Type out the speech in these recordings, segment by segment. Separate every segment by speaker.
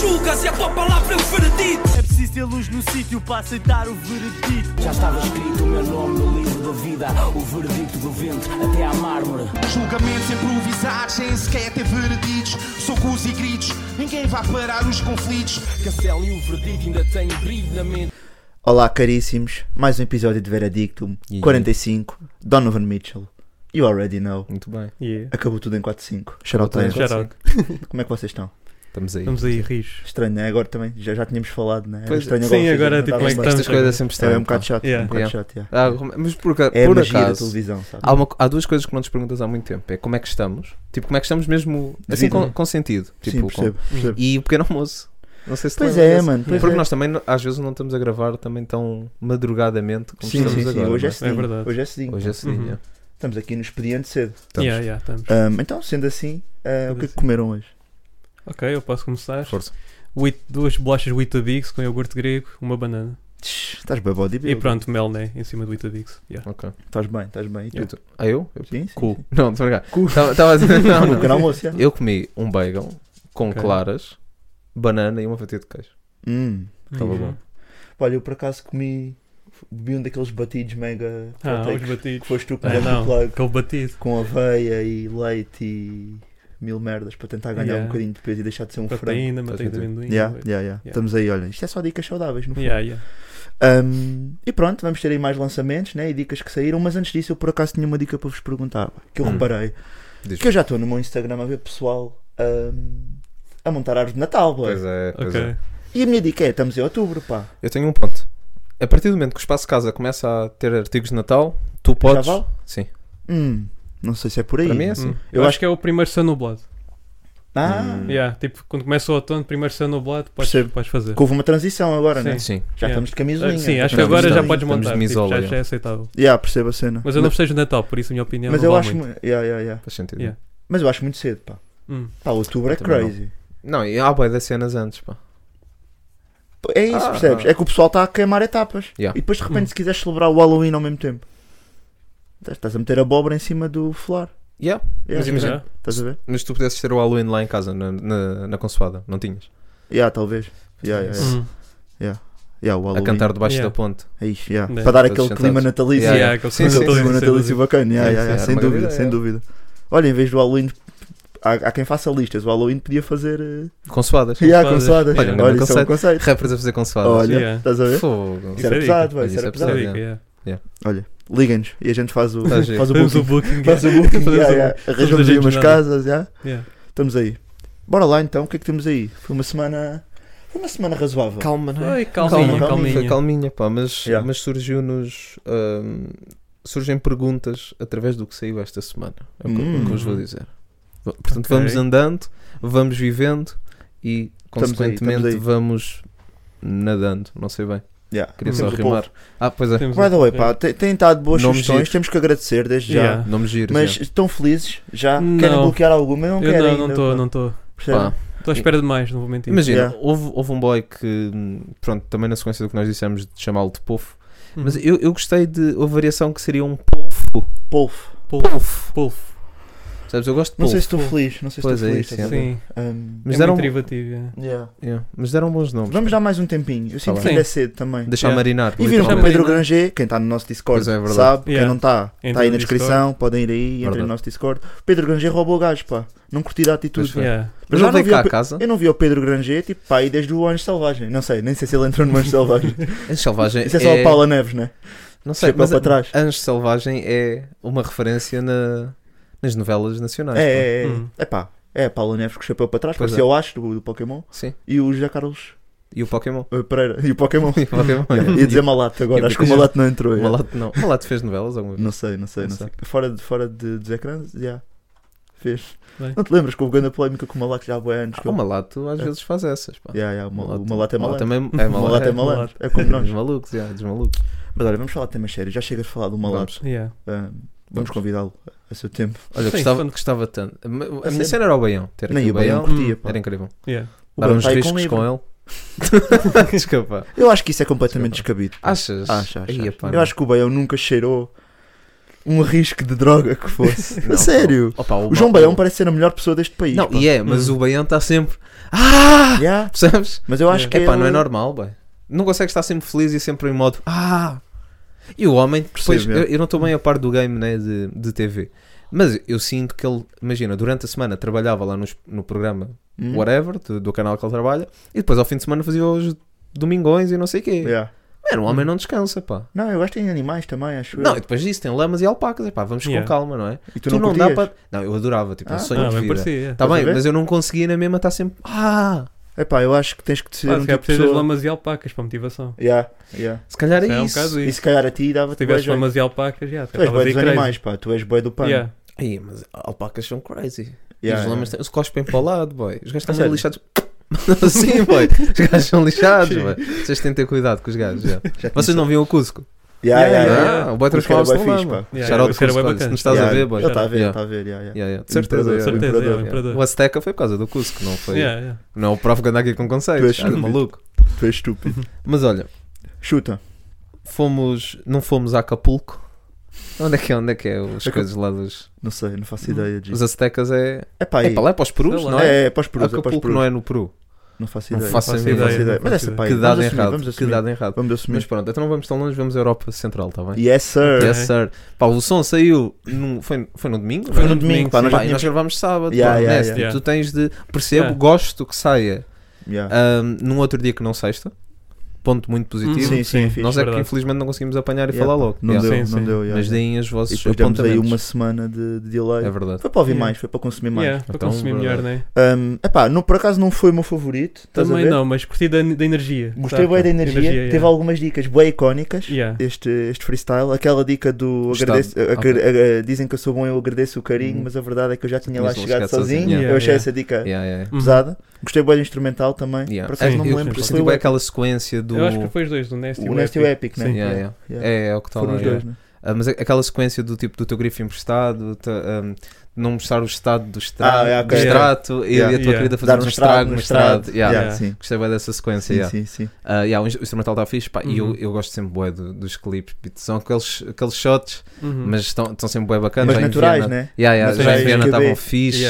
Speaker 1: julgas e a tua palavra é o veredito.
Speaker 2: É preciso ter luz no sítio para aceitar o veredito.
Speaker 3: Já estava escrito o meu nome no livro da vida, o veredito do vento até à mármore.
Speaker 4: Julgamentos improvisados, sem sequer ter vereditos. Socos e gritos, ninguém vai parar os conflitos.
Speaker 3: Castelo e o veredito ainda têm brilho na mente.
Speaker 5: Olá, caríssimos. Mais um episódio de Veredictum
Speaker 6: Yeah.
Speaker 5: 45, Donovan Mitchell. You already know.
Speaker 6: Muito bem.
Speaker 2: Yeah.
Speaker 5: Acabou tudo em 4-5.
Speaker 6: Tá
Speaker 5: Shout out a eles.
Speaker 2: Já era.
Speaker 5: Como é que vocês estão?
Speaker 6: Estamos aí.
Speaker 2: Estamos aí, rijo.
Speaker 5: Estranho, né? Agora também, já, já tínhamos falado, né? Era
Speaker 6: Pois,
Speaker 5: estranho
Speaker 2: sim,
Speaker 5: vocês
Speaker 2: agora,
Speaker 5: não
Speaker 2: tipo,
Speaker 5: estavam
Speaker 2: é que
Speaker 5: bem.
Speaker 2: estamos-
Speaker 6: Estas coisas sempre estão.
Speaker 5: É um bocado chato,
Speaker 2: Yeah.
Speaker 5: um bocado
Speaker 6: Yeah.
Speaker 5: chato, yeah.
Speaker 6: Ah, mas por, ca-
Speaker 5: É a
Speaker 6: por
Speaker 5: magia da
Speaker 6: acaso,
Speaker 5: televisão, sabe?
Speaker 6: há, uma co- há duas coisas que não nos perguntas há muito tempo. É como é que estamos. Tipo, como é que estamos mesmo assim
Speaker 5: Devido.
Speaker 6: com, com sentido.
Speaker 5: Sim,
Speaker 6: Tipo, com-
Speaker 5: percebo,
Speaker 2: hum,
Speaker 5: percebo.
Speaker 6: E o pequeno almoço. Não sei se te
Speaker 5: Pois
Speaker 6: lembras
Speaker 5: é,
Speaker 6: desse.
Speaker 5: mano. Pois
Speaker 6: Porque
Speaker 5: é.
Speaker 6: nós também, no- às vezes, não estamos a gravar também tão madrugadamente como
Speaker 5: Sim,
Speaker 6: estamos
Speaker 5: sim, sim.
Speaker 6: agora.
Speaker 5: Hoje é
Speaker 6: não
Speaker 5: cedinho.
Speaker 2: verdade.
Speaker 5: Hoje é cedinho.
Speaker 6: Hoje é cedinho,
Speaker 2: Uhum.
Speaker 6: é.
Speaker 5: Estamos aqui no expediente cedo.
Speaker 6: Estamos.
Speaker 2: Yeah, yeah, estamos.
Speaker 5: Ahm, então, sendo assim, ah, o que é que comeram hoje?
Speaker 2: Ok, eu posso começar.
Speaker 6: Força.
Speaker 2: Oito- duas bolachas Weetabix com iogurte grego, uma banana.
Speaker 5: Tch, Estás bem, bodybuilder.
Speaker 2: E pronto, mel, né? Em cima do Weetabix. Yeah.
Speaker 6: Ok.
Speaker 5: Estás bem, estás bem. E tu?
Speaker 6: E tu? Ah, eu? Eu-
Speaker 5: Sim, sim.
Speaker 2: Cool.
Speaker 6: Não, estou a brincar. Tava a dizer- não,
Speaker 5: No
Speaker 6: não.
Speaker 5: pequeno almoço, yeah.
Speaker 6: Eu comi um bagel com
Speaker 2: Ok.
Speaker 6: claras, banana e uma fatia de queijo.
Speaker 5: Hum.
Speaker 6: Estava Tá bom.
Speaker 5: Olha, eu por acaso comi. Bebi um daqueles batidos mega.
Speaker 2: Ah,
Speaker 5: proteicos
Speaker 2: os batidos.
Speaker 5: Que foste tu que
Speaker 2: Ah,
Speaker 5: me deste o
Speaker 2: não,
Speaker 5: plug.
Speaker 2: aquele batido.
Speaker 5: Com aveia e leite e mil merdas para tentar ganhar
Speaker 2: Yeah.
Speaker 5: um bocadinho de peso e deixar de ser um frango.
Speaker 2: Proteína, manteiga de
Speaker 6: Estás a
Speaker 2: amendoim.
Speaker 5: Yeah,
Speaker 2: vai-
Speaker 5: yeah, yeah. Estamos aí, olha. Isto é só dicas saudáveis, no fundo.
Speaker 2: Yeah, yeah.
Speaker 5: Um, e pronto, vamos ter aí mais lançamentos né, e dicas que saíram, mas antes disso eu por acaso tinha uma dica para vos perguntar, que eu
Speaker 6: Hum.
Speaker 5: reparei,
Speaker 6: Diz.
Speaker 5: que eu já estou no meu Instagram a ver pessoal um, a montar árvore de Natal, boy.
Speaker 6: Pois é, pois é.
Speaker 2: Ok.
Speaker 5: E a minha dica é, estamos em outubro, pá.
Speaker 6: Eu tenho um ponto. A partir do momento que o espaço casa começa a ter artigos de Natal, tu podes.
Speaker 5: vale?
Speaker 6: Sim.
Speaker 5: Hum, não sei se é por aí.
Speaker 6: Para mim é assim.
Speaker 2: Hum.
Speaker 5: Eu
Speaker 2: Eu
Speaker 5: acho-
Speaker 2: acho que é o primeiro céu nublado.
Speaker 5: Ah,
Speaker 6: Hum.
Speaker 2: Yeah, tipo, quando começa o outono, primeiro céu nublado, podes,
Speaker 5: Percebo.
Speaker 2: podes fazer.
Speaker 5: que houve uma transição agora, né?
Speaker 6: Sim.
Speaker 5: Já
Speaker 2: Yeah.
Speaker 5: estamos de camisolinha.
Speaker 2: Ah, sim, acho que
Speaker 6: Estamos
Speaker 2: agora
Speaker 6: de
Speaker 2: já
Speaker 6: isola.
Speaker 2: podes montar.
Speaker 6: Estamos de
Speaker 2: tipo,
Speaker 6: isola,
Speaker 2: já, já é aceitável.
Speaker 5: Yeah, percebo a cena.
Speaker 2: Mas eu não festejo de Natal, por isso a minha opinião
Speaker 5: mas
Speaker 2: não
Speaker 5: eu
Speaker 2: vale
Speaker 5: acho
Speaker 2: muito.
Speaker 5: mu- yeah, yeah, yeah.
Speaker 6: Faz sentido.
Speaker 2: Yeah.
Speaker 5: Mas eu acho muito cedo, pá.
Speaker 2: Hum.
Speaker 5: Pá, outubro é
Speaker 6: também não.
Speaker 5: crazy.
Speaker 6: Não, e há boia das cenas antes, pá.
Speaker 5: Pô, É isso,
Speaker 6: Ah.
Speaker 5: percebes? É que o pessoal está a queimar etapas.
Speaker 6: Yeah.
Speaker 5: E depois de repente,
Speaker 2: Hum.
Speaker 5: se quiseres celebrar o Halloween ao mesmo tempo, estás- estás a meter abóbora em cima do flor.
Speaker 6: Yeah.
Speaker 5: Yeah,
Speaker 6: Mas imagina-
Speaker 2: Já?
Speaker 5: Estás a ver?
Speaker 6: Mas tu pudesses ter o Halloween lá em casa, na, na, na consoada, não tinhas?
Speaker 5: Yeah, talvez. Yeah, yeah, yeah.
Speaker 2: Hum.
Speaker 5: Yeah, o Halloween.
Speaker 6: A cantar debaixo
Speaker 2: Yeah.
Speaker 6: da ponte.
Speaker 5: É isso, yeah.
Speaker 2: Yeah.
Speaker 5: Para dar
Speaker 6: Todos
Speaker 5: aquele
Speaker 6: sentados.
Speaker 5: clima natalício.
Speaker 6: Yeah,
Speaker 2: Yeah,
Speaker 6: yeah.
Speaker 2: aquele
Speaker 6: Sim, sim,
Speaker 2: clima
Speaker 5: Aquele
Speaker 2: natalício,
Speaker 5: clima natalício
Speaker 2: sim.
Speaker 5: bacana. Yeah, yeah,
Speaker 6: Sim, sim,
Speaker 5: yeah,
Speaker 6: era
Speaker 5: sem
Speaker 6: uma
Speaker 5: dúvida,
Speaker 6: grande
Speaker 5: sem
Speaker 6: ideia.
Speaker 5: dúvida. Olha, em vez do Halloween, há, há quem faça listas. O Halloween podia fazer. Uh,
Speaker 6: Consoadas.
Speaker 5: yeah,
Speaker 2: Consoadas.
Speaker 5: consoadas.
Speaker 6: Olha, um
Speaker 5: Olha,
Speaker 6: grande
Speaker 5: isso é um conceito.
Speaker 6: Rappers a fazer consoadas.
Speaker 5: Olha,
Speaker 2: Yeah.
Speaker 5: estás a ver?
Speaker 6: Fogo.
Speaker 5: Isso era
Speaker 2: é
Speaker 5: pesado,
Speaker 2: dica.
Speaker 5: vai,
Speaker 6: Isso
Speaker 5: isso
Speaker 2: Essa é
Speaker 5: era
Speaker 6: é
Speaker 2: a
Speaker 5: pesado.
Speaker 6: pesado.
Speaker 2: dica, yeah.
Speaker 5: Liguem-nos e a gente faz o,
Speaker 6: Tá giro.
Speaker 5: faz o
Speaker 2: Fazemos o
Speaker 5: booking.
Speaker 2: booking.
Speaker 5: Faz o
Speaker 2: yeah.
Speaker 5: booking.
Speaker 2: Fazemos
Speaker 5: yeah,
Speaker 2: o-
Speaker 5: yeah.
Speaker 2: fazemos
Speaker 5: Arranjamos
Speaker 2: a
Speaker 5: aí umas
Speaker 2: jornada.
Speaker 5: casas. Yeah.
Speaker 2: Yeah.
Speaker 5: Estamos aí. Bora lá então, o que é que temos aí? Foi uma semana. Foi uma semana razoável.
Speaker 6: Calma,
Speaker 4: é?
Speaker 6: não
Speaker 2: Ai,
Speaker 5: Calma,
Speaker 2: calminha,
Speaker 5: calma.
Speaker 6: Foi
Speaker 2: calminha.
Speaker 6: calminha, pá, mas,
Speaker 5: Yeah.
Speaker 6: mas surgiu-nos. hum, surgem perguntas através do que saiu esta semana. É o que,
Speaker 5: Hum.
Speaker 6: o que vos vou dizer. Va- Portanto,
Speaker 2: Ok.
Speaker 6: vamos andando, vamos vivendo e,
Speaker 5: Estamos aí,
Speaker 6: consequentemente,
Speaker 5: estamos aí.
Speaker 6: vamos nadando. Não sei bem.
Speaker 5: Yeah.
Speaker 6: Queria
Speaker 5: Temos
Speaker 6: só
Speaker 5: o
Speaker 6: rimar. Ah, pois é.
Speaker 2: Temos
Speaker 5: By the way,
Speaker 2: um-
Speaker 5: pá, te- têm dado boas
Speaker 6: Nomes
Speaker 5: sugestões,
Speaker 6: giros.
Speaker 5: temos que agradecer desde já.
Speaker 2: Yeah.
Speaker 6: Não me giro.
Speaker 5: Mas estão felizes já?
Speaker 2: Não.
Speaker 5: Querem bloquear alguma? Eu não
Speaker 2: Eu
Speaker 5: quero
Speaker 2: não,
Speaker 5: ainda.
Speaker 2: não estou,
Speaker 5: pá.
Speaker 2: não estou.
Speaker 5: Percebem?
Speaker 2: Estou à espera de mais, não vou
Speaker 5: tipo,
Speaker 2: mentir.
Speaker 6: Imagina,
Speaker 5: Yeah.
Speaker 6: houve, houve um boy que, hum, pronto, também na sequência do que nós dissemos, de chamá-lo de pofo.
Speaker 2: Uhum.
Speaker 6: Mas eu, eu gostei de. Houve variação que seria um polfo.
Speaker 5: Polfo.
Speaker 2: Pulfo. Pulfo.
Speaker 6: Sabes? Eu gosto de
Speaker 5: Não
Speaker 6: polfo.
Speaker 5: sei se estou feliz, não sei se estou
Speaker 6: Pois é,
Speaker 5: feliz.
Speaker 6: isso,
Speaker 5: estás a ver?
Speaker 2: Sim, Tá
Speaker 5: Um,
Speaker 6: Mas
Speaker 2: é
Speaker 6: deram-
Speaker 2: muito derivativo. yeah.
Speaker 5: yeah.
Speaker 6: Yeah, Mas deram bons nomes.
Speaker 5: Vamos dar mais um tempinho. Eu sinto
Speaker 6: Tá bem.
Speaker 5: que ainda é
Speaker 2: Sim.
Speaker 5: cedo também.
Speaker 6: Deixar
Speaker 2: Yeah.
Speaker 6: marinar.
Speaker 5: E viram que o
Speaker 6: literalmente.
Speaker 2: Também,
Speaker 5: Pedro
Speaker 2: né?
Speaker 5: Granger, quem está no nosso Discord
Speaker 6: Pois é, é verdade.
Speaker 5: sabe, quem
Speaker 2: Yeah.
Speaker 5: não está, está
Speaker 2: Entra
Speaker 5: aí
Speaker 2: no
Speaker 5: na descrição, podem ir aí, entrem no
Speaker 6: Verdade.
Speaker 5: nosso Discord. Pedro Granger roubou o gajo, pá. Não curti da atitude.
Speaker 6: Pois foi.
Speaker 2: Yeah.
Speaker 6: Mas
Speaker 5: Eu já
Speaker 6: não
Speaker 5: não
Speaker 6: veio
Speaker 5: vi
Speaker 6: cá
Speaker 5: o
Speaker 6: a
Speaker 5: pe-
Speaker 6: casa.
Speaker 5: Eu não vi o Pedro Granger, tipo, pá, aí desde o Anjo Selvagem. Não sei, nem sei se ele entrou no Anjo Selvagem.
Speaker 6: Anjo Selvagem
Speaker 5: Isso é só a Paula Neves, né?
Speaker 6: Não sei,
Speaker 5: Chapéu
Speaker 6: mas
Speaker 5: para trás.
Speaker 6: Anjo Selvagem é uma referência na- nas novelas nacionais.
Speaker 5: É,
Speaker 6: pá.
Speaker 5: é, é.
Speaker 2: Hum.
Speaker 5: É pá, é a Paula Neves com o chapéu para trás,
Speaker 6: Pois é.
Speaker 5: parecia o Ash do, do Pokémon
Speaker 6: Sim.
Speaker 5: e o José Carlos
Speaker 6: E o Pokémon.
Speaker 5: eh, Pereira e o Pokémon.
Speaker 6: É, E o Pokémon.
Speaker 5: Ia dizer Malato agora,
Speaker 6: e-
Speaker 5: acho que o Malato não entrou.
Speaker 6: O
Speaker 5: é.
Speaker 6: Malato não. O Malato fez novelas alguma vez?
Speaker 5: Não sei, não sei, não
Speaker 6: Não
Speaker 5: sei. Fora, de, fora de, dos ecrãs, já. Fez.
Speaker 2: Bem.
Speaker 5: Não te lembras que houve grande polémica com o Malato já há boi anos?
Speaker 6: Ah, o Malato às vezes faz essas. Pá.
Speaker 5: Yeah, yeah, é. o, Mal- o
Speaker 6: Malato-
Speaker 5: Malato é Malato.
Speaker 6: também é
Speaker 5: O Malato é Malato. É como nós.
Speaker 6: Dos malucos, yeah, dos malucos.
Speaker 5: Mas olha, vamos falar de temas sérios. Já chega de falar do Malato.
Speaker 6: Vamos.
Speaker 2: Yeah.
Speaker 5: Ah, Vamos, convidá-lo a seu tempo.
Speaker 6: Olha,
Speaker 2: Sim,
Speaker 6: gostava,
Speaker 2: quando-
Speaker 6: gostava tanto. A minha
Speaker 5: sério?
Speaker 6: cena era o Baião. Ter aqui
Speaker 5: Nem o Baião
Speaker 2: Baião.
Speaker 5: curtia, pá.
Speaker 6: Era incrível.
Speaker 2: Yeah.
Speaker 5: O
Speaker 6: Dar
Speaker 5: Baião
Speaker 6: uns
Speaker 5: tá aí com
Speaker 6: riscos
Speaker 5: livro.
Speaker 6: com ele. Desculpa.
Speaker 5: Eu acho que isso é completamente descabido.
Speaker 6: Achas?
Speaker 5: Acho, acho,
Speaker 6: Aí,
Speaker 5: acho.
Speaker 6: epá,
Speaker 5: Eu
Speaker 6: não.
Speaker 5: acho que o Baião nunca cheirou um risco de droga que fosse.
Speaker 6: Não,
Speaker 5: a sério.
Speaker 6: opa,
Speaker 5: O João Baião parece ser a melhor pessoa deste país.
Speaker 6: Não,
Speaker 5: pá. Hum.
Speaker 6: e é, mas o Baião está sempre. Ah!
Speaker 5: Yeah.
Speaker 6: Percebes?
Speaker 5: Mas eu acho que.
Speaker 6: É pá,
Speaker 5: ele-
Speaker 6: não é normal, bem. Não consegues estar sempre feliz e sempre em modo. Ah! E o homem, depois.
Speaker 5: Percebo,
Speaker 6: Eu,
Speaker 5: é.
Speaker 6: eu não estou bem a par do game, né? De, de TV. Mas eu sinto que ele. Imagina, durante a semana trabalhava lá nos- no programa
Speaker 5: Hum.
Speaker 6: Whatever, do, do canal que ele trabalha, e depois ao fim de semana fazia os domingões e não sei o quê.
Speaker 5: Yeah. Hum.
Speaker 6: Mano, o homem não descansa, pá.
Speaker 5: Não, eu gosto de animais também, acho eu.
Speaker 6: Não, e depois disso tem lamas e alpacas, é pá, vamos
Speaker 2: Yeah.
Speaker 6: com calma, não é?
Speaker 5: E tu, não,
Speaker 6: dá
Speaker 5: curtias?
Speaker 6: para. Não, eu adorava, tipo,
Speaker 5: Ah,
Speaker 6: um sonho
Speaker 2: Ah,
Speaker 6: de
Speaker 2: bem
Speaker 6: vida.
Speaker 2: parecia. é.
Speaker 6: Tá
Speaker 5: Estás a
Speaker 6: bem,
Speaker 5: ver?
Speaker 6: mas eu não conseguia na mesma estar sempre. Ah!
Speaker 5: Epá, eu acho que tens que ser
Speaker 2: Ah,
Speaker 5: um
Speaker 2: se calhar
Speaker 5: tipo de
Speaker 2: precisas das
Speaker 5: pessoa...
Speaker 2: lamas e alpacas para motivação.
Speaker 5: Yeah, yeah.
Speaker 6: Se calhar é,
Speaker 2: É um
Speaker 6: isso.
Speaker 2: bocado
Speaker 5: E
Speaker 2: isso.
Speaker 5: se calhar a ti
Speaker 2: Se
Speaker 5: dava-te bué
Speaker 2: tivesse
Speaker 5: jeito.
Speaker 2: lamas e alpacas, já.
Speaker 5: Tu és bué dos animais, pá. Tu és bué do pano.
Speaker 2: Yeah.
Speaker 6: Ih, mas alpacas são crazy.
Speaker 5: Yeah,
Speaker 6: e os lamas
Speaker 5: yeah.
Speaker 6: têm- se cospem para o lado, boy. Os gajos
Speaker 5: A
Speaker 6: estão
Speaker 5: sério?
Speaker 6: sempre lixados. Sim, boy. Os gajos são lixados, boy. Vocês têm de ter cuidado com os gajos. já.
Speaker 5: Já tinha
Speaker 6: Vocês não viam o Cusco?
Speaker 5: Yeah, yeah,
Speaker 2: Yeah,
Speaker 5: yeah.
Speaker 2: yeah.
Speaker 6: Ah, o boy
Speaker 5: Cusco era
Speaker 6: transformava-se
Speaker 5: bué
Speaker 6: num
Speaker 5: fixe,
Speaker 6: lama.
Speaker 2: pá. Yeah,
Speaker 6: Shout out
Speaker 2: Cusco era
Speaker 6: Cusco,
Speaker 2: bué
Speaker 6: olha, se
Speaker 2: bacana.
Speaker 6: não estás a
Speaker 5: Yeah,
Speaker 6: ver, boy.
Speaker 5: Ele está a ver,
Speaker 6: Yeah.
Speaker 5: está a ver, yeah, yeah.
Speaker 6: Yeah, yeah. De
Speaker 5: Imperador,
Speaker 6: certeza. yeah.
Speaker 2: Certeza,
Speaker 5: certeza.
Speaker 2: é,
Speaker 5: imperador,
Speaker 2: o
Speaker 5: é.
Speaker 2: imperador.
Speaker 6: O Azteca foi por causa do Cusco, não foi?
Speaker 2: Yeah, yeah.
Speaker 6: Não é o prof que anda aqui com
Speaker 5: Tu
Speaker 6: conceitos.
Speaker 5: és
Speaker 6: Cara,
Speaker 5: estúpido.
Speaker 6: maluco.
Speaker 5: Tu és estúpido.
Speaker 6: Mas olha,
Speaker 5: Chuta.
Speaker 6: fomos, não fomos a Acapulco. Onde é que é, onde é, que é os
Speaker 5: Acapu-
Speaker 6: coisas lá dos.
Speaker 5: Não sei, não faço ideia disso.
Speaker 6: Os Aztecas é.
Speaker 5: Epá,
Speaker 6: É
Speaker 5: aí.
Speaker 6: para lá, é para os Perus,
Speaker 2: Sei lá.
Speaker 6: não é?
Speaker 5: É, é, pós Perus, é pós
Speaker 6: Acapulco não
Speaker 5: Perus.
Speaker 6: é no Peru.
Speaker 5: Não faço
Speaker 6: Não
Speaker 5: ideia.
Speaker 6: faço
Speaker 2: Não faço
Speaker 6: ideia.
Speaker 5: Não faço
Speaker 2: ideia,
Speaker 5: ideia.
Speaker 2: não
Speaker 5: Mas
Speaker 2: faço
Speaker 5: essa
Speaker 2: ideia.
Speaker 5: pá, aí,
Speaker 6: Que dado
Speaker 5: vamos assumir,
Speaker 6: errado.
Speaker 5: Vamos
Speaker 6: Que
Speaker 5: assumir.
Speaker 6: dado errado.
Speaker 5: Vamos
Speaker 6: Mas
Speaker 5: assumir.
Speaker 6: pronto, é? então não vamos tão longe, vamos à Europa Central, está bem?
Speaker 5: Yes, sir.
Speaker 2: Yeah.
Speaker 6: Yes, sir. Pá, o som saiu. num- Foi, foi no domingo?
Speaker 5: Foi
Speaker 6: não é?
Speaker 5: no domingo, pá, nós
Speaker 6: Pá,
Speaker 5: já
Speaker 6: e nós
Speaker 5: tínhamos...
Speaker 6: gravámos sábado.
Speaker 5: Yeah,
Speaker 6: pá,
Speaker 5: yeah,
Speaker 6: honesto, tipo,
Speaker 2: yeah.
Speaker 6: Tu tens de. Percebo,
Speaker 2: Yeah.
Speaker 6: gosto que saia
Speaker 5: Yeah.
Speaker 6: ahm, num outro dia que não sexta. Ponto muito positivo.
Speaker 5: Uhum. Sim, sim, fixe.
Speaker 6: Nós é que
Speaker 2: verdade.
Speaker 6: infelizmente não conseguimos apanhar e
Speaker 5: Yeah,
Speaker 6: falar
Speaker 5: pá,
Speaker 6: logo.
Speaker 5: Não
Speaker 6: Yeah.
Speaker 5: deu,
Speaker 2: Sim,
Speaker 5: não
Speaker 2: sim.
Speaker 5: deu. yeah,
Speaker 6: Mas
Speaker 5: yeah.
Speaker 6: deem os
Speaker 5: E
Speaker 6: vossos
Speaker 5: depois demos aí
Speaker 6: apontamentos.
Speaker 5: uma semana de, de delay.
Speaker 6: É verdade.
Speaker 5: Foi para ouvir
Speaker 2: Yeah.
Speaker 5: mais, foi para consumir mais.
Speaker 2: Yeah, para
Speaker 6: Então,
Speaker 2: consumir melhor,
Speaker 6: verdade.
Speaker 2: né?
Speaker 5: Hum, epá, não, por acaso não foi o meu favorito. estás a
Speaker 2: Também
Speaker 5: ver?
Speaker 2: não, mas curti da, da energia.
Speaker 5: Gostei
Speaker 2: Sabe?
Speaker 5: bem da energia. Teve
Speaker 2: yeah.
Speaker 5: algumas dicas bem icónicas.
Speaker 2: Yeah.
Speaker 5: Este, este freestyle, aquela dica do
Speaker 6: Gostava.
Speaker 5: agradeço,
Speaker 6: Ok.
Speaker 5: agra- agra- dizem que eu sou bom, eu agradeço o carinho,
Speaker 6: Hum.
Speaker 5: mas a verdade é que eu já tinha
Speaker 6: Tinhas
Speaker 5: lá
Speaker 6: lá
Speaker 5: chegado
Speaker 6: chegado sozinho,
Speaker 5: sozinho.
Speaker 2: yeah.
Speaker 5: eu achei
Speaker 2: Yeah.
Speaker 5: essa dica
Speaker 6: Yeah, yeah.
Speaker 2: Uhum.
Speaker 5: pesada. Gostei bem do instrumental também.
Speaker 6: Yeah.
Speaker 5: É. Por acaso
Speaker 6: É,
Speaker 5: não me
Speaker 6: eu-
Speaker 5: lembro.
Speaker 6: Eu
Speaker 5: se
Speaker 6: senti
Speaker 5: foi o
Speaker 6: bem
Speaker 5: Epic.
Speaker 6: aquela sequência do.
Speaker 2: Eu acho que foi os dois, do Nasty e
Speaker 5: O Nasty e o Epic, né?
Speaker 2: Sim.
Speaker 6: Yeah,
Speaker 5: Yeah,
Speaker 6: yeah.
Speaker 5: yeah.
Speaker 6: É, é o que está
Speaker 5: Foram
Speaker 6: lá.
Speaker 5: os
Speaker 6: yeah.
Speaker 5: dois, né?
Speaker 6: Ah, mas a- aquela sequência do tipo do teu grifo emprestado, te- ahm, não mostrar o estado do, estra...
Speaker 5: Ah, é, ok.
Speaker 6: do extrato e
Speaker 5: Yeah.
Speaker 6: a tua
Speaker 2: Yeah.
Speaker 6: querida fazer
Speaker 5: Dar
Speaker 6: um estrago no estrado. Yeah.
Speaker 5: Yeah,
Speaker 2: Yeah.
Speaker 5: Sim,
Speaker 6: Gostei bem dessa sequência.
Speaker 5: sim,
Speaker 6: yeah.
Speaker 5: sim, sim.
Speaker 6: Ah, yeah, o instrumental está fixe pá, e eu,
Speaker 2: Uhum.
Speaker 6: eu gosto sempre bué do- dos clipes. pito. São aqueles, aqueles shots,
Speaker 2: Uhum.
Speaker 6: mas estão, estão sempre bué bacanas.
Speaker 5: Mas
Speaker 6: Já em
Speaker 5: naturais,
Speaker 6: Viena-
Speaker 5: né?
Speaker 6: Yeah, yeah,
Speaker 5: Naturais
Speaker 6: já em
Speaker 5: de
Speaker 6: Viena
Speaker 5: KB.
Speaker 6: estavam fixes.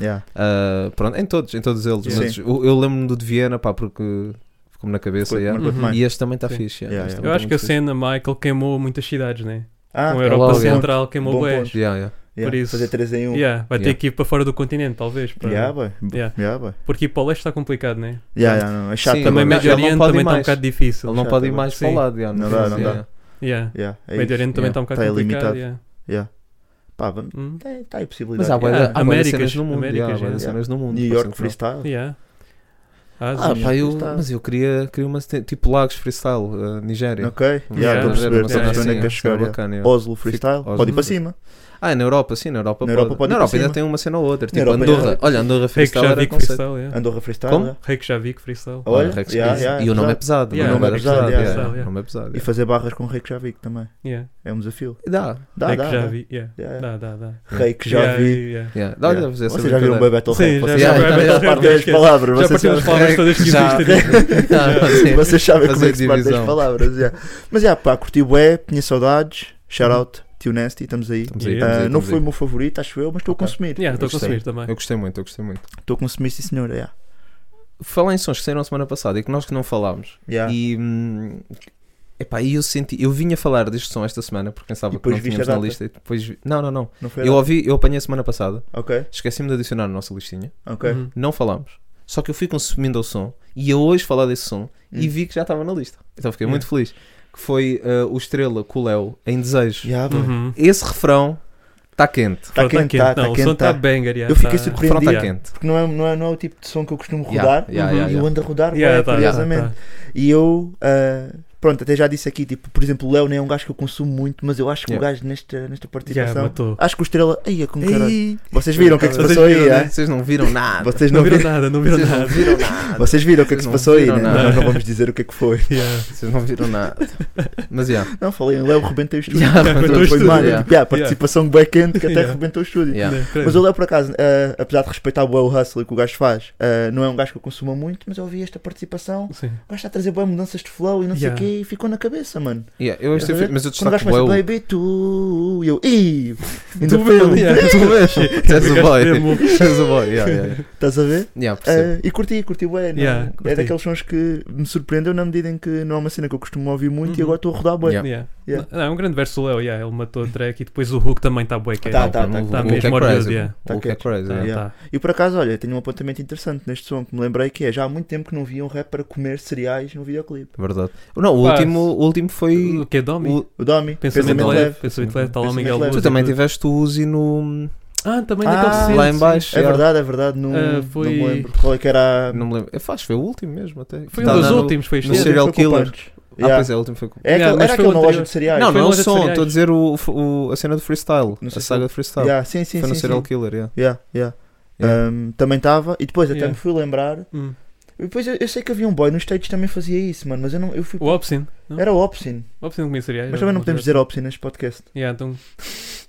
Speaker 2: Yeah.
Speaker 5: Yeah.
Speaker 2: Um
Speaker 6: ah, pronto, em todos, em todos eles.
Speaker 5: Sim.
Speaker 6: Mas eu, eu lembro-me do de Viena, pá, porque ficou-me na cabeça.
Speaker 5: Foi-
Speaker 6: yeah.
Speaker 5: marcou
Speaker 2: Uhum.
Speaker 5: demais.
Speaker 6: E este também está
Speaker 2: Sim.
Speaker 6: fixe.
Speaker 5: Yeah,
Speaker 6: este
Speaker 5: yeah.
Speaker 2: Eu
Speaker 6: também
Speaker 2: acho
Speaker 6: tá
Speaker 2: que a
Speaker 6: muito fixe.
Speaker 2: cena, Michael, queimou muitas cidades, né?
Speaker 5: Ah,
Speaker 2: Com a Europa
Speaker 6: logo, yeah.
Speaker 2: Central
Speaker 5: Bom
Speaker 2: queimou boés.
Speaker 5: ponto.
Speaker 6: Yeah, yeah.
Speaker 5: yeah.
Speaker 2: por isso.
Speaker 5: Fazer 3 em 1.
Speaker 2: Yeah, vai ter
Speaker 6: Yeah.
Speaker 2: que ir para fora do continente, talvez. Para...
Speaker 5: Yeah, boy.
Speaker 2: Yeah.
Speaker 5: Yeah, boy.
Speaker 2: Porque ir para o leste está complicado, né?
Speaker 5: Yeah, yeah, não, É chato
Speaker 6: Sim,
Speaker 2: Também
Speaker 5: agora.
Speaker 6: Ele não- ele
Speaker 2: Médio
Speaker 6: não
Speaker 2: Oriente
Speaker 6: pode ir
Speaker 2: também está um
Speaker 6: mais.
Speaker 2: bocado difícil.
Speaker 6: Ele não
Speaker 5: Já,
Speaker 6: pode ir
Speaker 5: tá
Speaker 6: mais
Speaker 2: bem.
Speaker 6: para o
Speaker 2: Sim.
Speaker 6: lado. yeah,
Speaker 5: Não
Speaker 6: no
Speaker 5: dá,
Speaker 6: fundo,
Speaker 5: não
Speaker 6: yeah.
Speaker 2: Yeah.
Speaker 5: Yeah, é
Speaker 2: Médio
Speaker 5: isso.
Speaker 2: Oriente também
Speaker 6: Yeah.
Speaker 2: está um bocado
Speaker 5: Está
Speaker 2: complicado.
Speaker 5: ilimitado.
Speaker 2: yeah.
Speaker 5: Pá, vamos.
Speaker 2: Hum.
Speaker 5: Está aí possibilidade.
Speaker 6: Mas há
Speaker 5: Yeah.
Speaker 6: boas
Speaker 2: Yeah. Américas,
Speaker 6: cenas no mundo.
Speaker 2: Américas,
Speaker 6: yeah, há bué
Speaker 2: yeah.
Speaker 6: de cenas no mundo.
Speaker 5: New
Speaker 6: por
Speaker 5: York
Speaker 6: exemplo.
Speaker 5: freestyle.
Speaker 2: Yeah.
Speaker 5: Ah,
Speaker 2: Ah,
Speaker 5: sim.
Speaker 6: Pá, eu-
Speaker 5: freestyle.
Speaker 6: mas eu queria, queria uma cena- tipo Lagos freestyle, eh, Nigéria.
Speaker 5: Ok,
Speaker 2: Yeah,
Speaker 5: yeah, estou
Speaker 2: yeah,
Speaker 5: a perceber, estou a
Speaker 2: yeah,
Speaker 5: perceber onde é
Speaker 2: yeah.
Speaker 5: que queres chegar. yeah.
Speaker 6: bacana, yeah.
Speaker 5: Oslo freestyle,
Speaker 6: Fico-
Speaker 5: pode ir
Speaker 6: Oslo.
Speaker 5: para cima.
Speaker 6: Ah, na Europa, sim, na Europa.
Speaker 5: Na Europa pode ir para
Speaker 6: na Europa ainda
Speaker 5: cima.
Speaker 6: tem uma cena ou outra. Tipo
Speaker 5: Europa,
Speaker 6: Andorra.
Speaker 5: yeah.
Speaker 6: Olha, Andorra
Speaker 2: Rei que
Speaker 6: freestyle
Speaker 2: já
Speaker 6: era
Speaker 2: vi
Speaker 6: conceito.
Speaker 2: freestyle, yeah.
Speaker 5: Andorra freestyle.
Speaker 6: Como?
Speaker 5: yeah.
Speaker 2: Rei que já vi freestyle.
Speaker 5: Olha,
Speaker 6: Rex
Speaker 5: yeah,
Speaker 6: Beats.
Speaker 5: yeah,
Speaker 6: e o nome é
Speaker 5: exato.
Speaker 6: pesado.
Speaker 2: Yeah,
Speaker 5: o nome é pesado, yeah,
Speaker 2: pesado,
Speaker 6: O
Speaker 2: yeah.
Speaker 6: nome é pesado.
Speaker 5: E fazer barras com o Rei que já vi que também.
Speaker 2: Yeah.
Speaker 5: É um desafio.
Speaker 6: yeah. Dá.
Speaker 5: Dá,
Speaker 2: Rei
Speaker 5: dá,
Speaker 2: que já
Speaker 5: dá.
Speaker 2: vi. yeah.
Speaker 5: Yeah, yeah.
Speaker 2: Dá, dá, dá.
Speaker 5: Rei que já
Speaker 2: Yeah,
Speaker 5: vi.
Speaker 2: yeah.
Speaker 6: Yeah. Dá, olha,
Speaker 2: Yeah.
Speaker 6: fazer essa
Speaker 5: Vocês já viram o
Speaker 6: brincadeira.
Speaker 5: Bad Battle
Speaker 2: Sim, já
Speaker 5: Rap?
Speaker 2: vi
Speaker 5: Vocês
Speaker 2: o
Speaker 6: Yeah,
Speaker 5: sabem
Speaker 2: Battle
Speaker 6: yeah,
Speaker 5: a
Speaker 2: Rap,
Speaker 5: parte das
Speaker 2: yeah.
Speaker 5: palavras.
Speaker 2: Já
Speaker 5: vocês
Speaker 2: partimos as
Speaker 5: sabem-
Speaker 2: palavras todas que existem.
Speaker 6: Já. Não, sim.
Speaker 5: Vocês sabem como é
Speaker 6: Fazer
Speaker 5: que se parte das
Speaker 6: divisão.
Speaker 5: palavras. yeah. Mas é, pá, curti o bué, tinha saudades. Shout out, tio Nasty, estamos aí.
Speaker 6: Estamos aí,
Speaker 2: Yeah.
Speaker 5: Ah,
Speaker 6: estamos aí,
Speaker 5: não
Speaker 6: estamos
Speaker 5: foi o
Speaker 6: aí.
Speaker 5: meu favorito, acho eu, mas estou a
Speaker 6: Ok.
Speaker 5: consumir.
Speaker 2: Yeah, Estou a
Speaker 6: gostei.
Speaker 2: consumir também.
Speaker 6: Eu gostei muito, eu gostei muito.
Speaker 5: Estou a consumir, sim senhor. yeah.
Speaker 6: Falar em sons que saíram semana passada e que nós que não falámos.
Speaker 5: Yeah.
Speaker 6: E. hum, Epá, e eu senti, eu vim a falar deste som esta semana porque pensava
Speaker 5: E
Speaker 6: que não
Speaker 5: depois viste
Speaker 6: tínhamos
Speaker 5: a
Speaker 6: na
Speaker 5: data.
Speaker 6: lista e depois vi- Não, não, não.
Speaker 5: Não foi
Speaker 6: Eu
Speaker 5: nada?
Speaker 6: ouvi, eu apanhei a semana passada,
Speaker 5: Ok,
Speaker 6: esqueci-me de adicionar na nossa listinha,
Speaker 5: ok.
Speaker 2: Uhum.
Speaker 6: não falámos. Só que eu fui consumindo o som e eu hoje falar desse som e
Speaker 5: Hum.
Speaker 6: vi que já estava na lista. Então fiquei
Speaker 2: Hum.
Speaker 6: muito feliz. Que foi ah, o Estrela com o Léo em Desejo.
Speaker 5: Yeah, boy.
Speaker 2: Uhum.
Speaker 6: Esse refrão está quente.
Speaker 5: Tá
Speaker 2: Pronto,
Speaker 5: quente, tá, tá
Speaker 2: Não, o
Speaker 5: quente,
Speaker 2: som está
Speaker 5: tá.
Speaker 2: banger. yeah,
Speaker 5: Eu fiquei
Speaker 2: tá-
Speaker 6: O refrão
Speaker 5: Surpreendi.
Speaker 6: está
Speaker 2: Yeah.
Speaker 6: quente.
Speaker 5: Porque não é, não, é, não é o tipo de som que eu costumo
Speaker 6: Yeah,
Speaker 5: rodar. Uhum.
Speaker 6: yeah, yeah,
Speaker 5: e eu
Speaker 6: yeah.
Speaker 5: ando a rodar, bué,
Speaker 2: Yeah, tá,
Speaker 5: curiosamente.
Speaker 2: tá, tá.
Speaker 5: E eu, ah, pronto, até já disse aqui, tipo, por exemplo, o Léo nem é um gajo que eu consumo muito, mas eu acho que
Speaker 6: Yeah.
Speaker 5: o gajo nesta, nesta
Speaker 2: Yeah,
Speaker 5: participação.
Speaker 2: matou.
Speaker 5: acho que o Estrela. Ai, é com caralho.
Speaker 6: Ei,
Speaker 5: Vocês viram o que é que se
Speaker 2: Vocês
Speaker 5: passou aí,
Speaker 2: viram, né?
Speaker 5: é?
Speaker 6: Vocês não viram nada.
Speaker 5: Vocês
Speaker 2: Não
Speaker 5: não
Speaker 2: viram
Speaker 5: viram.
Speaker 2: nada, não viram
Speaker 6: Vocês não
Speaker 2: nada.
Speaker 6: viram nada.
Speaker 5: Vocês viram o que é que se
Speaker 6: Vocês
Speaker 5: passou
Speaker 6: não
Speaker 5: aí,
Speaker 6: viram
Speaker 5: né?
Speaker 6: nada.
Speaker 5: Nós não vamos dizer o que é que foi.
Speaker 2: Yeah.
Speaker 6: Vocês não viram nada. Mas já.
Speaker 5: Não, falei, o Léo rebentou o estúdio.
Speaker 6: Yeah,
Speaker 2: rebentou o
Speaker 5: foi
Speaker 2: Então estúdio,
Speaker 5: mal.
Speaker 6: yeah.
Speaker 5: Tipo, yeah, participação bem quente que até
Speaker 2: Yeah.
Speaker 5: rebentou o estúdio.
Speaker 6: Yeah.
Speaker 2: Não, credo.
Speaker 5: Mas o Léo, por acaso, ah, apesar de respeitar bué o hustle que o gajo eh, faz, ah, não é um gajo que eu consuma muito, mas eu ouvi esta participação
Speaker 2: Sim.
Speaker 5: gosta de trazer boas mudanças de flow e não
Speaker 2: Yeah.
Speaker 5: sei o quê. quê, e ficou na cabeça, mano.
Speaker 6: Yeah, eu este
Speaker 5: Estás a ver?
Speaker 6: mas eu
Speaker 5: Quando o
Speaker 6: destaco
Speaker 5: gajo começa,
Speaker 6: bué o-
Speaker 5: baby, tu, e eu, ih, ainda
Speaker 2: Tu
Speaker 5: foi
Speaker 2: mesmo, yeah, tu mesmo.
Speaker 6: Tu és o boy.
Speaker 2: Ficaste mesmo.
Speaker 6: Tu és o boy, yeah, yeah.
Speaker 5: Estás a ver?
Speaker 6: Yeah, percebo.
Speaker 5: Ah, e curti, curti bem. não-
Speaker 2: Yeah,
Speaker 5: é
Speaker 2: curti.
Speaker 5: daqueles sons que me surpreendeu na medida em que não é uma cena que eu costumo ouvir muito e
Speaker 2: Uhum.
Speaker 5: agora estou a rodar bem.
Speaker 6: Yeah.
Speaker 2: Yeah.
Speaker 5: Yeah.
Speaker 2: Não, é um grande verso do Léo, yeah. ele matou o track e depois o Hulk também está bué que é.
Speaker 5: Tá,
Speaker 6: Não,
Speaker 5: tá,
Speaker 6: pá,
Speaker 5: tá,
Speaker 6: o-
Speaker 5: tá
Speaker 6: o
Speaker 2: mesmo
Speaker 6: que é
Speaker 2: orgulhoso,
Speaker 6: crazy,
Speaker 2: yeah.
Speaker 6: pô. O que é
Speaker 5: Tá
Speaker 6: crazy,
Speaker 2: Tá,
Speaker 6: yeah.
Speaker 5: Yeah.
Speaker 2: tá.
Speaker 5: E por acaso, olha, tenho um apontamento interessante neste som que me lembrei que é já há muito tempo que não vi um rapper comer cereais no videoclipe.
Speaker 6: é Verdade. Não, o
Speaker 2: Pá,
Speaker 6: último, o último foi.
Speaker 2: O que é Domi?
Speaker 6: o-
Speaker 5: O Domi,
Speaker 2: Pensamento, leve, pensamento leve, está tá lá o
Speaker 5: Pensamento
Speaker 2: Miguel
Speaker 5: leve.
Speaker 6: Tu
Speaker 2: Luz.
Speaker 6: também tiveste o Uzi no.
Speaker 2: Ah, também
Speaker 5: Ah,
Speaker 2: naquele centro,
Speaker 6: lá
Speaker 2: sim.
Speaker 6: em baixo.
Speaker 5: É
Speaker 6: Yeah.
Speaker 5: verdade, é verdade, não,
Speaker 2: Ah,
Speaker 5: não
Speaker 2: foi-
Speaker 5: me lembro qual é que era.
Speaker 6: Não me lembro. Eu acho, foi o último mesmo até.
Speaker 2: Foi
Speaker 6: Tá
Speaker 2: um dos
Speaker 6: lá no-
Speaker 2: últimos, foi este.
Speaker 6: no
Speaker 5: Não
Speaker 2: ano.
Speaker 5: sei,
Speaker 6: serial
Speaker 5: foi com o
Speaker 6: killer.
Speaker 5: Punch.
Speaker 6: Ah,
Speaker 5: Yeah.
Speaker 6: pois é, o último foi. com-
Speaker 5: É
Speaker 2: Yeah,
Speaker 5: aquele-
Speaker 2: mas
Speaker 5: era
Speaker 2: foi
Speaker 5: aquele
Speaker 2: o
Speaker 5: na loja
Speaker 2: anterior.
Speaker 5: de cereais.
Speaker 6: Não,
Speaker 2: foi
Speaker 6: não é
Speaker 2: uma
Speaker 6: o
Speaker 2: das
Speaker 6: som,
Speaker 2: cereais.
Speaker 6: estou a dizer o, o- a cena do freestyle.
Speaker 5: Não sei se
Speaker 6: A saga
Speaker 5: foi-
Speaker 6: do freestyle.
Speaker 5: Yeah, sim, sim,
Speaker 6: foi no
Speaker 5: sim,
Speaker 6: serial
Speaker 5: sim.
Speaker 6: killer, yeah.
Speaker 5: Yeah, yeah.
Speaker 6: Yeah.
Speaker 5: Um, também estava, e depois até
Speaker 2: Yeah.
Speaker 5: me fui lembrar.
Speaker 2: Hum.
Speaker 5: E depois eu, eu sei que havia um boy nos States que também fazia isso, mano, mas eu não eu fui.
Speaker 2: O Opsin. não?
Speaker 5: Era o Opsin,
Speaker 2: Opsin comia cereais.
Speaker 5: mas também não podemos dizer Opsin neste podcast.
Speaker 2: Yeah, então...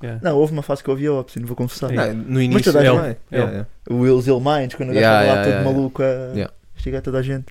Speaker 2: yeah.
Speaker 5: Não, houve uma fase que eu ouvia Opsin, vou confessar.
Speaker 2: Yeah.
Speaker 6: Não, no
Speaker 5: Mas
Speaker 6: início
Speaker 5: toda a
Speaker 6: é,
Speaker 2: gente- é.
Speaker 6: é, é, é.
Speaker 5: o Will's Ill Minds, quando o gajo estava lá
Speaker 6: Yeah, yeah,
Speaker 5: todo
Speaker 6: yeah,
Speaker 5: maluco a
Speaker 6: Yeah.
Speaker 5: instigar toda a gente.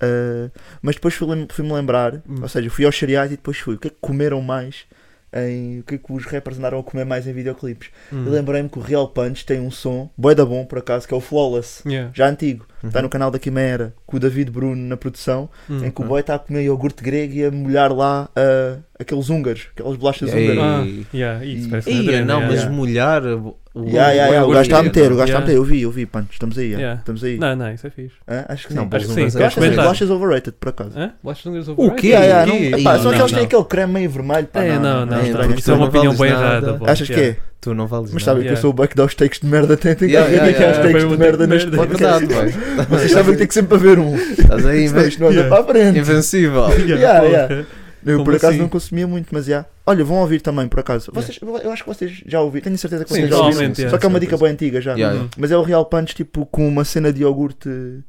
Speaker 5: Ah, mas depois fui lem- fui-me lembrar,
Speaker 2: Hum.
Speaker 5: ou seja, fui aos cereais e depois fui. O que é que comeram mais? Em, o que é que os rappers andaram a comer mais em videoclipes?
Speaker 2: Hum.
Speaker 5: E lembrei-me que o Real Punch tem um som, boi da bom por acaso, que é o Flawless,
Speaker 2: Yeah.
Speaker 5: já antigo. Está no canal da Quimera, com o David Bruno na produção,
Speaker 2: Hum.
Speaker 5: em que o boy está a comer iogurte grego e a molhar lá ah, aqueles húngaros, aquelas bolachas
Speaker 6: Ei.
Speaker 5: húngaras.
Speaker 2: Ah, yeah, isso
Speaker 5: E-
Speaker 2: parece
Speaker 6: Ia,
Speaker 2: Adriano,
Speaker 6: não,
Speaker 2: yeah.
Speaker 6: mas
Speaker 5: yeah.
Speaker 6: molhar. o- o-
Speaker 5: Yeah, yeah, yeah,
Speaker 2: o
Speaker 5: o gajo está a meter, o gajo está a
Speaker 2: Yeah.
Speaker 5: meter, eu vi, eu vi, punch, estamos aí, yeah,
Speaker 2: Yeah.
Speaker 5: estamos aí.
Speaker 2: Não, não, isso é fixe.
Speaker 5: Hã? acho que sim.
Speaker 6: Não,
Speaker 2: Acho que
Speaker 6: bolos
Speaker 2: sim,
Speaker 6: húngaros é
Speaker 2: gosto
Speaker 5: Bolachas,
Speaker 2: comentar.
Speaker 5: bolachas overrated, por acaso.
Speaker 2: Hã? Bolachas húngaras
Speaker 6: O
Speaker 2: overrated?
Speaker 6: quê?
Speaker 5: Yeah, yeah,
Speaker 6: Ih,
Speaker 5: não,
Speaker 6: ih,
Speaker 5: pá, são
Speaker 6: não,
Speaker 5: aqueles é, que
Speaker 6: não.
Speaker 5: têm aquele creme meio vermelho. Pá,
Speaker 2: É, não, não.
Speaker 6: não,
Speaker 5: é
Speaker 2: não,
Speaker 5: estranho.
Speaker 2: Isso é uma
Speaker 6: não
Speaker 2: opinião
Speaker 6: vales
Speaker 2: bem
Speaker 6: nada.
Speaker 2: errada. boy.
Speaker 5: Achas que
Speaker 2: Yeah.
Speaker 5: é?
Speaker 6: Tu não vales
Speaker 5: Mas sabem
Speaker 6: nada.
Speaker 5: que eu
Speaker 2: Yeah.
Speaker 5: sou o buck dá os takes de merda, tem tem que
Speaker 6: Yeah,
Speaker 5: haver aqui
Speaker 6: yeah,
Speaker 5: aos
Speaker 6: yeah,
Speaker 5: takes
Speaker 2: foi
Speaker 5: de
Speaker 2: um
Speaker 5: merda
Speaker 2: take de
Speaker 5: neste
Speaker 2: merda.
Speaker 6: É verdade,
Speaker 5: podcast.
Speaker 6: boy.
Speaker 5: Vocês sabem que tem que sempre haver um.
Speaker 6: Estás aí,
Speaker 5: Senão
Speaker 6: mas.
Speaker 5: isto não anda
Speaker 2: Yeah.
Speaker 5: para a frente.
Speaker 6: Invencível.
Speaker 5: Yeah,
Speaker 2: porra.
Speaker 5: yeah. Eu por
Speaker 2: Como
Speaker 5: acaso
Speaker 2: assim?
Speaker 5: não consumia muito, mas já. Olha, vão ouvir também, por acaso. Vocês, Eu acho que vocês já ouviram, tenho certeza que
Speaker 2: Sim,
Speaker 5: vocês já ouviram.
Speaker 2: provavelmente. yeah.
Speaker 5: Só que é uma
Speaker 6: sim,
Speaker 5: dica
Speaker 6: sim.
Speaker 5: bem antiga já.
Speaker 6: Yeah, yeah.
Speaker 5: Mas é o Real Punch, tipo, com uma cena de iogurte. eh,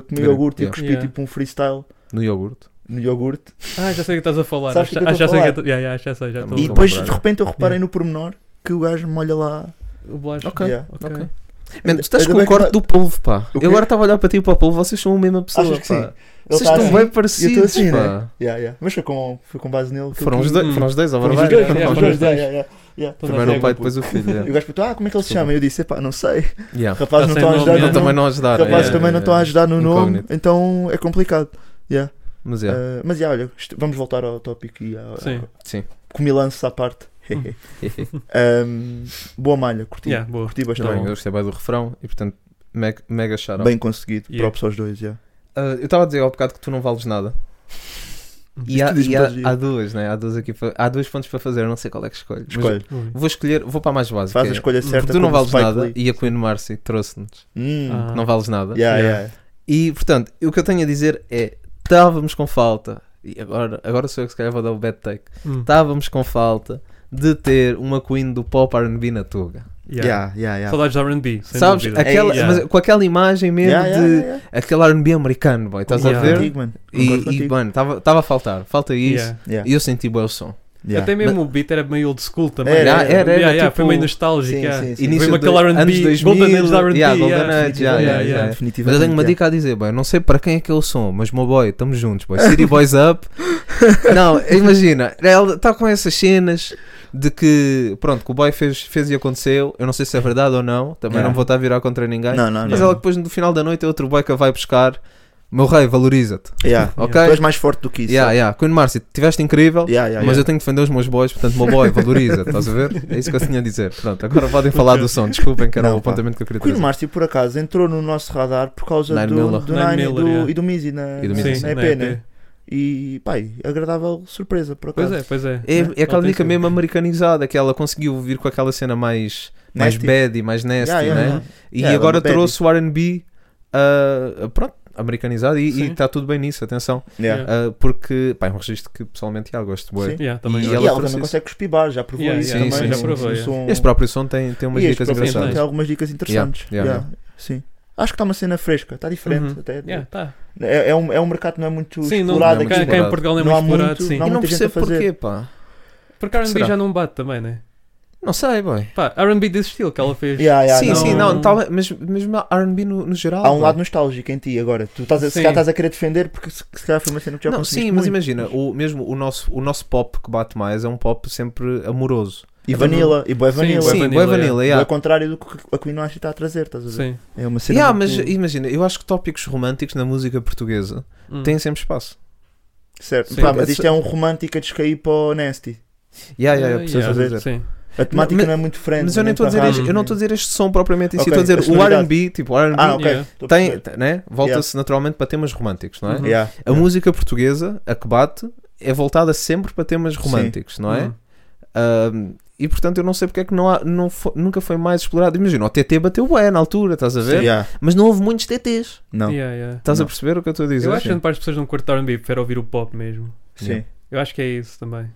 Speaker 5: Comer
Speaker 6: Grande,
Speaker 5: iogurte e
Speaker 6: yeah.
Speaker 5: cuspir,
Speaker 2: Yeah.
Speaker 5: tipo, um freestyle
Speaker 6: No iogurte.
Speaker 5: no iogurte.
Speaker 2: Ah, já sei o que estás a falar.
Speaker 5: Sabes o que
Speaker 2: Ah,
Speaker 5: eu tô a
Speaker 2: já sei
Speaker 5: falar?
Speaker 2: que eu tô- yeah, yeah, já sei, já estou
Speaker 5: E
Speaker 6: Vou
Speaker 5: depois,
Speaker 6: lembrar.
Speaker 5: de repente, eu reparei
Speaker 2: Yeah.
Speaker 5: no pormenor que o gajo molha lá.
Speaker 2: O bolacha.
Speaker 6: Ok.
Speaker 5: Yeah.
Speaker 2: Ok.
Speaker 6: Ok. Mano, tu estás
Speaker 5: Ainda
Speaker 6: com
Speaker 5: bem
Speaker 6: o
Speaker 5: que
Speaker 6: corte
Speaker 5: tá-
Speaker 6: do polvo, pá.
Speaker 5: O quê?
Speaker 6: Eu agora estava a olhar para ti e para o polvo, vocês são a mesma pessoa,
Speaker 5: Achas que sim?
Speaker 6: pá.
Speaker 5: Ele
Speaker 6: Vocês
Speaker 5: tá
Speaker 6: estão
Speaker 5: assim,
Speaker 6: bem parecidos,
Speaker 5: assim, né?
Speaker 6: pá.
Speaker 5: Yeah, yeah. Mas foi com, foi com base nele. que
Speaker 6: Foram
Speaker 5: eu-
Speaker 6: os
Speaker 2: Hum.
Speaker 6: dois, foram os dois, ao
Speaker 2: Foram os
Speaker 5: Os
Speaker 6: barbeiro.
Speaker 5: dois, é,
Speaker 2: Yeah,
Speaker 5: foram os
Speaker 2: yeah,
Speaker 5: dois, yeah, yeah, yeah. Yeah.
Speaker 2: Toda a
Speaker 6: Primeiro o
Speaker 2: regra,
Speaker 6: pai,
Speaker 2: puto.
Speaker 6: depois o filho.
Speaker 5: E
Speaker 6: yeah.
Speaker 5: o gajo perguntou, ah, como é que ele se chama? E eu disse, epá, não sei.
Speaker 6: Yeah.
Speaker 5: Rapazes não
Speaker 2: Tá
Speaker 5: estão
Speaker 2: sem
Speaker 5: a ajudar
Speaker 2: nome,
Speaker 5: no
Speaker 6: Não,
Speaker 2: yeah.
Speaker 5: nome.
Speaker 6: também não é. ajudaram.
Speaker 5: Rapazes
Speaker 6: yeah,
Speaker 5: também não
Speaker 6: yeah,
Speaker 5: estão a ajudar no nome,
Speaker 6: Incógnito.
Speaker 5: então é complicado. Yeah.
Speaker 6: Mas é.
Speaker 5: Uh, mas, yeah, olha, est- vamos voltar ao tópico e ao,
Speaker 2: Sim.
Speaker 6: Sim.
Speaker 5: comilanço à parte. Um, boa malha, curti.
Speaker 2: Yeah, boa.
Speaker 5: Curti bastante.
Speaker 6: Também, eu gostei bem do refrão e, portanto, me- mega shout
Speaker 5: Bem conseguido,
Speaker 2: Yeah.
Speaker 5: props aos dois, yeah.
Speaker 6: Ah, eu estava a dizer ao bocado que tu não vales nada. E,
Speaker 5: Isto
Speaker 6: há,
Speaker 5: diz-me
Speaker 6: e há-
Speaker 5: todos os dias.
Speaker 6: há duas, né? Há duas aqui para- há dois pontos para fazer, eu não sei qual é que escolho. Mas
Speaker 5: Escolhe,
Speaker 2: Ui.
Speaker 6: Vou escolher, vou para a mais básica.
Speaker 5: faz a
Speaker 6: é,
Speaker 5: escolha certa.
Speaker 6: Porque tu
Speaker 5: como
Speaker 6: não
Speaker 5: o
Speaker 6: vales
Speaker 5: Spike
Speaker 6: nada
Speaker 5: Lee.
Speaker 6: e a Queen Marcy trouxe-nos.
Speaker 5: Hum,
Speaker 2: Ah.
Speaker 6: Não vales nada.
Speaker 5: yeah,
Speaker 2: Yeah.
Speaker 5: yeah.
Speaker 6: E portanto, o que eu tenho a dizer é: estávamos com falta, e agora, agora sou eu que se calhar vou dar o bad take.
Speaker 2: Hum.
Speaker 6: Estávamos com falta de ter uma Queen do pop RB na Tuga.
Speaker 2: Yeah.
Speaker 5: Yeah, yeah, yeah.
Speaker 2: Saudades de RB. sem
Speaker 6: Sabes?
Speaker 2: dúvida.
Speaker 6: Aquela-
Speaker 2: Yeah.
Speaker 6: mas com aquela imagem mesmo
Speaker 5: Yeah, yeah,
Speaker 6: de
Speaker 5: yeah, yeah.
Speaker 6: aquele RB americano, boy, estás a
Speaker 2: Yeah.
Speaker 6: ver?
Speaker 5: Contigo, mano. Concordo
Speaker 6: E, e
Speaker 5: contigo.
Speaker 6: mano, estava a faltar, falta isso.
Speaker 2: Yeah.
Speaker 5: Yeah,
Speaker 6: E eu senti bem o som.
Speaker 5: yeah.
Speaker 2: Até mesmo o beat era meio old school também.
Speaker 5: Era,
Speaker 2: Yeah,
Speaker 5: era,
Speaker 6: era,
Speaker 2: yeah,
Speaker 6: era
Speaker 2: yeah, Foi
Speaker 6: tipo-
Speaker 2: meio nostálgico.
Speaker 5: Sim,
Speaker 2: yeah.
Speaker 5: sim, sim.
Speaker 2: Foi
Speaker 6: Início
Speaker 2: mesmo
Speaker 6: de-
Speaker 2: aquele
Speaker 6: anos
Speaker 2: RB,
Speaker 6: 2000,
Speaker 2: Golden Age da RB.
Speaker 6: yeah, Golden
Speaker 2: yeah.
Speaker 6: Age, tipo, yeah, yeah, yeah. Mas eu tenho uma dica a dizer, boy. Não sei para quem é que é o som, mas meu boy, estamos juntos, boy. City Boys Up. Não, imagina, ela está com essas cenas de que, pronto, que o boy fez, fez e aconteceu. Eu não sei se é verdade ou não, também
Speaker 5: Yeah.
Speaker 6: não vou estar a virar contra ninguém.
Speaker 5: Não, não,
Speaker 6: mas
Speaker 5: Ah, não.
Speaker 6: ela depois, no final da noite, é outro boy que a vai buscar. Meu rei, valoriza-te.
Speaker 5: Yeah.
Speaker 6: Ok?
Speaker 5: Tu és mais forte do que isso.
Speaker 6: Yeah, yeah. Queen Marcy, tiveste incrível.
Speaker 5: Yeah, yeah,
Speaker 6: Mas
Speaker 5: yeah.
Speaker 6: eu tenho que defender os meus boys, portanto, meu boy, valoriza, estás a ver? É isso que eu tinha a dizer. Pronto, agora podem falar do som, desculpem, que era
Speaker 5: Não,
Speaker 6: o
Speaker 5: pá.
Speaker 6: apontamento que eu queria
Speaker 5: Queen
Speaker 6: trazer.
Speaker 5: Marcy, por acaso, entrou no nosso radar por causa
Speaker 6: Nine
Speaker 5: do,
Speaker 6: Miller.
Speaker 5: do
Speaker 2: Nine
Speaker 5: Nine e
Speaker 2: Miller,
Speaker 5: do-
Speaker 2: yeah.
Speaker 5: e do Mizzy na,
Speaker 6: E do
Speaker 5: na,
Speaker 6: Mizzy,
Speaker 2: Sim,
Speaker 5: EP,
Speaker 2: na EP.
Speaker 5: né? E, pai, agradável surpresa, por
Speaker 2: Pois
Speaker 5: acaso.
Speaker 2: é, pois é.
Speaker 5: né?
Speaker 6: É, é aquela
Speaker 2: Não tem
Speaker 6: dica
Speaker 2: sido.
Speaker 6: mesmo americanizada, que ela conseguiu vir com aquela cena mais, mais
Speaker 5: Nasty.
Speaker 6: bad e mais nasty,
Speaker 5: Yeah, yeah,
Speaker 6: né?
Speaker 5: yeah.
Speaker 6: E
Speaker 5: Yeah, é
Speaker 6: agora
Speaker 5: bad.
Speaker 6: trouxe o RB, ah, pronto, americanizado, e
Speaker 2: Sim.
Speaker 6: está tudo bem nisso, atenção.
Speaker 5: Yeah.
Speaker 6: Ah, porque, pá, é um registro que pessoalmente já gosto. bué.
Speaker 5: Sim.
Speaker 2: Yeah, também
Speaker 5: E,
Speaker 6: ela
Speaker 5: ela,
Speaker 6: trouxe
Speaker 5: também
Speaker 6: isso.
Speaker 5: consegue cuspir bar, já provou
Speaker 2: Yeah,
Speaker 5: isso
Speaker 6: yeah,
Speaker 5: também.
Speaker 6: sim,
Speaker 5: no-
Speaker 6: já
Speaker 2: provou,
Speaker 5: no
Speaker 2: yeah.
Speaker 5: som.
Speaker 6: Este próprio som tem, tem umas
Speaker 5: E este
Speaker 6: dicas
Speaker 5: próprio
Speaker 6: engraçadas.
Speaker 5: tem algumas dicas interessantes.
Speaker 6: yeah,
Speaker 5: yeah, Sim. Acho que está uma cena fresca, está diferente
Speaker 2: Uhum.
Speaker 5: até.
Speaker 2: Yeah, tá.
Speaker 5: É, é um, é um mercado que não é muito
Speaker 2: Sim, não,
Speaker 5: explorado
Speaker 6: não é
Speaker 5: aqui.
Speaker 6: muito
Speaker 2: cá, cá em Portugal não é
Speaker 5: Não há
Speaker 2: muito explorado,
Speaker 5: muito,
Speaker 2: sim.
Speaker 5: Há
Speaker 6: E não
Speaker 5: muita gente a
Speaker 6: percebo
Speaker 5: fazer.
Speaker 6: porquê, pá.
Speaker 2: Porque RB
Speaker 6: Será?
Speaker 2: já não bate também, né?
Speaker 6: Não sei, boy.
Speaker 2: Pá, RB desse estilo que ela fez.
Speaker 5: Yeah, yeah,
Speaker 6: sim,
Speaker 5: É, não-
Speaker 6: sim, não, talvez- mas mesmo RB no, no geral.
Speaker 5: Há um
Speaker 6: boy.
Speaker 5: lado nostálgico em ti agora. Tu estás a, se
Speaker 2: Sim.
Speaker 5: calhar estás a querer defender porque se, se calhar foi uma cena que já
Speaker 6: não,
Speaker 5: consumiste
Speaker 6: sim, mas
Speaker 5: muito.
Speaker 6: imagina, o, mesmo o nosso, o nosso pop que bate mais é um pop sempre amoroso.
Speaker 5: E Vanilla, e Boé
Speaker 2: Sim,
Speaker 5: Vanilla.
Speaker 2: bué
Speaker 6: sim,
Speaker 2: vanilla,
Speaker 6: Boy Vanilla,
Speaker 5: É
Speaker 6: yeah.
Speaker 5: ao contrário do que a Queen acha está a trazer, estás a ver?
Speaker 2: Sim.
Speaker 5: É uma cena.
Speaker 6: Yeah, mas
Speaker 5: muito-
Speaker 6: imagina, eu acho que tópicos românticos na música portuguesa
Speaker 2: Hum.
Speaker 6: têm sempre espaço.
Speaker 5: Certo.
Speaker 2: Sim.
Speaker 5: Pá, mas
Speaker 6: Essa-
Speaker 5: isto é um romântico a descair para o Nasty.
Speaker 6: Yeah, yeah, yeah,
Speaker 2: Ah,
Speaker 6: percebes o que eu
Speaker 5: yeah.
Speaker 6: estou a dizer.
Speaker 2: Sim.
Speaker 5: A temática
Speaker 6: mas-
Speaker 5: não é muito friendly.
Speaker 6: Mas eu nem
Speaker 5: nem
Speaker 6: estou a
Speaker 5: para
Speaker 6: dizer
Speaker 5: rádio,
Speaker 6: este, eu não
Speaker 5: nem-
Speaker 6: estou a dizer este som propriamente em si,
Speaker 5: Ok,
Speaker 6: estou a
Speaker 5: a
Speaker 6: dizer o
Speaker 5: sonoridade.
Speaker 6: RB, tipo, o RB
Speaker 5: Ah, ok.
Speaker 2: Yeah.
Speaker 5: estou a
Speaker 6: tem,
Speaker 5: perceber.
Speaker 6: né? Volta-se naturalmente para temas românticos, não é?
Speaker 2: Uhum.
Speaker 5: Yeah.
Speaker 6: A música portuguesa, a que bate, é voltada sempre para temas românticos, não é?
Speaker 2: Uhum.
Speaker 6: Ahm, e portanto eu não sei porque é que não há- não fo- nunca foi mais explorado. Imagina, o TT bateu bem na altura, estás a ver?
Speaker 5: Yeah.
Speaker 6: Mas não houve muitos TTs.
Speaker 5: Não.
Speaker 2: Yeah, yeah.
Speaker 6: Estás
Speaker 5: Não.
Speaker 6: a perceber o que eu estou a dizer?
Speaker 2: Eu acho
Speaker 6: Sim.
Speaker 2: que para as pessoas não curtem R&B, prefere ouvir o pop mesmo.
Speaker 5: Sim.
Speaker 2: Eu acho que é isso também.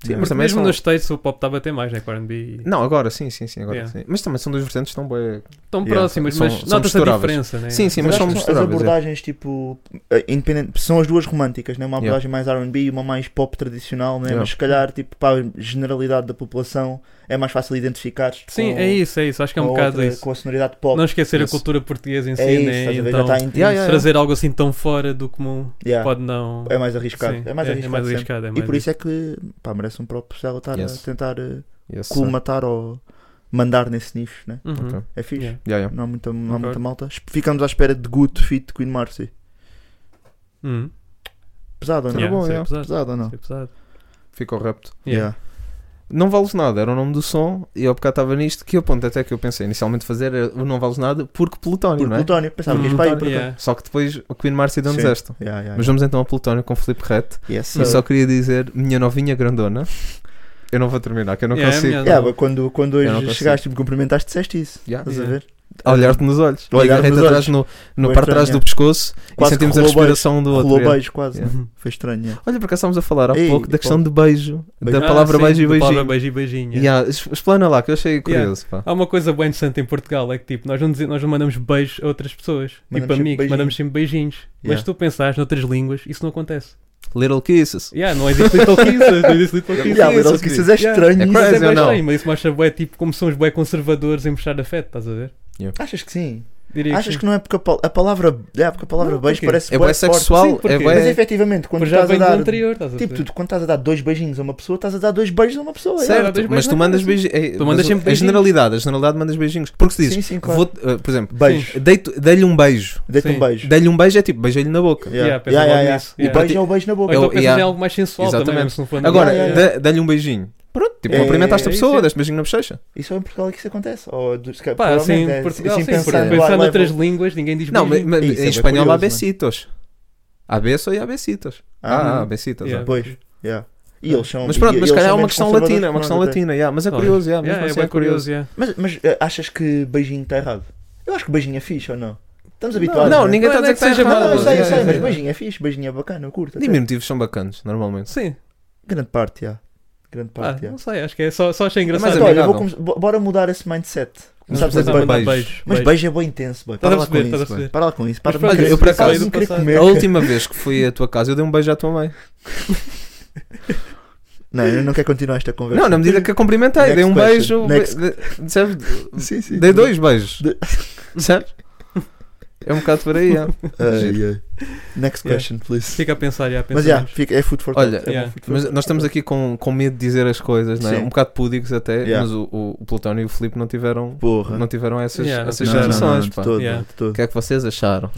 Speaker 6: Sim,
Speaker 5: Yeah.
Speaker 6: mas
Speaker 2: Porque
Speaker 6: também
Speaker 2: mesmo
Speaker 6: são-
Speaker 2: nos States o pop estava a ter mais, né? Com R&B.
Speaker 6: Não, agora sim, sim, sim, agora
Speaker 2: Yeah.
Speaker 6: sim. Mas também são duas vertentes tão boas.
Speaker 2: Tão
Speaker 5: Yeah,
Speaker 2: próximas,
Speaker 6: são-
Speaker 2: mas
Speaker 6: são
Speaker 2: nota-se a
Speaker 6: misturáveis.
Speaker 2: diferença, né?
Speaker 6: Sim, sim,
Speaker 5: Mas
Speaker 6: mas
Speaker 5: acho
Speaker 6: são
Speaker 5: que são as
Speaker 6: misturáveis. é.
Speaker 5: abordagens, tipo, eh, independente, são as duas românticas, né? uma
Speaker 6: Yeah.
Speaker 5: abordagem mais RB e uma mais pop tradicional, né?
Speaker 6: Yeah.
Speaker 5: mas se calhar, tipo, para a generalidade da população, é mais fácil identificar.
Speaker 2: Sim, é isso, é isso. Acho que é um bocado isso.
Speaker 5: Com a sonoridade pop.
Speaker 2: Não esquecer a
Speaker 6: Isso.
Speaker 2: cultura portuguesa em si,
Speaker 5: é isso,
Speaker 2: né?
Speaker 5: estás a ver? já
Speaker 2: Então,
Speaker 5: está intrínseco.
Speaker 6: Yeah, yeah,
Speaker 2: trazer algo assim tão fora do comum
Speaker 5: Yeah.
Speaker 2: pode não.
Speaker 5: É mais arriscado.
Speaker 2: Sim,
Speaker 5: é mais arriscado. sempre.
Speaker 2: é
Speaker 5: E
Speaker 2: mais
Speaker 5: por isso é que pá, merece um próprio já estar
Speaker 6: Yes.
Speaker 5: a tentar eh,
Speaker 6: Yes, sir.
Speaker 5: colmatar ou mandar nesse nicho, né?
Speaker 2: Uhum.
Speaker 6: Ok.
Speaker 5: É fixe.
Speaker 2: Yeah.
Speaker 6: Yeah, yeah.
Speaker 5: Não há muita, não há
Speaker 2: Concordo.
Speaker 5: muita malta. Esp- Ficamos à espera de Good Fit Queen Marcy.
Speaker 2: Uhum.
Speaker 5: Pesado ou não?
Speaker 2: Yeah,
Speaker 6: bom,
Speaker 2: isso é
Speaker 6: yeah.
Speaker 2: pesado,
Speaker 5: Pesado ou não?
Speaker 2: isso é pesado.
Speaker 6: Fica o rapto.
Speaker 2: Yeah.
Speaker 6: Não vales nada, era o nome do som, e eu bocado estava nisto, que eu ponto até que eu pensei inicialmente fazer era o Não Vales Nada porque Plutónio,
Speaker 5: Porque
Speaker 6: não é?
Speaker 5: Plutónio, pensava que ias
Speaker 2: Uhum.
Speaker 5: para aí. Plutónio.
Speaker 2: Yeah.
Speaker 6: Só que depois o Queen Marcy deu-nos
Speaker 5: Sim.
Speaker 6: esta.
Speaker 5: Yeah, yeah,
Speaker 6: Mas vamos então ao Plutónio com o Felipe Reto.
Speaker 5: yeah.
Speaker 6: E só queria dizer, minha novinha grandona, eu não vou terminar, que eu não
Speaker 2: Yeah, é
Speaker 6: consigo
Speaker 2: melhor.
Speaker 5: Yeah, mas quando, quando
Speaker 6: Eu não
Speaker 5: hoje
Speaker 6: consigo.
Speaker 5: chegaste e me cumprimentaste, disseste isso.
Speaker 6: Yeah.
Speaker 5: Estás
Speaker 2: Yeah.
Speaker 5: a ver?
Speaker 6: olhar-te nos olhos. E
Speaker 5: Olhar-te
Speaker 6: agarrei-te
Speaker 5: nos
Speaker 6: atrás no, no
Speaker 5: Foi
Speaker 6: parte de trás
Speaker 5: estranho,
Speaker 6: do pescoço
Speaker 5: Quase
Speaker 6: e sentimos
Speaker 5: que
Speaker 6: a
Speaker 5: rolou
Speaker 6: respiração do outro.
Speaker 5: Rolou
Speaker 6: yeah.
Speaker 5: beijo quase.
Speaker 6: Yeah.
Speaker 5: Foi estranho. yeah.
Speaker 6: Olha, porque estávamos a falar há
Speaker 5: Ei,
Speaker 6: pouco da
Speaker 5: e
Speaker 6: questão
Speaker 5: qual-
Speaker 6: de beijo,
Speaker 5: Beijo.
Speaker 6: da
Speaker 2: Ah,
Speaker 6: palavra
Speaker 2: sim,
Speaker 6: beijo e
Speaker 2: da palavra
Speaker 6: beijinho.
Speaker 2: beijo e beijinho.
Speaker 6: Yeah, es- Explana lá, que eu achei
Speaker 2: Yeah. Ah.
Speaker 6: curioso. pá.
Speaker 2: Há uma coisa bem interessante em Portugal, é que tipo, nós não, dizi- nós não mandamos beijos a outras pessoas,
Speaker 5: Mandamos
Speaker 2: tipo
Speaker 5: sempre
Speaker 2: amigos,
Speaker 5: beijinhos.
Speaker 2: mandamos sempre beijinhos. Mas
Speaker 5: Yeah.
Speaker 2: se tu pensares noutras línguas, isso não acontece.
Speaker 6: Little Kisses. É
Speaker 2: Yeah, não existe little kisses, não existe little kisses.
Speaker 5: Yeah, mas
Speaker 6: isso,
Speaker 5: ele
Speaker 6: filho.
Speaker 5: disse, isso é
Speaker 2: Yeah.
Speaker 5: estranho.
Speaker 6: É
Speaker 5: isso.
Speaker 2: Mas
Speaker 6: crazy.
Speaker 2: é bem
Speaker 6: ou não?
Speaker 2: estranho, mas isso mostra bué, tipo, como somos bué conservadores em puxar afeto, estás a ver?
Speaker 5: Achas que sim?
Speaker 2: Diria
Speaker 5: Achas
Speaker 2: sim.
Speaker 5: que não é porque a, pal- a palavra, é porque a palavra
Speaker 2: Não,
Speaker 5: beijo
Speaker 2: porquê?
Speaker 5: parece
Speaker 6: É
Speaker 5: bué
Speaker 6: bem
Speaker 5: forte.
Speaker 2: Sim,
Speaker 6: sexual,
Speaker 2: porque-
Speaker 6: é
Speaker 5: Mas
Speaker 6: bué.
Speaker 5: efetivamente, quando
Speaker 2: Porque já
Speaker 5: estás a
Speaker 2: vem do
Speaker 5: dar.
Speaker 2: anterior, estás a ver?
Speaker 5: Tipo, tu, quando estás a dar dois beijinhos a uma pessoa, estás a dar dois beijos a uma pessoa.
Speaker 2: Certo.
Speaker 5: yeah.
Speaker 2: dá dois
Speaker 6: Mas
Speaker 2: beijos
Speaker 6: tu
Speaker 2: na
Speaker 6: mandas
Speaker 2: cabeça.
Speaker 6: beijinhos. é,
Speaker 2: Tu
Speaker 6: mas
Speaker 2: mandas
Speaker 6: o-
Speaker 2: sempre
Speaker 6: A
Speaker 2: beijinhos.
Speaker 6: generalidade, a generalidade mandas beijinhos. Porque se
Speaker 5: Sim,
Speaker 6: diz,
Speaker 5: sim, claro.
Speaker 6: vou- eh, por exemplo,
Speaker 5: Beijo.
Speaker 6: deito- dei-lhe um beijo.
Speaker 5: Deita um
Speaker 2: Sim.
Speaker 5: beijo.
Speaker 6: Dei-lhe um beijo é tipo, beijei-lhe na boca.
Speaker 5: Yeah.
Speaker 2: Yeah, pensa
Speaker 5: Yeah,
Speaker 2: logo
Speaker 5: yeah,
Speaker 2: nisso.
Speaker 5: yeah.
Speaker 2: Yeah.
Speaker 5: O beijo é o beijo na
Speaker 2: Ou
Speaker 5: boca.
Speaker 2: então
Speaker 6: Eu-
Speaker 2: pensas
Speaker 6: yeah.
Speaker 2: em algo mais sensual também,
Speaker 6: Exatamente.
Speaker 2: se não for na-
Speaker 6: Agora,
Speaker 5: Yeah, yeah,
Speaker 6: dá- dá-lhe um beijinho. Pronto, tipo,
Speaker 5: É,
Speaker 6: cumprimenta esta
Speaker 2: é, é,
Speaker 6: pessoa,
Speaker 2: sim.
Speaker 6: deste beijinho na bochecha.
Speaker 5: Isso é em Portugal que isso acontece. Ou do, se calhar,
Speaker 2: Pá, assim,
Speaker 5: provavelmente é,
Speaker 2: em Portugal, sim, porque
Speaker 5: pensando
Speaker 2: pensar
Speaker 5: lá,
Speaker 2: noutras
Speaker 5: lá-
Speaker 2: línguas, ninguém diz
Speaker 6: Não, mas,
Speaker 2: beijinho.
Speaker 6: mas
Speaker 5: Isso é
Speaker 6: em
Speaker 5: bem
Speaker 6: espanhol
Speaker 5: curioso,
Speaker 6: há
Speaker 5: mano.
Speaker 6: besitos. Há beso e há besitos. Ah,
Speaker 5: Ah,
Speaker 6: há besitos.
Speaker 2: Yeah.
Speaker 6: há.
Speaker 5: pois. yeah. E eles são.
Speaker 6: Mas pronto,
Speaker 5: e- eles
Speaker 6: mas calhar é
Speaker 5: são
Speaker 6: uma
Speaker 5: menos
Speaker 6: questão
Speaker 5: conservadores
Speaker 6: latina, é uma
Speaker 5: que
Speaker 6: questão
Speaker 5: nós até.
Speaker 6: latina, yeah, mas é
Speaker 2: Talvez.
Speaker 6: curioso, yeah, mesmo
Speaker 2: Yeah, é
Speaker 6: assim é
Speaker 2: bem curioso,
Speaker 6: curioso.
Speaker 2: yeah.
Speaker 5: Mas, mas eh, achas que beijinho está errado? Eu acho que beijinho é fixe ou não? Estamos habituados.
Speaker 6: Não,
Speaker 5: né?
Speaker 6: ninguém tá
Speaker 2: Não,
Speaker 6: está a
Speaker 2: não é que
Speaker 6: dizer que seja
Speaker 2: seja
Speaker 5: Não,
Speaker 2: mal,
Speaker 5: não, eu
Speaker 2: nada,
Speaker 5: sei, eu
Speaker 2: yeah,
Speaker 5: sei,
Speaker 2: yeah,
Speaker 5: mas
Speaker 2: yeah.
Speaker 5: beijinho é fixe, beijinho é bacana, eu curto. até.
Speaker 6: Diminutivos são bacanas, normalmente.
Speaker 2: Sim,
Speaker 5: Grande parte, já.
Speaker 6: Ah,
Speaker 5: Grande
Speaker 2: pá,
Speaker 5: parte, já.
Speaker 2: não sei, acho que é só, só achei engraçado.
Speaker 6: mais
Speaker 5: Mas
Speaker 6: amigável.
Speaker 5: olha, vou come- bo- bora mudar esse mindset.
Speaker 2: Vamos
Speaker 5: Começar a
Speaker 2: começar
Speaker 5: fazer
Speaker 2: a
Speaker 5: beijo.
Speaker 2: mandar
Speaker 6: beijos.
Speaker 2: beijos,
Speaker 5: Mas
Speaker 2: beijos.
Speaker 5: beijo é bom intenso, boy.
Speaker 2: Estás
Speaker 5: Para
Speaker 2: a
Speaker 5: lá com
Speaker 2: perceber,
Speaker 5: isso,
Speaker 2: estás a
Speaker 5: boy.
Speaker 2: perceber.
Speaker 5: Para lá com isso. Para
Speaker 2: Mas pronto,
Speaker 5: de me
Speaker 6: eu por
Speaker 5: querer- para de
Speaker 6: acaso-
Speaker 5: me querer
Speaker 2: passado.
Speaker 5: comer.
Speaker 6: A última vez que fui à tua casa, eu dei um beijo à tua mãe.
Speaker 5: Não, eu não quero continuar esta conversa.
Speaker 6: Não, na medida que a cumprimentei,
Speaker 5: Next
Speaker 6: dei um
Speaker 5: question, next.
Speaker 6: beijo. be- de- sabe?
Speaker 5: Sim, sim.
Speaker 6: Dei dois beijos.
Speaker 5: De-
Speaker 6: Sabes? É um bocado por aí. é.
Speaker 5: Ai, ai. Next
Speaker 2: Yeah.
Speaker 5: question, please.
Speaker 2: Fica a pensar, já,
Speaker 5: Mas já,
Speaker 2: pensamos.
Speaker 5: fica- é food for thought.
Speaker 6: Olha,
Speaker 5: é bom
Speaker 2: yeah,
Speaker 5: food for
Speaker 6: Mas
Speaker 5: thought.
Speaker 6: nós estamos aqui com, com medo de dizer as coisas, não é?
Speaker 5: Sim.
Speaker 6: um bocado púdicos até,
Speaker 5: Yeah.
Speaker 6: mas o, o, o Plutónio e o Filipe não tiveram,
Speaker 5: Porra.
Speaker 6: não tiveram essas,
Speaker 2: Yeah, não
Speaker 6: essas
Speaker 5: Não,
Speaker 2: tiveram.
Speaker 5: não, não,
Speaker 6: sensações.
Speaker 5: de
Speaker 6: pá.
Speaker 5: todo,
Speaker 2: Yeah.
Speaker 5: de
Speaker 6: O
Speaker 5: todo.
Speaker 6: que é que vocês acharam?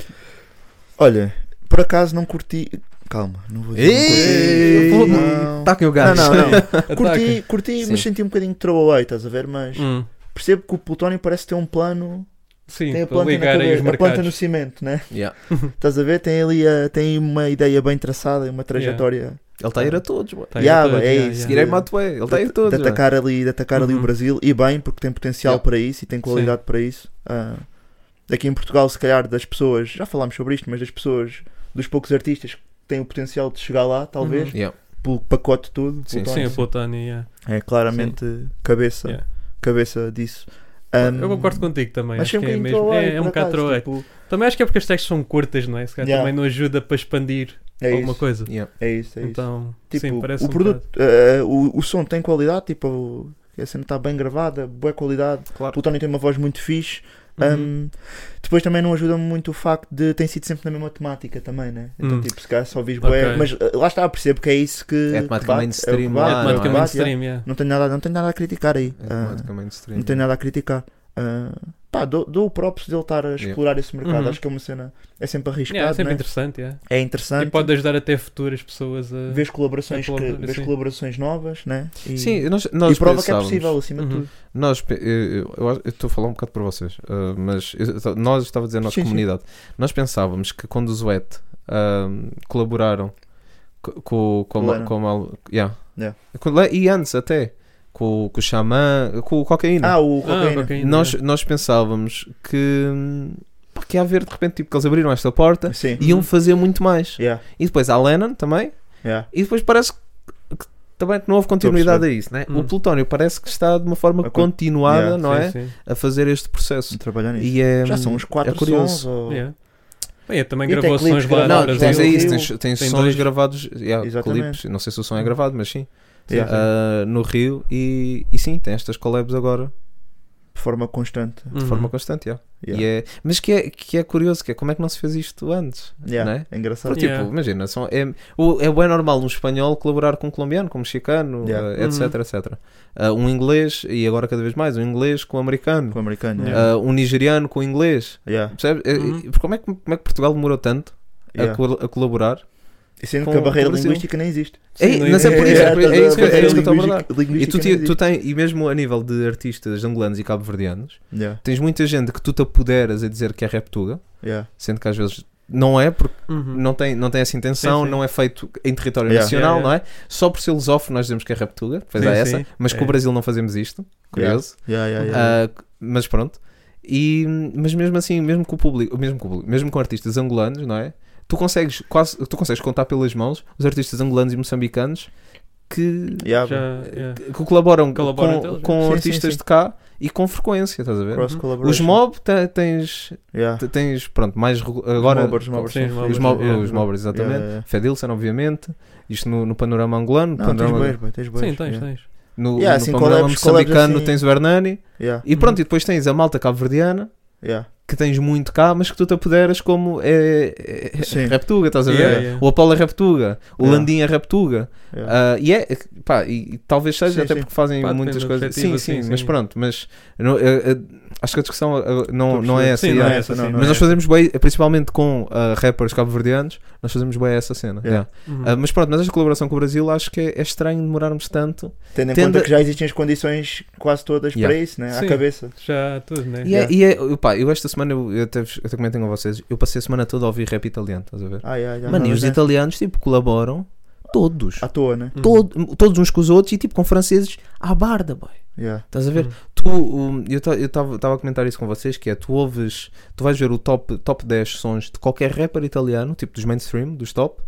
Speaker 5: Olha, por acaso não curti. Calma, não vou
Speaker 6: Ei!
Speaker 5: dizer. é, não curti. Não.
Speaker 6: Tá com o
Speaker 5: Não,
Speaker 6: gajo.
Speaker 5: não, não.
Speaker 2: Ataca.
Speaker 5: Curti, curti
Speaker 6: Sim.
Speaker 5: mas senti um bocadinho de throwaway, estás a ver? Mas
Speaker 2: Hum,
Speaker 5: percebo que o Plutónio parece ter um plano.
Speaker 2: Sim,
Speaker 5: Tem a
Speaker 2: para
Speaker 5: planta, na
Speaker 2: ligar aí os
Speaker 5: cabeça, a planta no
Speaker 2: mercados.
Speaker 5: cimento, né?
Speaker 6: Yeah.
Speaker 5: Estás a ver? Tem ali a- tem uma ideia bem traçada e uma trajetória.
Speaker 6: Ele está a ir a todos, boy.
Speaker 2: Tá aí
Speaker 5: Yeah,
Speaker 2: tudo,
Speaker 5: é
Speaker 2: yeah,
Speaker 5: isso.
Speaker 2: yeah.
Speaker 6: Seguir é Matuei, ele está a ir a todos.
Speaker 5: de
Speaker 6: boy.
Speaker 5: atacar ali, de atacar ali o
Speaker 2: Uhum.
Speaker 5: Brasil e bem, porque tem potencial
Speaker 6: Yeah.
Speaker 5: para isso e tem qualidade para isso. Ah, aqui em Portugal, se calhar, das pessoas, já falámos sobre isto, mas das pessoas, dos poucos artistas que têm o potencial de chegar lá, talvez,
Speaker 2: Uhum.
Speaker 6: Yeah.
Speaker 5: pelo pacote todo,
Speaker 6: Sim,
Speaker 5: Plutónio,
Speaker 2: Sim, o Plutani, yeah.
Speaker 5: é claramente cabeça,
Speaker 2: Yeah.
Speaker 5: cabeça disso.
Speaker 2: Eu
Speaker 5: Ah,
Speaker 2: concordo contigo também,
Speaker 5: mas
Speaker 2: acho
Speaker 5: achei
Speaker 2: que
Speaker 5: um
Speaker 2: é
Speaker 5: bocadinho
Speaker 2: mesmo.
Speaker 5: throwaway,
Speaker 2: É, é um
Speaker 5: por
Speaker 2: bocado
Speaker 5: acaso,
Speaker 2: throwaway.
Speaker 5: tipo,
Speaker 2: Também acho que é porque as textos são curtas, não é? Se calhar
Speaker 5: Yeah.
Speaker 2: também não ajuda para expandir
Speaker 5: é
Speaker 2: alguma
Speaker 5: isso,
Speaker 2: coisa.
Speaker 6: Yeah.
Speaker 5: É isso, é isso.
Speaker 2: Então,
Speaker 5: Tipo,
Speaker 2: sim, parece
Speaker 5: o
Speaker 2: um
Speaker 5: produto, eh, o, o som tem qualidade, tipo, a cena está bem gravada, boa qualidade.
Speaker 6: Claro.
Speaker 5: O Tony tem uma voz muito fixe.
Speaker 2: Uhum.
Speaker 5: Um, depois também não ajuda muito o facto de tem sido sempre na mesma temática também, né? Então,
Speaker 2: Hum.
Speaker 5: tipo, se calhar só ouvis bué,
Speaker 2: Ok.
Speaker 5: mas eh, lá está, percebo que é isso que.
Speaker 6: É a
Speaker 5: que
Speaker 6: temática
Speaker 5: bate,
Speaker 6: mainstream,
Speaker 5: é o que
Speaker 6: lá,
Speaker 5: bate,
Speaker 6: é a
Speaker 5: é o que
Speaker 2: Temática
Speaker 5: bate,
Speaker 6: temática
Speaker 5: yeah.
Speaker 2: mainstream, yeah.
Speaker 5: Não tenho nada, não tenho nada a criticar aí.
Speaker 6: É
Speaker 5: Ah,
Speaker 6: automaticamente stream.
Speaker 5: não tenho nada a criticar. Ah, pá, dou, dou o props dele estar a explorar esse mercado.
Speaker 2: Uhum.
Speaker 5: Acho que é uma cena. É sempre arriscado,
Speaker 2: Yeah, é sempre
Speaker 5: né?
Speaker 2: interessante, yeah.
Speaker 5: é interessante.
Speaker 2: E pode ajudar até futuras pessoas a.
Speaker 5: Vês colaborações,
Speaker 2: É
Speaker 5: que,
Speaker 2: colabora-
Speaker 5: vês
Speaker 2: sim.
Speaker 5: colaborações novas, né? E,
Speaker 6: Sim, nós,
Speaker 5: e
Speaker 6: nós
Speaker 5: prova que é
Speaker 6: pensávamos-
Speaker 5: possível, acima de
Speaker 2: Uhum.
Speaker 5: tudo.
Speaker 6: Nós, pe- eu eu- eu acho- eu estou a falar um bocado para vocês, ah, mas eu- eu- nós, estava a dizer a nossa
Speaker 5: Sim, sim.
Speaker 6: comunidade, nós pensávamos que quando o Zuete colaboraram co- com, com, a Ma-
Speaker 5: Leram.
Speaker 6: com a Mal- yeah.
Speaker 5: Yeah.
Speaker 6: Com Le- e antes até, com, com o Xamã, com o Cocaína.
Speaker 5: Ah, o
Speaker 2: Ah,
Speaker 5: cocaína.
Speaker 2: cocaína.
Speaker 6: nós, nós pensávamos que, hum, pá, que ia haver de repente, tipo, que eles abriram esta porta
Speaker 5: Sim.
Speaker 6: e iam fazer muito mais.
Speaker 5: Yeah,
Speaker 6: E depois a Lennon também,
Speaker 5: yeah.
Speaker 6: e depois parece que que também não houve continuidade a isso, né?
Speaker 2: Hum.
Speaker 6: O Plutónio parece que está de uma forma
Speaker 5: A con-
Speaker 6: continuada,
Speaker 5: Yeah,
Speaker 6: não é?
Speaker 2: Sim, sim.
Speaker 6: a fazer este processo.
Speaker 5: Trabalhar nisso.
Speaker 6: E é,
Speaker 5: Já são uns 4
Speaker 6: é curioso.
Speaker 5: sons. Ou...
Speaker 2: Yeah. Bem, eu também
Speaker 5: E tem
Speaker 2: gravou sons
Speaker 5: clipes
Speaker 2: lá no
Speaker 5: gravados,
Speaker 6: Não,
Speaker 5: Agora,
Speaker 6: tens
Speaker 5: já
Speaker 2: Brasil.
Speaker 6: é
Speaker 5: ouviu-
Speaker 6: isso, tens, tens
Speaker 2: tem
Speaker 6: sons
Speaker 2: dois-
Speaker 6: gravados, yeah,
Speaker 5: Exatamente.
Speaker 6: clipes, não sei se o som é gravado, mas sim,
Speaker 5: Yeah.
Speaker 6: Ah, no Rio e, e sim, tem estas collabs agora
Speaker 5: De forma constante.
Speaker 6: de
Speaker 2: Uhum.
Speaker 6: forma constante. yeah.
Speaker 5: Yeah.
Speaker 6: E é, mas que é, que é curioso, que é como é que não se fez isto antes?
Speaker 5: Yeah,
Speaker 6: Não é?
Speaker 5: é engraçado.
Speaker 6: Porque,
Speaker 2: Yeah.
Speaker 6: Tipo, imagina, são, é, o- é bem normal um espanhol colaborar com um colombiano, com um mexicano,
Speaker 5: Yeah.
Speaker 6: ah, etc, etc. Ah, um inglês, e agora cada vez mais, um inglês com um americano,
Speaker 5: Com o americano. Yeah.
Speaker 6: Ah, um nigeriano com um inglês.
Speaker 5: Yeah,
Speaker 6: Percebes? É- é-
Speaker 2: Uhum.
Speaker 6: Como, é que, como é que Portugal demorou tanto a
Speaker 5: yeah.
Speaker 6: col- a colaborar?
Speaker 5: E sendo
Speaker 6: com-
Speaker 5: que a
Speaker 6: com
Speaker 5: barreira
Speaker 6: o Brasil.
Speaker 5: linguística nem existe. tá
Speaker 6: É,
Speaker 2: não
Speaker 6: mas é por isso,
Speaker 2: existe.
Speaker 6: é por- é isso que- é isso que eu estou a abordar. E
Speaker 5: Linguística
Speaker 6: tu,
Speaker 5: nem
Speaker 6: ti- tu
Speaker 5: existe.
Speaker 6: tens, e mesmo a nível de artistas angolanos e cabo-verdianos,
Speaker 5: Yeah,
Speaker 6: tens muita gente que tu te apoderas a dizer que é rap tuga,
Speaker 5: yeah.
Speaker 6: sendo que às vezes não é, porque
Speaker 2: Uhum.
Speaker 6: não tem, não tem essa intenção,
Speaker 2: Sim, sim.
Speaker 6: não é feito em território
Speaker 5: Yeah.
Speaker 6: nacional,
Speaker 2: Yeah,
Speaker 6: não é? Só por ser lusófono nós dizemos que é rap tuga, pois
Speaker 2: Sim,
Speaker 6: há
Speaker 2: sim.
Speaker 6: essa, mas com o
Speaker 2: É.
Speaker 6: Brasil não fazemos isto, curioso.
Speaker 5: Yeah, yeah, yeah.
Speaker 6: Ah, mas pronto. E, mas mesmo assim, mesmo com o público, mesmo com, o público, mesmo com artistas angolanos, não é? Tu consegues, quase, tu consegues contar pelas mãos os artistas angolanos e moçambicanos que
Speaker 2: Já,
Speaker 5: Yeah, bro.
Speaker 2: yeah.
Speaker 6: que colaboram,
Speaker 2: Colaboram entre
Speaker 6: com,
Speaker 2: eles,
Speaker 6: com
Speaker 5: sim. Sim,
Speaker 6: artistas
Speaker 5: sim, sim.
Speaker 6: de cá e com frequência, estás a ver?
Speaker 2: Uhum.
Speaker 5: Cross
Speaker 6: Os
Speaker 5: collaboration.
Speaker 6: mob te- tens,
Speaker 5: Yeah.
Speaker 6: te- tens pronto, mais regu- agora
Speaker 5: mobbers, mobbers
Speaker 2: Sim,
Speaker 5: são
Speaker 2: os
Speaker 5: fixos.
Speaker 6: os, mob,
Speaker 2: Yeah.
Speaker 6: os mobbers, exatamente.
Speaker 5: Yeah, yeah, yeah.
Speaker 6: Fedilson, obviamente, isto no, no panorama angolano, no
Speaker 5: Não, tens
Speaker 6: panorama,
Speaker 5: boas, boy, tens boas.
Speaker 2: Sim, tens,
Speaker 5: yeah.
Speaker 2: tens.
Speaker 6: no,
Speaker 5: Yeah,
Speaker 6: no
Speaker 5: assim,
Speaker 6: panorama
Speaker 5: collabs- collabs
Speaker 6: moçambicano
Speaker 5: assim-
Speaker 6: tens o Hernani
Speaker 5: Yeah,
Speaker 6: e pronto, e depois tens a malta cabo-verdiana
Speaker 5: yeah.
Speaker 6: que tens muito cá, mas que tu te apoderas como é, é,
Speaker 5: Sim.
Speaker 6: é Raptuga, estás a ver?
Speaker 2: Yeah, yeah.
Speaker 6: O Apolo é Raptuga, o
Speaker 5: Yeah.
Speaker 6: Landim é Raptuga,
Speaker 5: Yeah.
Speaker 6: Ah, e é, pá, e, e talvez seja,
Speaker 5: Sim,
Speaker 6: até
Speaker 5: sim.
Speaker 6: porque fazem
Speaker 2: Pá, depende
Speaker 6: muitas
Speaker 2: da
Speaker 6: coisas. Sim,
Speaker 2: perspectiva,
Speaker 6: sim,
Speaker 2: sim,
Speaker 6: mas
Speaker 2: sim.
Speaker 6: pronto, mas eu não- eu- eu- acho que a discussão eu- não, não é essa.
Speaker 2: Sim,
Speaker 5: não
Speaker 6: yeah.
Speaker 5: é essa, não, não
Speaker 6: mas
Speaker 5: é
Speaker 6: nós
Speaker 5: essa.
Speaker 6: fazemos bem, principalmente com ah, rappers cabo-verdianos, nós fazemos bem essa cena.
Speaker 5: Yeah. Hum.
Speaker 6: yeah.
Speaker 2: Uhum.
Speaker 6: Ah, mas pronto, mas esta colaboração com o Brasil acho que é, é estranho demorarmos tanto.
Speaker 5: Tendo em
Speaker 6: tende-
Speaker 5: conta que já existem as condições quase todas
Speaker 6: Yeah.
Speaker 5: para isso, né? À
Speaker 2: Sim.
Speaker 5: cabeça.
Speaker 2: Já tudo, né?
Speaker 6: E, é, e é- eu, pá, eu esta semana, eu, eu até, vos- eu até comentei com vocês, eu passei a semana toda a ouvir rap italiano, estás a ver?
Speaker 5: Ai, ai, ai,
Speaker 6: Mano, e
Speaker 5: não,
Speaker 6: os
Speaker 5: né?
Speaker 6: italianos, tipo, colaboram todos.
Speaker 5: À toa, né?
Speaker 2: Uhum.
Speaker 6: Todo- todos uns com os outros e, tipo, com franceses à barda, boy.
Speaker 5: Yeah.
Speaker 6: Estás a ver?
Speaker 2: Hum.
Speaker 6: Tu, o- eu estava a comentar isso com vocês, que é, tu ouves, tu vais ver o top, top 10 sons de qualquer rapper italiano, tipo dos mainstream, dos top.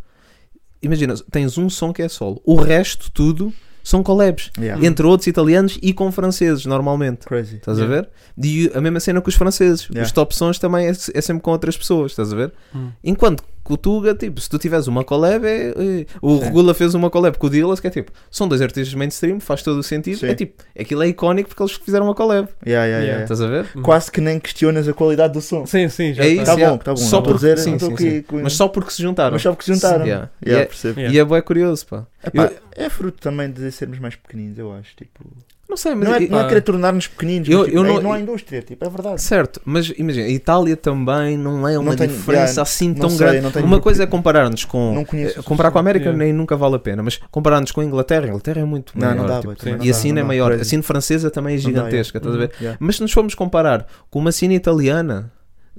Speaker 6: Imagina, tens um som que é solo. O resto, tudo, são collabs.
Speaker 5: Yeah.
Speaker 6: Entre outros italianos e com franceses, normalmente.
Speaker 5: Crazy.
Speaker 6: Estás
Speaker 2: Yeah.
Speaker 6: a ver? E a mesma cena com os franceses.
Speaker 5: Yeah.
Speaker 6: Os top sons também é, é sempre com outras pessoas, estás a ver?
Speaker 2: Hum.
Speaker 6: Enquanto que o Tuga, tipo, se tu tiveres uma collab, é, é- o Regula fez uma collab com o Dillas, que é tipo, são dois artistas mainstream, faz todo o sentido.
Speaker 5: Sim. É.
Speaker 6: É tipo, aquilo é icónico porque eles fizeram uma collab.
Speaker 5: Yeah, yeah, yeah,
Speaker 2: Yeah.
Speaker 5: yeah.
Speaker 6: Estás a ver?
Speaker 2: Hum.
Speaker 5: Quase que nem questionas a qualidade do som.
Speaker 2: Sim, sim, já tá.
Speaker 6: é isso.
Speaker 5: Tá
Speaker 6: yeah.
Speaker 5: bom, tá bom,
Speaker 6: Só
Speaker 5: não tô a
Speaker 6: porque,
Speaker 5: dizer-
Speaker 6: sim,
Speaker 5: não tô
Speaker 6: sim,
Speaker 5: aqui
Speaker 6: sim.
Speaker 5: com-
Speaker 6: Mas só porque se juntaram.
Speaker 5: Mas só porque se juntaram.
Speaker 6: Yeah.
Speaker 5: Yeah,
Speaker 6: E é-
Speaker 5: percebo.
Speaker 2: Yeah.
Speaker 6: E é bué curioso, pá.
Speaker 5: Epá,
Speaker 6: Eu-
Speaker 5: É fruto também de sermos mais pequeninos, eu acho. Tipo,
Speaker 6: Não sei, mas
Speaker 5: não, é,
Speaker 6: eu-
Speaker 5: não é
Speaker 2: pá.
Speaker 5: querer tornar-nos pequeninos,
Speaker 6: Eu-
Speaker 5: mas, tipo,
Speaker 6: eu
Speaker 5: é-
Speaker 6: não-
Speaker 5: não, há indústria, tipo, é verdade.
Speaker 6: Certo, mas imagina, a Itália também não é uma
Speaker 5: Não tenho-
Speaker 6: diferença
Speaker 5: yeah,
Speaker 6: assim
Speaker 5: não
Speaker 6: tão
Speaker 5: sei, não
Speaker 6: grande.
Speaker 5: tenho-
Speaker 6: Uma coisa é comparar-nos com.
Speaker 5: Não conheço
Speaker 6: eh,
Speaker 5: essa
Speaker 6: Comparar com a América
Speaker 2: Yeah.
Speaker 6: nem nunca vale a pena, mas comparar-nos com a Inglaterra, a Inglaterra é muito
Speaker 5: Não,
Speaker 6: maior.
Speaker 5: não dá,
Speaker 6: tipo,
Speaker 5: boy, também
Speaker 2: sim.
Speaker 5: não
Speaker 6: e a
Speaker 5: dá,
Speaker 6: Cine
Speaker 5: não
Speaker 6: é
Speaker 5: dá,
Speaker 6: maior, a
Speaker 5: crazy.
Speaker 6: Cine francesa também é
Speaker 5: Não dá,
Speaker 6: gigantesca, estás a ver?
Speaker 5: Yeah. Uhum.
Speaker 6: Mas se nos formos comparar com uma Cine italiana,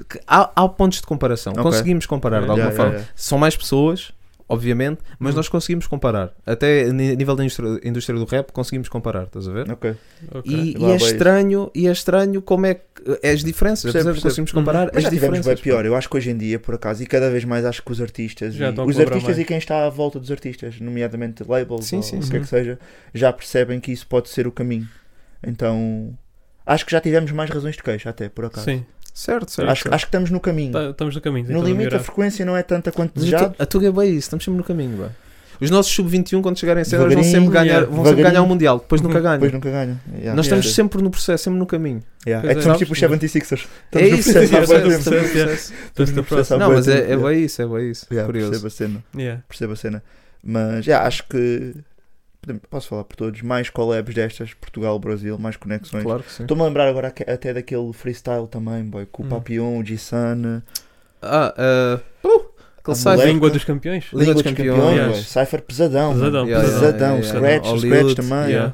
Speaker 6: que há, há pontos de comparação,
Speaker 5: Ok.
Speaker 6: conseguimos comparar de
Speaker 2: Yeah,
Speaker 6: alguma
Speaker 5: yeah,
Speaker 6: forma.
Speaker 5: yeah. Uhum.
Speaker 6: São mais pessoas, obviamente, mas nós conseguimos comparar. Até a ni- nível da indústria, indústria do rap, conseguimos comparar, estás a ver?
Speaker 5: Ok.
Speaker 2: Ok.
Speaker 6: E,
Speaker 5: Lá
Speaker 6: e é
Speaker 5: vai isso.
Speaker 6: estranho, e é estranho como é que é as diferenças,
Speaker 5: Percebo,
Speaker 6: apesar de
Speaker 5: percebo. Uhum.
Speaker 6: conseguimos comparar
Speaker 5: Mas já
Speaker 6: as
Speaker 5: tivemos bem
Speaker 6: diferenças.
Speaker 5: pior. Eu acho que hoje em dia, por acaso, e cada vez mais acho que os artistas,
Speaker 2: Já
Speaker 5: e,
Speaker 2: estão a
Speaker 5: os
Speaker 2: colaborar
Speaker 5: artistas
Speaker 2: mais.
Speaker 5: e quem está à volta dos artistas, nomeadamente labels
Speaker 6: Sim,
Speaker 5: ou
Speaker 6: sim,
Speaker 5: o que
Speaker 2: sim.
Speaker 5: é que seja, já percebem que isso pode ser o caminho. Então, acho que já tivemos mais razões de queixa, até, por acaso.
Speaker 2: Sim,
Speaker 6: Certo, certo.
Speaker 5: Acho, acho que estamos no caminho.
Speaker 2: tá- estamos no caminho. sim,
Speaker 5: No
Speaker 2: estamos a
Speaker 5: limite, a
Speaker 2: melhorar.
Speaker 5: frequência não é tanta quanto
Speaker 6: Mas a
Speaker 5: desejado.
Speaker 6: tu- a Tuga é bem isso, estamos sempre no caminho. bem. Os nossos sub-21, quando chegarem a ser, eles vão
Speaker 5: Devagarinho,
Speaker 6: sempre ganhar,
Speaker 2: yeah.
Speaker 6: vão sempre ganhar
Speaker 5: Devagarinho. Uhum.
Speaker 6: o Mundial, depois nunca ganham.
Speaker 5: Depois nunca ganha. Yeah.
Speaker 6: Nós
Speaker 2: Yeah.
Speaker 6: estamos sempre no processo, sempre no caminho.
Speaker 5: Yeah.
Speaker 2: Pois
Speaker 5: É que
Speaker 2: é.
Speaker 5: somos tipo os 76ers.
Speaker 6: É isso, é isso,
Speaker 5: há
Speaker 6: é
Speaker 5: bué tempo.
Speaker 6: isso, é isso, é isso, é isso.
Speaker 5: Estamos no processo há
Speaker 6: Não,
Speaker 5: bué
Speaker 6: mas é,
Speaker 5: tempo.
Speaker 6: é
Speaker 5: Yeah.
Speaker 6: bem isso, é bem isso.
Speaker 5: Tá Yeah,
Speaker 6: Curioso.
Speaker 5: Percebo a cena.
Speaker 2: Yeah.
Speaker 5: Percebo a cena. Mas yeah, acho que podemos- posso falar por todos. Mais collabs destas, Portugal-Brasil, mais conexões.
Speaker 6: Claro que sim.
Speaker 5: Estou-me a lembrar agora aque- até daquele freestyle também, boy, com o
Speaker 2: Hum.
Speaker 5: Papion, o G-Sun,
Speaker 6: Ah, ah, uh, aquele
Speaker 5: A
Speaker 6: site.
Speaker 5: moleque.
Speaker 2: Língua dos campeões?
Speaker 6: Liga
Speaker 5: Língua
Speaker 6: dos
Speaker 5: dos Campeões,
Speaker 2: Campeões.
Speaker 5: boy. Cypher pesadão. mano.
Speaker 2: Pesadão,
Speaker 6: Yeah, yeah,
Speaker 5: Pesadão,
Speaker 6: yeah,
Speaker 5: Scratch,
Speaker 6: yeah.
Speaker 5: o Scratch
Speaker 6: Hollywood,
Speaker 5: também,
Speaker 2: yeah.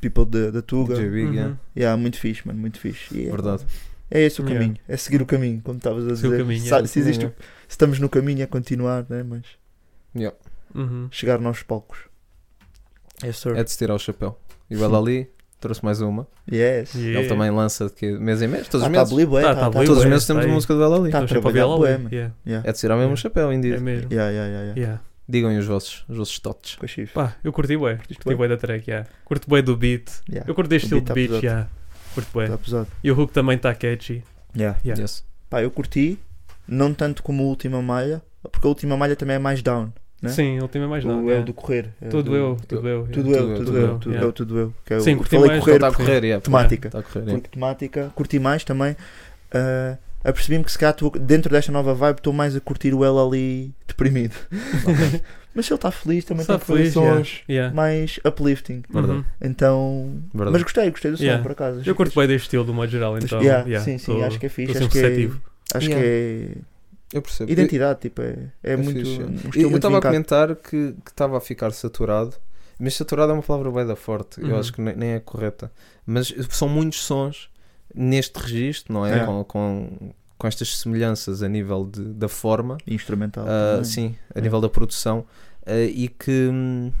Speaker 5: people da, da Tuga.
Speaker 6: J Big, yeah.
Speaker 2: Uhum.
Speaker 5: Yeah, muito fixe, mano, muito fixe. E é-
Speaker 6: Verdade.
Speaker 5: É esse o
Speaker 2: Yeah.
Speaker 5: caminho, é seguir o caminho, como estavas a
Speaker 2: Seguir o
Speaker 5: dizer.
Speaker 2: caminho,
Speaker 5: Sa-
Speaker 2: é.
Speaker 5: se, existe o- se estamos no caminho, é continuar, né? mas
Speaker 2: Uhum.
Speaker 5: chegar nós palcos. Yes, sir.
Speaker 6: É de se tirar o chapéu. E o El Ali trouxe mais uma.
Speaker 5: Yes.
Speaker 2: Yeah.
Speaker 6: Ele também lança de quê? mês em mês, todos os
Speaker 5: Ah, tá
Speaker 6: meses.
Speaker 5: believe, é,
Speaker 2: Tá,
Speaker 5: tá,
Speaker 2: tá
Speaker 5: tá.
Speaker 2: believe.
Speaker 6: Todos os
Speaker 2: Bué,
Speaker 6: meses temos
Speaker 2: tá aí.
Speaker 6: uma música do El Ali.
Speaker 2: Estou
Speaker 5: Tá. a trabalhar
Speaker 2: trabalhar
Speaker 5: bué,
Speaker 2: lá.
Speaker 5: mano.
Speaker 2: Yeah.
Speaker 5: Yeah.
Speaker 6: É de tirar mesmo o chapéu,
Speaker 2: É
Speaker 6: indivíduo.
Speaker 2: mesmo.
Speaker 5: Yeah, yeah, yeah, yeah.
Speaker 2: Yeah.
Speaker 6: Digam-me os vossos, os vossos totes.
Speaker 5: Pois chifre.
Speaker 2: Pá, eu curti bué. Curti
Speaker 5: bué?
Speaker 2: bué da track, yeah. Curto bué do beat.
Speaker 5: Yeah.
Speaker 2: Eu curto este
Speaker 5: O
Speaker 2: estilo
Speaker 5: beat
Speaker 2: de
Speaker 5: tá
Speaker 2: beat,
Speaker 5: pesado.
Speaker 2: yeah. Curto bué.
Speaker 5: Tá pesado.
Speaker 2: E o hook também está catchy.
Speaker 5: Yeah.
Speaker 2: Yeah.
Speaker 6: Yes.
Speaker 5: Pá, eu curti, não tanto como a última malha, porque a última malha também é mais down. Né?
Speaker 2: Sim, ele tem mais
Speaker 5: o
Speaker 2: não.
Speaker 5: eu
Speaker 2: yeah.
Speaker 5: do correr. é
Speaker 2: Tudo
Speaker 5: do-
Speaker 2: eu, tudo eu. yeah.
Speaker 5: Tudo eu, tudo eu, tudo
Speaker 2: yeah.
Speaker 5: eu, tudo eu. Que é o
Speaker 2: Sim,
Speaker 5: que
Speaker 2: curti
Speaker 5: falei
Speaker 2: mais,
Speaker 5: correr,
Speaker 6: Está tá a correr, yeah.
Speaker 5: temática.
Speaker 6: Está a correr, yeah.
Speaker 5: Porque temática, curti mais também. ah, Apercebi-me que se calhar estou- dentro desta nova vibe estou mais a curtir o El ali deprimido. Mas se ele está feliz, também
Speaker 2: Só
Speaker 5: tem
Speaker 2: feliz,
Speaker 5: sons
Speaker 2: yeah.
Speaker 5: mais uplifting.
Speaker 2: Uhum.
Speaker 5: Então.
Speaker 6: Verdade.
Speaker 5: Mas gostei, gostei do som
Speaker 2: Yeah.
Speaker 5: por acaso.
Speaker 2: Eu curto bem deste estilo, do modo geral, então.
Speaker 5: Yeah,
Speaker 2: yeah,
Speaker 5: sim, sim,
Speaker 2: tô-
Speaker 5: acho que é fixe.
Speaker 2: tô
Speaker 5: Acho
Speaker 2: sempre
Speaker 5: que
Speaker 2: receptivo.
Speaker 5: é, acho
Speaker 6: Yeah.
Speaker 5: que
Speaker 6: Eu percebo.
Speaker 5: é identidade, tipo, é, é,
Speaker 6: É
Speaker 5: muito.
Speaker 6: fixe, é.
Speaker 5: um
Speaker 6: Eu-
Speaker 5: estilo
Speaker 6: Eu
Speaker 5: muito
Speaker 6: estava a
Speaker 5: vincado.
Speaker 6: comentar que que estava a ficar saturado, mas saturado é uma palavra bem da forte, eu
Speaker 2: Uhum.
Speaker 6: acho que ne- nem é correta. Mas são muitos sons neste registro, não é?
Speaker 5: É.
Speaker 6: Com, com, com estas semelhanças a nível de- da forma,
Speaker 5: Instrumental.
Speaker 6: ah,
Speaker 5: também.
Speaker 6: sim, a
Speaker 5: É.
Speaker 6: nível da produção, ah, e, que, hum,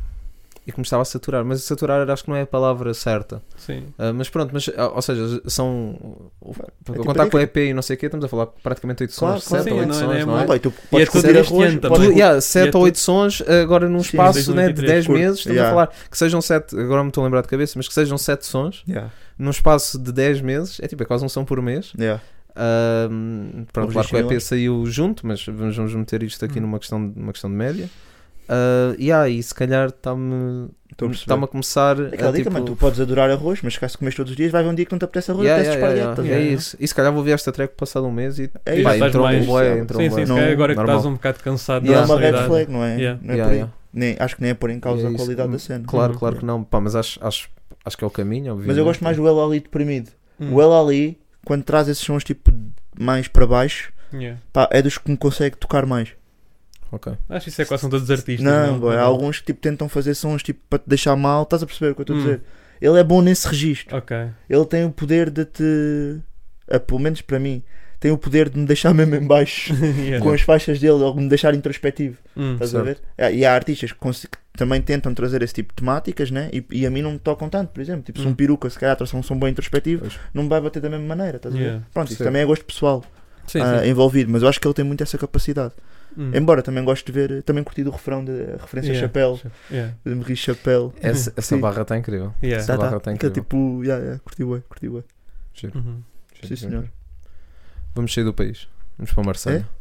Speaker 6: e que me estava a saturar. Mas saturar acho que não é a palavra certa.
Speaker 2: Sim.
Speaker 6: Ah, mas pronto, mas, ah, ou seja, são.
Speaker 5: é
Speaker 6: a
Speaker 5: tipo
Speaker 6: contar com o
Speaker 5: disco.
Speaker 6: EP e não sei o quê, estamos a falar praticamente 8
Speaker 5: Claro,
Speaker 6: sons,
Speaker 5: claro.
Speaker 6: 7
Speaker 5: Sim,
Speaker 6: ou 8
Speaker 2: não é-
Speaker 6: sons,
Speaker 2: não
Speaker 6: não
Speaker 2: é
Speaker 6: é?
Speaker 5: Olha, tu
Speaker 2: E é
Speaker 5: podes
Speaker 2: todo
Speaker 5: fazer
Speaker 2: este
Speaker 5: arroz.
Speaker 2: ano
Speaker 5: podes-
Speaker 2: também.
Speaker 6: Tu, yeah, 7
Speaker 2: é
Speaker 6: ou
Speaker 2: tu-
Speaker 6: 8 sons eh, agora num
Speaker 5: Sim,
Speaker 6: espaço né, de
Speaker 2: 2023,
Speaker 6: 10
Speaker 5: curto,
Speaker 6: meses, estamos
Speaker 5: yeah.
Speaker 6: a falar que sejam 7, agora me estou a lembrar de cabeça, mas que sejam 7 sons
Speaker 5: Yeah,
Speaker 6: num espaço de 10 meses, é tipo, é quase um som por mês.
Speaker 5: yeah.
Speaker 6: Ahm, pronto,
Speaker 5: Hoje
Speaker 6: claro que o EP
Speaker 5: chegou.
Speaker 6: saiu junto, mas vamos, vamos meter isto aqui
Speaker 2: Hum.
Speaker 6: numa, questão, de- numa questão de média. Ah, yeah, e se calhar está-me
Speaker 5: Estou
Speaker 2: Hum,
Speaker 5: a
Speaker 6: está
Speaker 5: perceber. É
Speaker 6: a começar a,
Speaker 5: Aquela dica,
Speaker 6: tipo,
Speaker 5: mano, tu podes adorar arroz, mas caso comes todos os dias, vai haver um dia que não te apetece arroz,
Speaker 6: yeah,
Speaker 5: apetece
Speaker 6: yeah, yeah,
Speaker 5: espargueta.
Speaker 6: yeah, é
Speaker 2: né?
Speaker 6: isso. E se calhar vou ver esta track passado um mês e
Speaker 2: E já
Speaker 5: É isso.
Speaker 6: pá,
Speaker 2: estás
Speaker 6: entrou um
Speaker 2: mais-
Speaker 6: bué, entrou
Speaker 2: sim,
Speaker 6: um
Speaker 2: sim,
Speaker 6: bué.
Speaker 2: se
Speaker 5: Não-
Speaker 2: calhar agora que
Speaker 6: normal.
Speaker 2: estás um bocado cansado
Speaker 5: E é
Speaker 2: da
Speaker 5: uma red
Speaker 2: realidade.
Speaker 5: flag, não é?
Speaker 2: Yeah.
Speaker 5: Não é
Speaker 6: Yeah,
Speaker 5: por aí.
Speaker 6: yeah.
Speaker 5: Nem, acho que nem é pôr em causa
Speaker 6: É
Speaker 5: a
Speaker 6: isso.
Speaker 5: qualidade da cena.
Speaker 6: Claro,
Speaker 2: Uhum.
Speaker 6: claro que não, pá, mas acho, acho, acho que é o caminho, obviamente.
Speaker 5: Mas eu gosto mais do El Ali deprimido.
Speaker 2: Hum.
Speaker 5: O El Ali, quando traz esses sons tipo mais para baixo,
Speaker 2: Yeah.
Speaker 5: pá, é dos que me consegue tocar mais.
Speaker 6: Ok.
Speaker 2: Acho que isso é quase são todos artistas.
Speaker 5: não, boy, há alguns que tipo, tentam fazer sons tipo para te deixar mal, estás a perceber o que eu estou
Speaker 2: Hum.
Speaker 5: a dizer? Ele é bom nesse registro.
Speaker 2: Ok.
Speaker 5: Ele tem o poder de te. ah, pelo menos para mim, tem o poder de me deixar mesmo em baixo
Speaker 6: É
Speaker 2: Yeah.
Speaker 5: com as faixas dele ou me deixar introspectivo.
Speaker 2: Hum.
Speaker 5: Estás a ver? É, E há artistas que, consi- que também tentam trazer esse tipo de temáticas, né? E, e a mim não me tocam tanto, por exemplo. Tipo, se
Speaker 2: Hum.
Speaker 5: um peruca, se calhar, trouxe um som bem introspectivo,
Speaker 6: Pois.
Speaker 5: não me vai bater da mesma maneira, estás a ver?
Speaker 2: Yeah.
Speaker 5: Pronto, isso
Speaker 6: Sim.
Speaker 5: também é gosto pessoal
Speaker 6: Sim,
Speaker 5: ah,
Speaker 6: sim.
Speaker 5: envolvido, mas eu acho que ele tem muito essa capacidade.
Speaker 2: Hum.
Speaker 5: Embora também gosto de ver, também curti do refrão de a referência
Speaker 2: Yeah.
Speaker 5: a chapéu,
Speaker 2: Yeah.
Speaker 5: de me rir chapéu.
Speaker 6: Essa, essa
Speaker 5: Sim.
Speaker 6: barra está incrível.
Speaker 2: Yeah.
Speaker 6: Essa
Speaker 5: Tá,
Speaker 6: barra
Speaker 5: tá.
Speaker 6: está
Speaker 5: Aquele
Speaker 6: incrível.
Speaker 5: tipo, yeah, yeah, curti bué, curti bué.
Speaker 6: Giro,
Speaker 2: Uhum.
Speaker 6: giro,
Speaker 5: Sim,
Speaker 6: giro,
Speaker 5: senhor.
Speaker 6: giro. Vamos sair do país. Vamos para Marselha.
Speaker 5: É?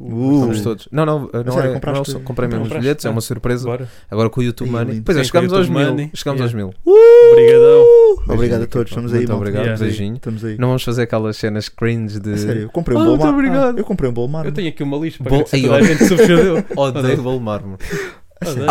Speaker 5: Uh,
Speaker 6: Vamos todos. Não, não, não,
Speaker 5: sério,
Speaker 6: é, não é o
Speaker 5: compraste-
Speaker 6: som. comprei mesmo os
Speaker 2: compraste?
Speaker 6: bilhetes, é uma
Speaker 2: Ah.
Speaker 6: surpresa.
Speaker 2: Bora.
Speaker 6: Agora com o YouTube
Speaker 5: Ih,
Speaker 6: Money.
Speaker 5: lindo.
Speaker 6: Pois é,
Speaker 2: Sim,
Speaker 6: chegamos
Speaker 2: com o
Speaker 6: aos
Speaker 2: YouTube
Speaker 6: mil.
Speaker 2: Money.
Speaker 6: Chegamos
Speaker 2: Yeah.
Speaker 6: aos mil.
Speaker 5: Uh!
Speaker 2: Obrigadão.
Speaker 5: Obrigado a todos, estamos aí,
Speaker 6: Muito
Speaker 5: malta.
Speaker 6: obrigado,
Speaker 2: Yeah.
Speaker 6: beijinho.
Speaker 5: Estamos aí.
Speaker 6: Não vamos fazer aquelas cenas cringe de.
Speaker 5: A sério, eu comprei
Speaker 6: Ah,
Speaker 5: um
Speaker 6: muito
Speaker 5: bolmar.
Speaker 6: obrigado.
Speaker 5: Eu comprei um bolmar.
Speaker 2: Eu tenho aqui uma lista para
Speaker 6: Bom,
Speaker 2: agradecer
Speaker 6: aí,
Speaker 2: a toda a
Speaker 6: olha.
Speaker 2: gente que subscreveu.
Speaker 6: Odeio o Volmar. mano.
Speaker 2: Odeio.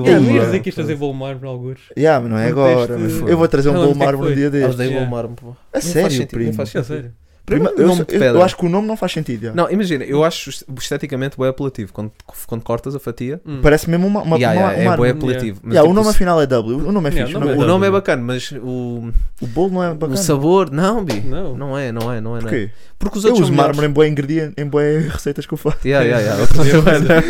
Speaker 2: Eu
Speaker 6: o
Speaker 5: Odeio.
Speaker 2: ia
Speaker 6: Volmar.
Speaker 2: dizer que isto fazer volmar para alguns.
Speaker 5: Yeah, mas não é agora.
Speaker 2: Contexto-
Speaker 5: mas Eu vou trazer um
Speaker 2: Não, não sei
Speaker 5: bolmar
Speaker 2: o que
Speaker 5: num
Speaker 2: foi.
Speaker 5: dia destes.
Speaker 6: Odeio o
Speaker 2: Yeah.
Speaker 6: Volmar. pô.
Speaker 5: A
Speaker 6: Nem faz
Speaker 5: sério,
Speaker 6: sentido, nem
Speaker 5: primo.
Speaker 6: faz
Speaker 2: É
Speaker 6: sentido.
Speaker 2: sério.
Speaker 5: Prima-
Speaker 6: Primeiro,
Speaker 5: eu,
Speaker 6: nome
Speaker 5: eu-
Speaker 6: de pedra.
Speaker 5: eu acho que o nome não faz sentido. já.
Speaker 6: Não, imagina, eu acho esteticamente bem apelativo. Quando, quando cortas a fatia,
Speaker 2: Hum.
Speaker 5: Parece mesmo uma, uma,
Speaker 6: yeah,
Speaker 5: uma-
Speaker 6: yeah,
Speaker 5: um
Speaker 6: é
Speaker 5: ar-
Speaker 6: bem
Speaker 2: Yeah.
Speaker 6: apelativo. mas,
Speaker 5: Yeah,
Speaker 6: tipo,
Speaker 5: o nome
Speaker 6: se-
Speaker 5: afinal é W. O nome é
Speaker 2: Yeah,
Speaker 5: fixe.
Speaker 2: o
Speaker 5: O
Speaker 2: nome
Speaker 5: nome,
Speaker 6: o nome
Speaker 2: Exatamente.
Speaker 6: é bacana, mas o,
Speaker 5: o bolo não é bacana.
Speaker 6: o sabor, não, bi.
Speaker 2: Não.
Speaker 6: Não é, não é, não é. Não é.
Speaker 5: Porquê?
Speaker 6: Porque os
Speaker 5: Eu
Speaker 6: outros
Speaker 5: uso
Speaker 6: são melhores.
Speaker 5: mármore em boa ingrediente, em boa receitas que eu faço.
Speaker 6: Yeah, yeah, yeah.
Speaker 2: Eu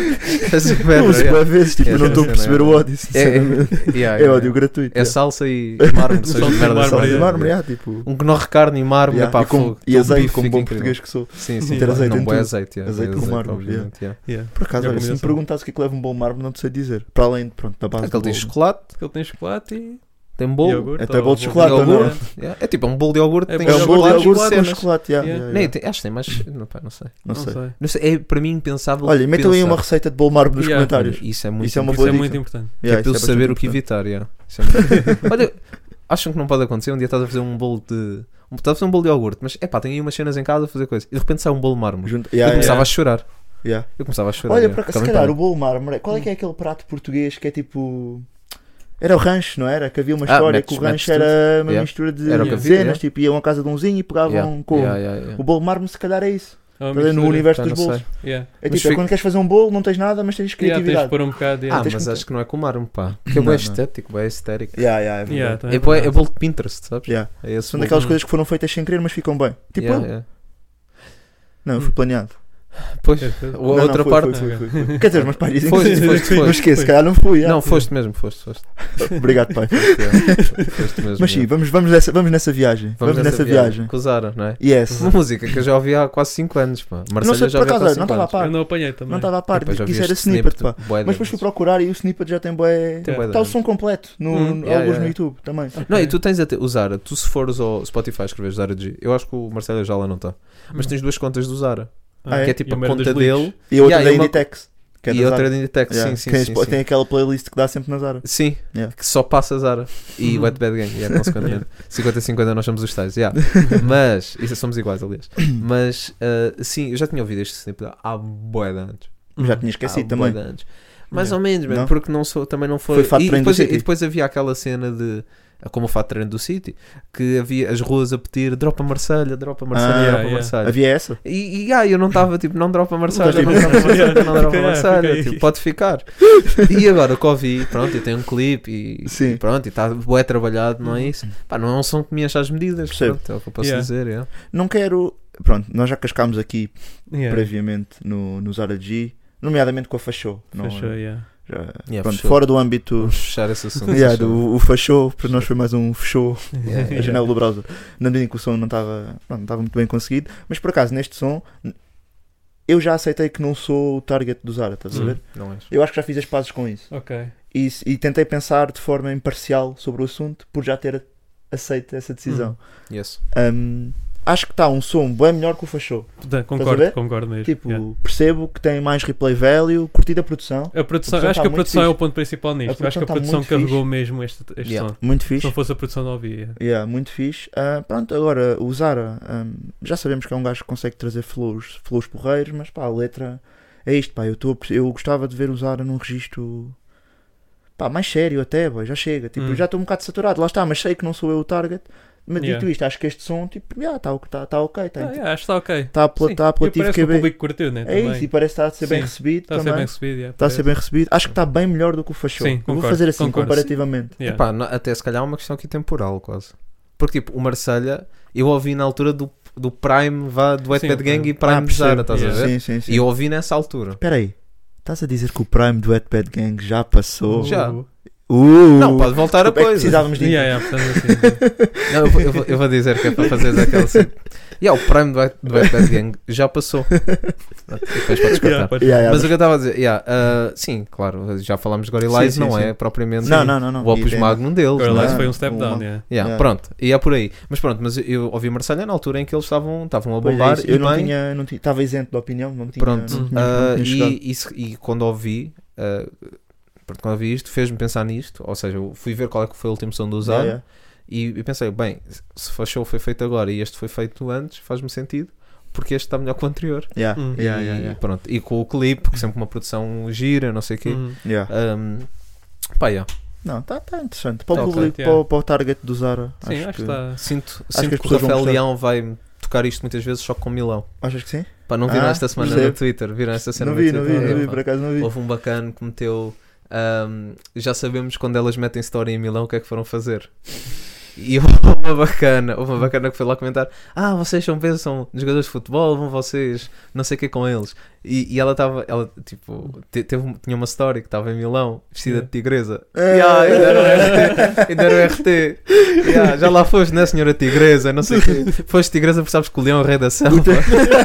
Speaker 6: Essa é
Speaker 5: Eu
Speaker 6: pedra,
Speaker 5: uso
Speaker 6: yeah.
Speaker 5: boa vezes, tipo,
Speaker 6: Yeah,
Speaker 5: eu não
Speaker 6: sim,
Speaker 5: estou a
Speaker 6: sim,
Speaker 5: perceber
Speaker 6: não
Speaker 5: o
Speaker 6: é?
Speaker 5: ódio, sinceramente.
Speaker 6: É, yeah,
Speaker 5: É
Speaker 6: yeah.
Speaker 5: ódio gratuito.
Speaker 6: É
Speaker 5: yeah.
Speaker 6: salsa e mármore, são
Speaker 2: Salsa
Speaker 6: as
Speaker 2: e
Speaker 6: merdas.
Speaker 5: Salsa
Speaker 2: mármore,
Speaker 5: de
Speaker 2: yeah.
Speaker 5: mármore, yeah, tipo.
Speaker 6: Um gnoc carne e mármore,
Speaker 5: yeah,
Speaker 6: pá,
Speaker 5: e, com,
Speaker 6: fogo.
Speaker 5: e
Speaker 6: Todo
Speaker 5: azeite,
Speaker 6: bife
Speaker 5: como
Speaker 6: fica
Speaker 5: bom
Speaker 6: incrível.
Speaker 5: português que sou.
Speaker 6: Sim, sim.
Speaker 5: Ter
Speaker 6: claro,
Speaker 5: azeite
Speaker 6: não,
Speaker 5: em
Speaker 6: bué
Speaker 5: tudo.
Speaker 6: azeite, yeah,
Speaker 5: Azeite
Speaker 6: bué
Speaker 5: com
Speaker 6: azeite,
Speaker 5: mármore,
Speaker 6: obviamente, yeah.
Speaker 2: Yeah.
Speaker 5: Por acaso,
Speaker 2: É a
Speaker 5: olha, se me
Speaker 2: combinação.
Speaker 5: perguntasse o que é que leva um bom mármore, não te sei dizer. Para além de, pronto, da base do
Speaker 6: Aquele tem
Speaker 5: bolo.
Speaker 6: chocolate,
Speaker 2: Porque ele tem chocolate e.
Speaker 6: Tem bolo.
Speaker 2: Iogurte
Speaker 5: Até
Speaker 2: ou
Speaker 5: bolo de chocolate,
Speaker 2: de
Speaker 5: não é?
Speaker 2: iogurte.
Speaker 6: yeah. É tipo, é um bolo de iogurte.
Speaker 2: É
Speaker 6: tem
Speaker 5: É um bolo de
Speaker 6: chocolate,
Speaker 5: iogurte com
Speaker 6: cenas.
Speaker 5: chocolate. yeah, yeah,
Speaker 6: Nem,
Speaker 5: yeah.
Speaker 6: tem- acho que tem mais. Não, pá, não sei.
Speaker 5: Não sei.
Speaker 6: Não sei, É para mim impensável.
Speaker 5: Olha, metam aí
Speaker 6: pensar.
Speaker 5: uma receita de bolo marmo nos
Speaker 2: Yeah.
Speaker 5: comentários.
Speaker 6: Isso é muito
Speaker 5: Isso é uma
Speaker 2: Isso
Speaker 5: boa
Speaker 2: é
Speaker 5: dica.
Speaker 2: muito importante.
Speaker 6: Que
Speaker 5: Yeah,
Speaker 6: é para
Speaker 5: isso
Speaker 6: eu
Speaker 5: é
Speaker 6: saber o que
Speaker 5: bastante
Speaker 6: evitar, yeah. Isso é muito- Olha, acham que não pode acontecer? Um dia estás a fazer um bolo de. um- Estás a fazer um bolo de iogurte, mas é pá, tem aí umas cenas em casa a fazer coisa. E de repente sai um bolo de
Speaker 5: importante.
Speaker 6: mármore.
Speaker 5: Junto-
Speaker 6: eu
Speaker 5: yeah,
Speaker 6: começava
Speaker 5: Ah, yeah,
Speaker 6: a chorar.
Speaker 5: yeah.
Speaker 6: Eu começava a chorar.
Speaker 5: Olha,
Speaker 6: yeah.
Speaker 5: para se
Speaker 6: Ficava em
Speaker 5: calhar o
Speaker 6: pânico.
Speaker 5: bolo marmo, qual é que é aquele prato português que é tipo. Era o rancho, não era? Que havia uma
Speaker 6: Ah,
Speaker 5: história
Speaker 6: metes-
Speaker 5: que o rancho
Speaker 6: metes tudo.
Speaker 5: era uma
Speaker 6: Yeah.
Speaker 5: mistura de
Speaker 6: Era
Speaker 2: o que havia,
Speaker 5: cenas,
Speaker 6: yeah.
Speaker 5: tipo, iam à casa de umzinho e pegavam
Speaker 6: Yeah,
Speaker 5: com.
Speaker 6: yeah, yeah, yeah.
Speaker 5: O bolo marmo, se calhar, é isso.
Speaker 2: É uma
Speaker 5: Está ali no
Speaker 2: mistura.
Speaker 5: universo
Speaker 6: Já
Speaker 5: dos
Speaker 6: não
Speaker 5: bolos.
Speaker 6: sei.
Speaker 2: Yeah.
Speaker 5: É
Speaker 6: Mas
Speaker 5: tipo, é
Speaker 6: fica-
Speaker 5: quando queres fazer um bolo, não tens nada, mas tens
Speaker 2: Yeah, tens de
Speaker 5: criatividade.
Speaker 2: pôr um bocado.
Speaker 6: Ah,
Speaker 2: Yeah.
Speaker 5: tens
Speaker 6: mas
Speaker 5: que-
Speaker 6: acho que não é com o mármore, pá. Porque é
Speaker 5: Não,
Speaker 6: bem
Speaker 5: não.
Speaker 6: estético, bem estético.
Speaker 5: Yeah, yeah, é
Speaker 2: Yeah,
Speaker 5: verdade.
Speaker 2: também
Speaker 6: É,
Speaker 2: é
Speaker 6: bué- é
Speaker 2: verdade.
Speaker 6: bolo de Pinterest, sabes?
Speaker 5: Yeah.
Speaker 6: É esse
Speaker 5: São
Speaker 6: bolo.
Speaker 5: daquelas
Speaker 2: Uhum.
Speaker 5: coisas que foram feitas sem querer, mas ficam bem. Tipo,
Speaker 6: Yeah, Uhum.
Speaker 5: eu.
Speaker 6: yeah.
Speaker 5: não, eu fui planeado.
Speaker 6: Pois,
Speaker 2: É, foi-
Speaker 6: a
Speaker 5: Não, não,
Speaker 6: outra
Speaker 5: foi,
Speaker 6: parte.
Speaker 5: foi, foi, foi. Quer dizer, os meus pais dizem
Speaker 6: Foste,
Speaker 5: que sim.
Speaker 6: foste,
Speaker 5: Não
Speaker 6: foste.
Speaker 5: esqueci, se calhar não fui. ah, yeah.
Speaker 6: Não, foste mesmo, foste, foste.
Speaker 5: Obrigado, pai.
Speaker 6: Foste mesmo.
Speaker 5: Mas sim,
Speaker 6: yeah.
Speaker 5: vamos, vamos, nessa, vamos nessa viagem. Vamos, nessa, viagem. Uhum.
Speaker 6: Com o Zara, não é?
Speaker 5: Yes.
Speaker 6: Uma música que eu já ouvi há quase 5 anos, pá. Marcelo
Speaker 5: sei,
Speaker 6: já
Speaker 5: por
Speaker 6: ouvi há
Speaker 5: acaso,
Speaker 6: quase
Speaker 5: não
Speaker 6: 5
Speaker 5: estava a
Speaker 6: anos.
Speaker 5: par.
Speaker 2: Eu não apanhei também.
Speaker 5: Não estava a par,
Speaker 6: Depois já
Speaker 5: que isso
Speaker 6: vi
Speaker 5: era
Speaker 6: este
Speaker 5: snippet, pá.
Speaker 6: bué
Speaker 5: Mas
Speaker 6: das
Speaker 5: depois fui
Speaker 6: vezes.
Speaker 5: procurar e o snippet já tem bué...
Speaker 6: Tem bué
Speaker 5: Está o
Speaker 6: da-
Speaker 5: som completo, no,
Speaker 2: Hum,
Speaker 5: no-
Speaker 6: yeah,
Speaker 5: alguns
Speaker 6: yeah.
Speaker 5: no YouTube também.
Speaker 6: Não, e
Speaker 2: Ok.
Speaker 6: tu tens até o Zara. Tu, se fores ao Spotify escrever Zara G, eu acho que o Marcelo já lá não está. Mas
Speaker 2: Hum.
Speaker 6: tens duas contas do Zara.
Speaker 5: Ah, é?
Speaker 6: Que é tipo
Speaker 2: E
Speaker 6: a
Speaker 2: uma era dos
Speaker 6: conta
Speaker 2: Leaks.
Speaker 6: dele
Speaker 5: E a outra
Speaker 6: Yeah,
Speaker 5: da
Speaker 6: e uma-
Speaker 5: Inditex. Que é
Speaker 6: e
Speaker 5: da
Speaker 6: a outra
Speaker 5: Zara.
Speaker 6: de Inditex.
Speaker 5: Yeah.
Speaker 6: Sim, sim,
Speaker 5: tem,
Speaker 6: sim.
Speaker 5: tem
Speaker 6: sim.
Speaker 5: aquela playlist que dá sempre na Zara.
Speaker 6: Sim,
Speaker 5: Yeah.
Speaker 6: que só passa Zara e
Speaker 2: Uhum.
Speaker 6: Wet Bad Gang, yeah, consequentemente. 50-50 nós somos os tais, yeah. mas, isso somos iguais aliás.
Speaker 5: Uhum.
Speaker 6: Mas, ah, sim, eu já tinha ouvido este snippet há bué de anos.
Speaker 5: Já tinha esquecido
Speaker 6: Há bué
Speaker 5: assim também.
Speaker 6: de anos. Ah, Mais
Speaker 2: Yeah.
Speaker 6: ou menos, man,
Speaker 5: Não?
Speaker 6: porque não sou, também não foi.
Speaker 5: Foi fato
Speaker 6: e,
Speaker 5: treino do
Speaker 6: depois, e
Speaker 5: City.
Speaker 6: depois havia aquela cena de. Como o fato treino do City, que havia as ruas a pedir dropa Marselha, dropa Marselha,
Speaker 5: Ah,
Speaker 6: dropa
Speaker 2: yeah, yeah.
Speaker 6: Marselha.
Speaker 5: Havia essa?
Speaker 6: E, e ah, eu não estava tipo, não dropa Marselha,
Speaker 5: Tipo,
Speaker 6: não dropa Marselha, não dropa
Speaker 2: fica aí, fica
Speaker 6: Marselha,
Speaker 2: aí.
Speaker 6: tipo, pode ficar. E agora o vi pronto, e tem um clipe e,
Speaker 5: Sim. Uhum.
Speaker 6: e pronto, e está bué trabalhado, não é isso? Pá, não é um som que me enche às medidas,
Speaker 5: Percebo.
Speaker 6: pronto, é o que eu posso
Speaker 2: Yeah.
Speaker 6: dizer, yeah.
Speaker 5: Não quero... Pronto, nós já cascámos aqui
Speaker 2: Yeah.
Speaker 5: previamente no, no Zara G, nomeadamente com a Fachou. não- é?
Speaker 2: Fechou, yeah.
Speaker 5: já-
Speaker 6: Yeah,
Speaker 5: pronto,
Speaker 6: fechou.
Speaker 5: fora do âmbito...
Speaker 6: Vamos fechar esse assunto.
Speaker 5: Yeah,
Speaker 6: fechou.
Speaker 5: do, o Fachou, para nós foi mais um Fachou.
Speaker 6: Yeah.
Speaker 5: a janela do browser. Na medida em que o som não estava pronto, não estava muito bem conseguido, mas por acaso neste som n- eu já aceitei que não sou o target do Zara, estás a
Speaker 2: Hum.
Speaker 5: ver?
Speaker 6: Não és.
Speaker 5: Eu acho que já fiz as pazes com isso.
Speaker 2: Ok.
Speaker 5: E, s- e tentei pensar de forma imparcial sobre o assunto por já ter aceito essa decisão.
Speaker 6: Yes.
Speaker 5: Hum, acho que está um som bem melhor que o Fachou.
Speaker 2: Da-
Speaker 5: ver?
Speaker 2: Concordo, concordo mesmo.
Speaker 5: Tipo,
Speaker 2: yeah.
Speaker 5: percebo que tem mais replay value, curti da produção,
Speaker 2: A produção,
Speaker 5: a produção
Speaker 2: acho que
Speaker 5: tá
Speaker 2: a produção
Speaker 5: muito
Speaker 2: é o ponto principal nisto.
Speaker 5: A
Speaker 2: acho que a
Speaker 5: produção
Speaker 2: produção
Speaker 5: tá muito
Speaker 2: carregou mesmo este, este
Speaker 6: Yeah.
Speaker 2: som.
Speaker 5: muito
Speaker 2: Se
Speaker 5: fixe.
Speaker 2: não fosse a produção, não ouvia. yeah.
Speaker 5: Yeah, muito fixe. Ah, pronto, agora o Zara, hum, já sabemos que é um gajo que consegue trazer flows, flows porreiros, mas pá, a letra é isto, pá. Eu, tô, a perce- eu gostava de ver o Zara num registro pá, mais sério até, boy, já chega. Tipo,
Speaker 2: Hum.
Speaker 5: já estou um bocado saturado, lá está, mas sei que não sou eu o target. Mas
Speaker 2: Yeah.
Speaker 5: dito isto, acho que este som, tipo, já está tá, tá ok,
Speaker 2: Ah,
Speaker 5: está
Speaker 2: yeah, acho que está ok.
Speaker 5: tá
Speaker 2: Sim.
Speaker 5: tá apelativo
Speaker 2: E
Speaker 5: que
Speaker 2: parece que
Speaker 5: é
Speaker 2: o
Speaker 5: bem.
Speaker 2: público curtiu, né?
Speaker 5: É
Speaker 2: também.
Speaker 5: isso, e parece que está a ser bem
Speaker 2: Sim,
Speaker 5: recebido
Speaker 2: Está a ser bem
Speaker 5: também.
Speaker 2: recebido. yeah,
Speaker 5: Está a ser
Speaker 2: parece.
Speaker 6: É.
Speaker 5: bem recebido. Acho que está bem melhor do que o Fachou.
Speaker 2: Sim,
Speaker 5: Eu Vou
Speaker 2: concordo,
Speaker 5: fazer assim,
Speaker 2: concordo.
Speaker 5: comparativamente.
Speaker 2: Yeah.
Speaker 6: Epá, não- até se calhar é uma questão aqui temporal, quase. Porque tipo, o Marselha eu ouvi na altura do, do Prime vá, do Wet
Speaker 2: Sim,
Speaker 6: Bad
Speaker 2: o
Speaker 6: Gang
Speaker 2: Prime.
Speaker 6: e Prime de Zara,
Speaker 5: Ah, percebo.
Speaker 6: estás
Speaker 2: Yeah.
Speaker 6: a ver?
Speaker 5: Sim, sim, sim.
Speaker 6: E eu ouvi nessa altura.
Speaker 5: Espera aí. Estás a dizer que o Prime do Wet Bad Gang já passou?
Speaker 6: Já.
Speaker 5: Uh,
Speaker 6: Não, pode voltar a
Speaker 5: desculpa, é que
Speaker 6: coisa.
Speaker 5: precisávamos de
Speaker 2: Yeah, yeah, portanto, assim,
Speaker 6: Não, eu, vou- eu vou- eu vou dizer que é para fazer aquela cena. E yeah, o Prime do Wet- do Wet Bad Gang já passou. Depois podes cortar.
Speaker 2: yeah, pode-
Speaker 5: Yeah, yeah,
Speaker 6: Mas o que eu estava a dizer, yeah, ah, sim, claro, já falámos de Gorilla
Speaker 5: Sim,
Speaker 6: Eyes,
Speaker 5: sim,
Speaker 6: não
Speaker 5: sim.
Speaker 6: é propriamente
Speaker 5: Não, não, não, não.
Speaker 6: o Opus
Speaker 5: Idem-
Speaker 6: Magnum deles.
Speaker 2: Agora
Speaker 6: não
Speaker 2: lá
Speaker 6: é?
Speaker 5: Eyes
Speaker 2: isso foi um step
Speaker 5: Uma-
Speaker 2: down. yeah.
Speaker 6: Yeah,
Speaker 5: Yeah.
Speaker 6: Pronto, e é por aí. Mas pronto, mas eu ouvi Marselha na altura em que eles estavam estavam a
Speaker 5: Pois é
Speaker 6: bombar
Speaker 5: isso,
Speaker 6: e
Speaker 5: eu não
Speaker 6: bem,
Speaker 5: tinha, não tinha, estava isento da opinião, não tinha.
Speaker 6: Pronto,
Speaker 5: não tinha-
Speaker 6: ah,
Speaker 5: não tinha chegado.
Speaker 6: e, e se- e quando ouvi, ah, pronto, quando ouvi isto, fez-me pensar nisto. Ou seja, eu fui ver qual é que foi o último som do Zara
Speaker 5: Yeah, yeah.
Speaker 6: E, e pensei, bem, se Fachou foi feito agora e este foi feito antes, faz-me sentido, porque este está melhor que o anterior.
Speaker 5: Yeah,
Speaker 2: Hum.
Speaker 5: yeah,
Speaker 6: e,
Speaker 5: yeah, yeah.
Speaker 6: Pronto, e com o clipe, que sempre uma produção gira, não sei o quê.
Speaker 2: Uhum.
Speaker 5: Yeah.
Speaker 6: Um, pá, yeah.
Speaker 5: Não, está tá interessante. Para o
Speaker 6: Tá ok,
Speaker 5: público,
Speaker 2: yeah.
Speaker 5: para, o- para o target do Zara,
Speaker 2: Sim, acho que tá. está.
Speaker 6: sinto,
Speaker 5: Acho
Speaker 6: sinto
Speaker 5: que as
Speaker 6: que,
Speaker 5: pessoas vão
Speaker 6: o Rafael
Speaker 5: gostar.
Speaker 6: Leão vai tocar isto muitas vezes só com Milão.
Speaker 5: Achas que sim?
Speaker 6: Pá, não viram
Speaker 5: Ah,
Speaker 6: esta semana
Speaker 5: percebo.
Speaker 6: no Twitter? Viram esta cena
Speaker 5: Não
Speaker 6: no
Speaker 5: vi, não
Speaker 6: Twitter?
Speaker 5: vi, não
Speaker 6: Olha,
Speaker 5: vi,
Speaker 6: pá,
Speaker 5: por acaso não vi.
Speaker 6: Houve um bacana que meteu. um, já sabemos quando elas metem story em Milão o que é que foram fazer. E houve uma bacana, houve uma bacana que foi lá comentar: Ah, vocês são, pensam, jogadores de futebol, vão vocês, não sei o que com eles. E, e ela estava, ela tipo, te- teve, tinha uma história que estava em Milão, vestida de tigresa.
Speaker 5: É.
Speaker 6: E ah, ainda era o RT, ainda era o RT. E, ah, já lá foste, né, senhora tigresa? Não sei o quê. Foste tigresa porque sabes que o leão é o rei da selva.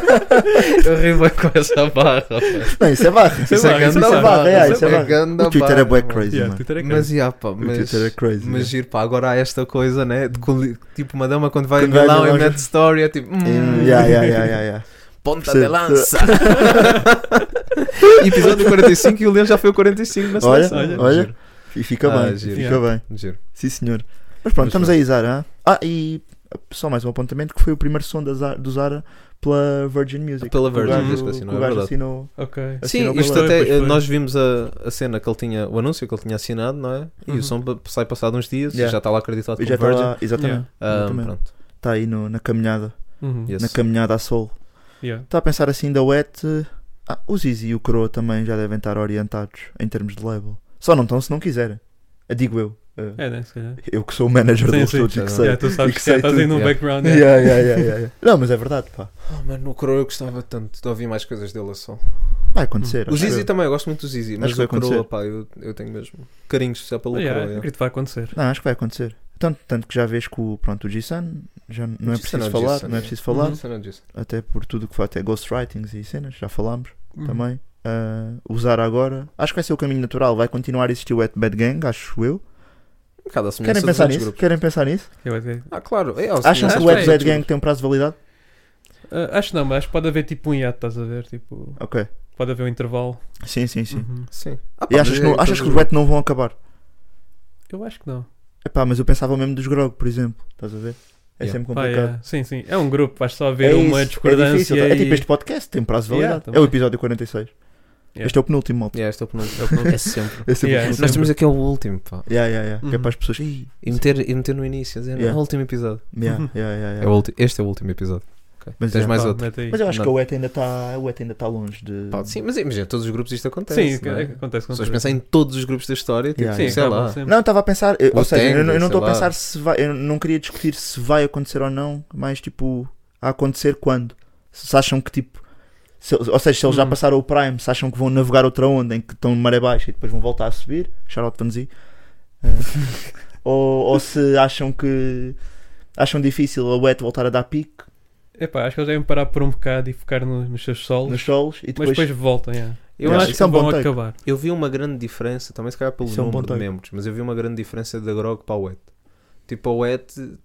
Speaker 6: Eu ri bem com essa barra. pá.
Speaker 5: Não, isso é barra.
Speaker 2: Isso é barra, isso é
Speaker 5: ganda
Speaker 2: barra,
Speaker 5: barra. é,
Speaker 2: isso
Speaker 5: Isso é barra.
Speaker 6: ganda
Speaker 5: O Twitter é bué
Speaker 6: barra,
Speaker 5: crazy,
Speaker 2: Yeah,
Speaker 5: mano.
Speaker 2: Twitter é
Speaker 6: Mas,
Speaker 2: crazy.
Speaker 6: yeah, pá,
Speaker 5: O
Speaker 6: mas,
Speaker 5: Twitter é crazy.
Speaker 6: mas
Speaker 5: yeah.
Speaker 6: giro, pá, agora há esta coisa, né? De coli- tipo, uma dama quando vai a
Speaker 5: Quando vai a
Speaker 6: Milão e
Speaker 5: Milão já-
Speaker 6: mete story, é tipo, hum,
Speaker 5: Hum, yeah, yeah, yeah, yeah, yeah.
Speaker 6: ponta de
Speaker 5: Percebo.
Speaker 6: lança. Episódio 45 e o Leão já foi o 45 na
Speaker 5: Olha,
Speaker 6: seleção.
Speaker 2: olha.
Speaker 5: olha. E fica
Speaker 6: Ah,
Speaker 5: bem,
Speaker 6: giro.
Speaker 5: fica
Speaker 2: Yeah.
Speaker 5: bem.
Speaker 6: Giro.
Speaker 5: Sim, senhor. Mas pronto,
Speaker 6: Mas
Speaker 5: estamos
Speaker 6: pronto.
Speaker 5: aí, Zara. Ah, e só mais um apontamento que foi o primeiro som da Zara, do Zara pela Virgin Music.
Speaker 6: Pela
Speaker 5: O
Speaker 6: Virgin
Speaker 5: gajo-
Speaker 6: Music, assinou,
Speaker 5: o
Speaker 6: é
Speaker 5: gajo
Speaker 6: verdade.
Speaker 5: assinou.
Speaker 2: Ok.
Speaker 6: Sim,
Speaker 5: Assinou
Speaker 6: isto
Speaker 2: pela-
Speaker 6: até eh,
Speaker 2: pois foi.
Speaker 6: nós vimos a, a cena que ele tinha, o anúncio que ele tinha assinado, não é? E
Speaker 2: Uhum.
Speaker 6: o som pa- sai passado uns dias e
Speaker 5: Yeah.
Speaker 6: já está lá acreditado
Speaker 5: E
Speaker 6: como
Speaker 5: já está
Speaker 6: Virgin.
Speaker 5: lá, exatamente.
Speaker 6: Ah,
Speaker 5: exatamente.
Speaker 6: pronto.
Speaker 5: Está aí no- na caminhada,
Speaker 2: Uhum.
Speaker 6: Yes.
Speaker 5: na caminhada à sol.
Speaker 2: Yeah.
Speaker 5: Está a pensar assim da Wet. eh, Ah, o Zizi e o Croa também já devem estar orientados em termos de label. Só não estão se não quiserem. Eh, Digo eu. Eh,
Speaker 2: É, né? Se calhar.
Speaker 5: Eu que sou o manager
Speaker 2: Sim,
Speaker 5: deles
Speaker 2: sim,
Speaker 5: todos e
Speaker 6: já
Speaker 5: que
Speaker 6: não.
Speaker 5: sei.
Speaker 2: Yeah, tu sabes
Speaker 5: e
Speaker 2: que,
Speaker 5: que sei
Speaker 2: estás
Speaker 5: tudo,
Speaker 2: aí no
Speaker 6: yeah.
Speaker 2: background. yeah.
Speaker 5: Yeah, yeah, yeah, yeah, yeah. Não, mas é verdade, pá.
Speaker 6: Oh, mano, o Crow eu gostava tanto de ouvir mais coisas dele a só.
Speaker 5: Vai acontecer.
Speaker 6: O
Speaker 5: acho
Speaker 6: Zizi
Speaker 5: eu.
Speaker 6: também, eu gosto muito do Zizi, mas
Speaker 5: que vai
Speaker 6: o Coroa,
Speaker 5: acontecer.
Speaker 6: pá, eu, eu tenho mesmo carinho especial pelo
Speaker 2: Yeah,
Speaker 6: Coroa.
Speaker 2: acredito é que vai acontecer.
Speaker 5: Não, acho que vai acontecer. Tanto, tanto que já vês que o, pronto, o G-Sun já n- não é
Speaker 6: G-Sun é
Speaker 5: preciso
Speaker 6: o
Speaker 5: falar,
Speaker 6: G-Sun,
Speaker 5: não é
Speaker 6: é.
Speaker 5: preciso falar,
Speaker 6: Isso eu não disse.
Speaker 5: até por tudo que foi, até ghostwritings e cenas, já falámos
Speaker 2: Uhum.
Speaker 5: também. Ah, usar agora, acho que vai ser o caminho natural, vai continuar a existir o Wet Bad Gang, acho eu.
Speaker 6: Um bocado à
Speaker 5: Querem
Speaker 6: semelhança dos
Speaker 5: pensar
Speaker 6: outros
Speaker 5: nisso?
Speaker 6: grupos.
Speaker 5: Querem pensar nisso?
Speaker 2: Eu até-
Speaker 6: Ah, claro. É,
Speaker 5: Acham que
Speaker 2: acho
Speaker 5: o
Speaker 2: que
Speaker 5: Wet
Speaker 2: vai.
Speaker 5: Bad Gang tem um prazo de validade?
Speaker 2: Ah, acho não, mas acho que pode haver tipo um hiato, estás a ver? Tipo,
Speaker 5: Ok,
Speaker 2: pode haver um intervalo.
Speaker 5: sim, sim, sim.
Speaker 2: Uhum.
Speaker 6: Sim. Ah, pá,
Speaker 5: E achas
Speaker 6: mas
Speaker 5: que, não-
Speaker 6: é
Speaker 5: achas que
Speaker 6: todo
Speaker 5: os Wet não vão acabar?
Speaker 2: Eu acho que não.
Speaker 5: Epá, mas eu pensava mesmo dos Grog, por exemplo, estás a ver? É
Speaker 6: Yeah.
Speaker 5: sempre
Speaker 2: Pá,
Speaker 5: complicado.
Speaker 2: yeah. Sim, sim. É um grupo, vais só haver uma
Speaker 5: isso,
Speaker 2: discordância.
Speaker 5: É, difícil, é
Speaker 2: e...
Speaker 5: tipo este podcast, tem prazo de
Speaker 2: Yeah,
Speaker 5: validade. é
Speaker 2: também.
Speaker 5: o episódio 46.
Speaker 2: Yeah.
Speaker 5: Este é o penúltimo, malta.
Speaker 6: Yeah, este é o penúltimo. É, o penúltimo. é sempre.
Speaker 5: É sempre
Speaker 2: Yeah,
Speaker 5: o
Speaker 2: é
Speaker 5: penúltimo.
Speaker 6: Nós temos aqui o último, pá.
Speaker 5: Yeah, yeah, yeah. Que é
Speaker 2: Uhum.
Speaker 5: para as pessoas. "Ih,
Speaker 6: E meter, e meter no início, dizer,
Speaker 5: Yeah.
Speaker 6: é o último episódio.
Speaker 5: Yeah, yeah, yeah, yeah.
Speaker 6: É o ulti- este é o último episódio. Ok.
Speaker 5: Mas
Speaker 6: Tens
Speaker 5: é,
Speaker 6: mais
Speaker 2: Pá,
Speaker 6: outro.
Speaker 2: mete aí.
Speaker 5: Mas eu acho
Speaker 6: Não.
Speaker 5: que a UET ainda está ainda tá longe de.
Speaker 6: Pá, sim, mas imagina, todos os grupos isto acontece.
Speaker 2: Sim,
Speaker 6: Sim, não é?
Speaker 2: acontece, acontece.
Speaker 6: Se vocês pensarem em todos os grupos da história, tipo,
Speaker 5: Yeah.
Speaker 2: Sim,
Speaker 6: sei
Speaker 2: acaba
Speaker 6: lá.
Speaker 2: sempre.
Speaker 5: Não, estava a pensar. eu- ou
Speaker 6: Ou
Speaker 5: seja,
Speaker 6: tem,
Speaker 5: eu, não- eu não
Speaker 6: sei
Speaker 5: estou a
Speaker 6: lá.
Speaker 5: pensar se vai. Eu não queria discutir se vai acontecer ou não, mas tipo, a acontecer quando? Se se acham que tipo. se- ou seja, se eles já
Speaker 6: Hum.
Speaker 2: Uhum.
Speaker 5: passaram o Prime, se acham que vão navegar outra onda em que estão de maré baixa e depois vão voltar a subir, Charlotte Vanzi. Eh, ou, ou se acham que. Acham difícil a UET voltar a dar pique
Speaker 2: Epá, acho que eles devem parar por um bocado e focar no- nos seus solos.
Speaker 5: nos solos e
Speaker 2: Mas
Speaker 5: depois.
Speaker 2: depois voltam, yeah. Eu
Speaker 5: Yeah,
Speaker 2: acho
Speaker 5: isso
Speaker 2: que
Speaker 5: é um bom
Speaker 2: vão
Speaker 5: take.
Speaker 2: acabar.
Speaker 6: Eu vi uma grande diferença, também se calhar pelo
Speaker 5: Isso é um
Speaker 6: número
Speaker 5: bom take.
Speaker 6: de membros, mas eu vi uma grande diferença da Grog para a Wet. Tipo, a Wet,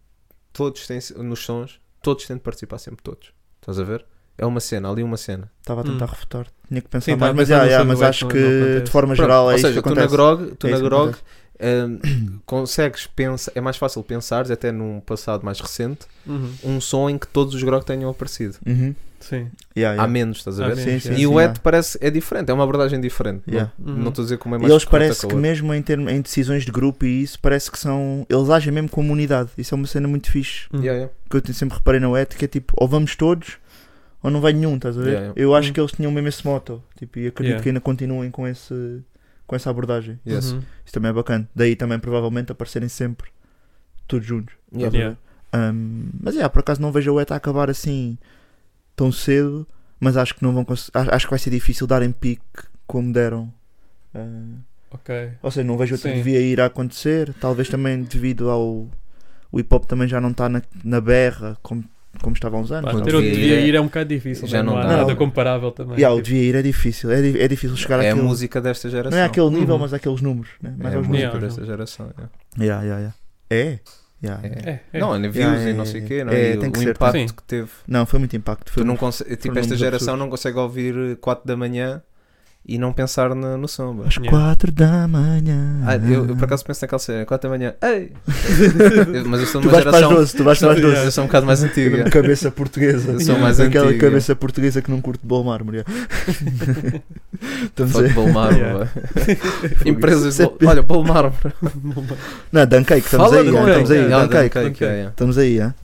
Speaker 6: todos têm, nos sons, todos têm de participar sempre, todos. Estás a ver? É uma cena, ali uma cena.
Speaker 5: Estava a tentar
Speaker 2: Hum.
Speaker 5: refutar, tinha que pensar
Speaker 2: Sim,
Speaker 5: mais,
Speaker 2: tá,
Speaker 5: mas,
Speaker 2: mas
Speaker 5: yeah,
Speaker 2: não
Speaker 5: yeah,
Speaker 2: sei
Speaker 5: mas
Speaker 2: do que é
Speaker 5: acho
Speaker 2: que
Speaker 5: que
Speaker 2: não- não
Speaker 5: de
Speaker 2: acontece.
Speaker 5: forma
Speaker 6: Pronto,
Speaker 5: geral é
Speaker 6: ou
Speaker 5: isto que
Speaker 6: seja, tu na
Speaker 5: acontece.
Speaker 6: Grog, tu
Speaker 5: É
Speaker 6: na
Speaker 5: isso que
Speaker 6: grog
Speaker 5: acontece.
Speaker 6: hum, consegues pensar, é mais fácil pensares, até num passado mais recente,
Speaker 2: Uhum.
Speaker 6: um som em que todos os Grog tenham aparecido.
Speaker 5: Uhum.
Speaker 2: Sim.
Speaker 5: Yeah,
Speaker 6: Há
Speaker 5: yeah.
Speaker 6: menos, estás a
Speaker 2: Há
Speaker 6: ver?
Speaker 2: menos.
Speaker 5: Sim,
Speaker 2: Sim,
Speaker 5: sim,
Speaker 6: E
Speaker 5: sim,
Speaker 6: o Wet
Speaker 5: yeah.
Speaker 6: parece, é diferente, é uma abordagem diferente. Não-
Speaker 5: Yeah.
Speaker 2: Uhum.
Speaker 6: Não estou a dizer como é
Speaker 5: E
Speaker 6: mais
Speaker 5: eles
Speaker 6: curta
Speaker 5: parece
Speaker 6: a
Speaker 5: que
Speaker 6: outra.
Speaker 5: mesmo em, termo, em decisões de grupo e isso, parece que são. Eles agem mesmo como unidade. Isso é uma cena muito fixe
Speaker 2: Uhum.
Speaker 6: Yeah, yeah.
Speaker 5: que eu te- sempre reparei na UET, que é tipo, ou vamos todos ou não vai nenhum, estás a ver?
Speaker 6: Yeah, yeah.
Speaker 5: Eu acho
Speaker 2: Uhum.
Speaker 5: que eles tinham mesmo esse moto tipo, e acredito
Speaker 2: Yeah.
Speaker 5: que ainda continuem com, esse, com essa abordagem.
Speaker 6: Yes.
Speaker 2: Uhum.
Speaker 5: Isso também é bacana. Daí também provavelmente aparecerem sempre todos juntos.
Speaker 6: Yeah.
Speaker 5: Estás a ver? Um, mas é, por acaso não vejo a UETA a acabar assim tão cedo, mas acho que não vão cons- a- acho que vai ser difícil darem pique como deram. Uh,
Speaker 2: Ok.
Speaker 5: ou seja, não vejo o que
Speaker 2: Sim.
Speaker 5: devia ir a acontecer, talvez também devido ao o hip hop também já não está na, na berra como, como estava há uns anos.
Speaker 2: Pá,
Speaker 6: Quando
Speaker 2: ter outro
Speaker 6: vier,
Speaker 2: dia ir é um bocado difícil.
Speaker 6: já
Speaker 2: né?
Speaker 6: não
Speaker 2: há
Speaker 5: dá.
Speaker 2: nada
Speaker 5: Não.
Speaker 2: comparável também.
Speaker 5: E yeah, o
Speaker 2: Tipo,
Speaker 5: devia ir é difícil, é, di- é difícil chegar
Speaker 6: É a
Speaker 5: àquele-
Speaker 6: música desta geração.
Speaker 5: não é àquele nível,
Speaker 2: Uhum.
Speaker 5: mas àqueles números, né? mais
Speaker 6: é a
Speaker 5: aos
Speaker 6: música
Speaker 5: números.
Speaker 2: Yeah,
Speaker 6: desta geração. yeah.
Speaker 5: Yeah, yeah, yeah. É? Yeah.
Speaker 6: É.
Speaker 2: é, é.
Speaker 6: Não, olha, views
Speaker 5: Yeah,
Speaker 6: e não
Speaker 5: é,
Speaker 6: sei o
Speaker 5: é,
Speaker 6: quê,
Speaker 5: é.
Speaker 6: não é?
Speaker 5: É,
Speaker 6: E o
Speaker 5: tem que
Speaker 6: o
Speaker 5: ser.
Speaker 6: impacto
Speaker 2: Sim.
Speaker 6: que teve.
Speaker 5: Não, foi muito impacto. Foi
Speaker 6: Tu não
Speaker 5: muito-
Speaker 6: conse- tipo,
Speaker 5: foram
Speaker 6: esta
Speaker 5: números
Speaker 6: geração não consegue ouvir 4 da manhã e não pensar na- no som. bro.
Speaker 5: Às
Speaker 2: Yeah.
Speaker 5: quatro da manhã.
Speaker 6: Ah, eu, eu por acaso penso naquela cena, 4 da manhã, ei! Mas eu sou de
Speaker 5: Tu
Speaker 6: uma
Speaker 5: vais para as
Speaker 6: geração.
Speaker 5: 12, tu vais para as 12.
Speaker 6: Eu sou um bocado mais antigo. yeah.
Speaker 5: cabeça portuguesa.
Speaker 6: Eu sou mais
Speaker 5: Aquela
Speaker 6: antigo,
Speaker 5: cabeça portuguesa que não curte bolo mármore. yeah. Estamos
Speaker 6: Fuck
Speaker 5: a...
Speaker 6: Bolo
Speaker 2: Yeah.
Speaker 6: Mármore. bro. Empresas. Bol- Olha, Bolo Mármore.
Speaker 5: Não, Duncake, é estamos
Speaker 6: Fala É,
Speaker 5: aí,
Speaker 6: de
Speaker 5: yeah,
Speaker 6: Duncake.
Speaker 5: estamos aí,
Speaker 6: Yeah,
Speaker 5: Duncake.
Speaker 6: Duncake, yeah, yeah.
Speaker 5: Estamos aí, yeah.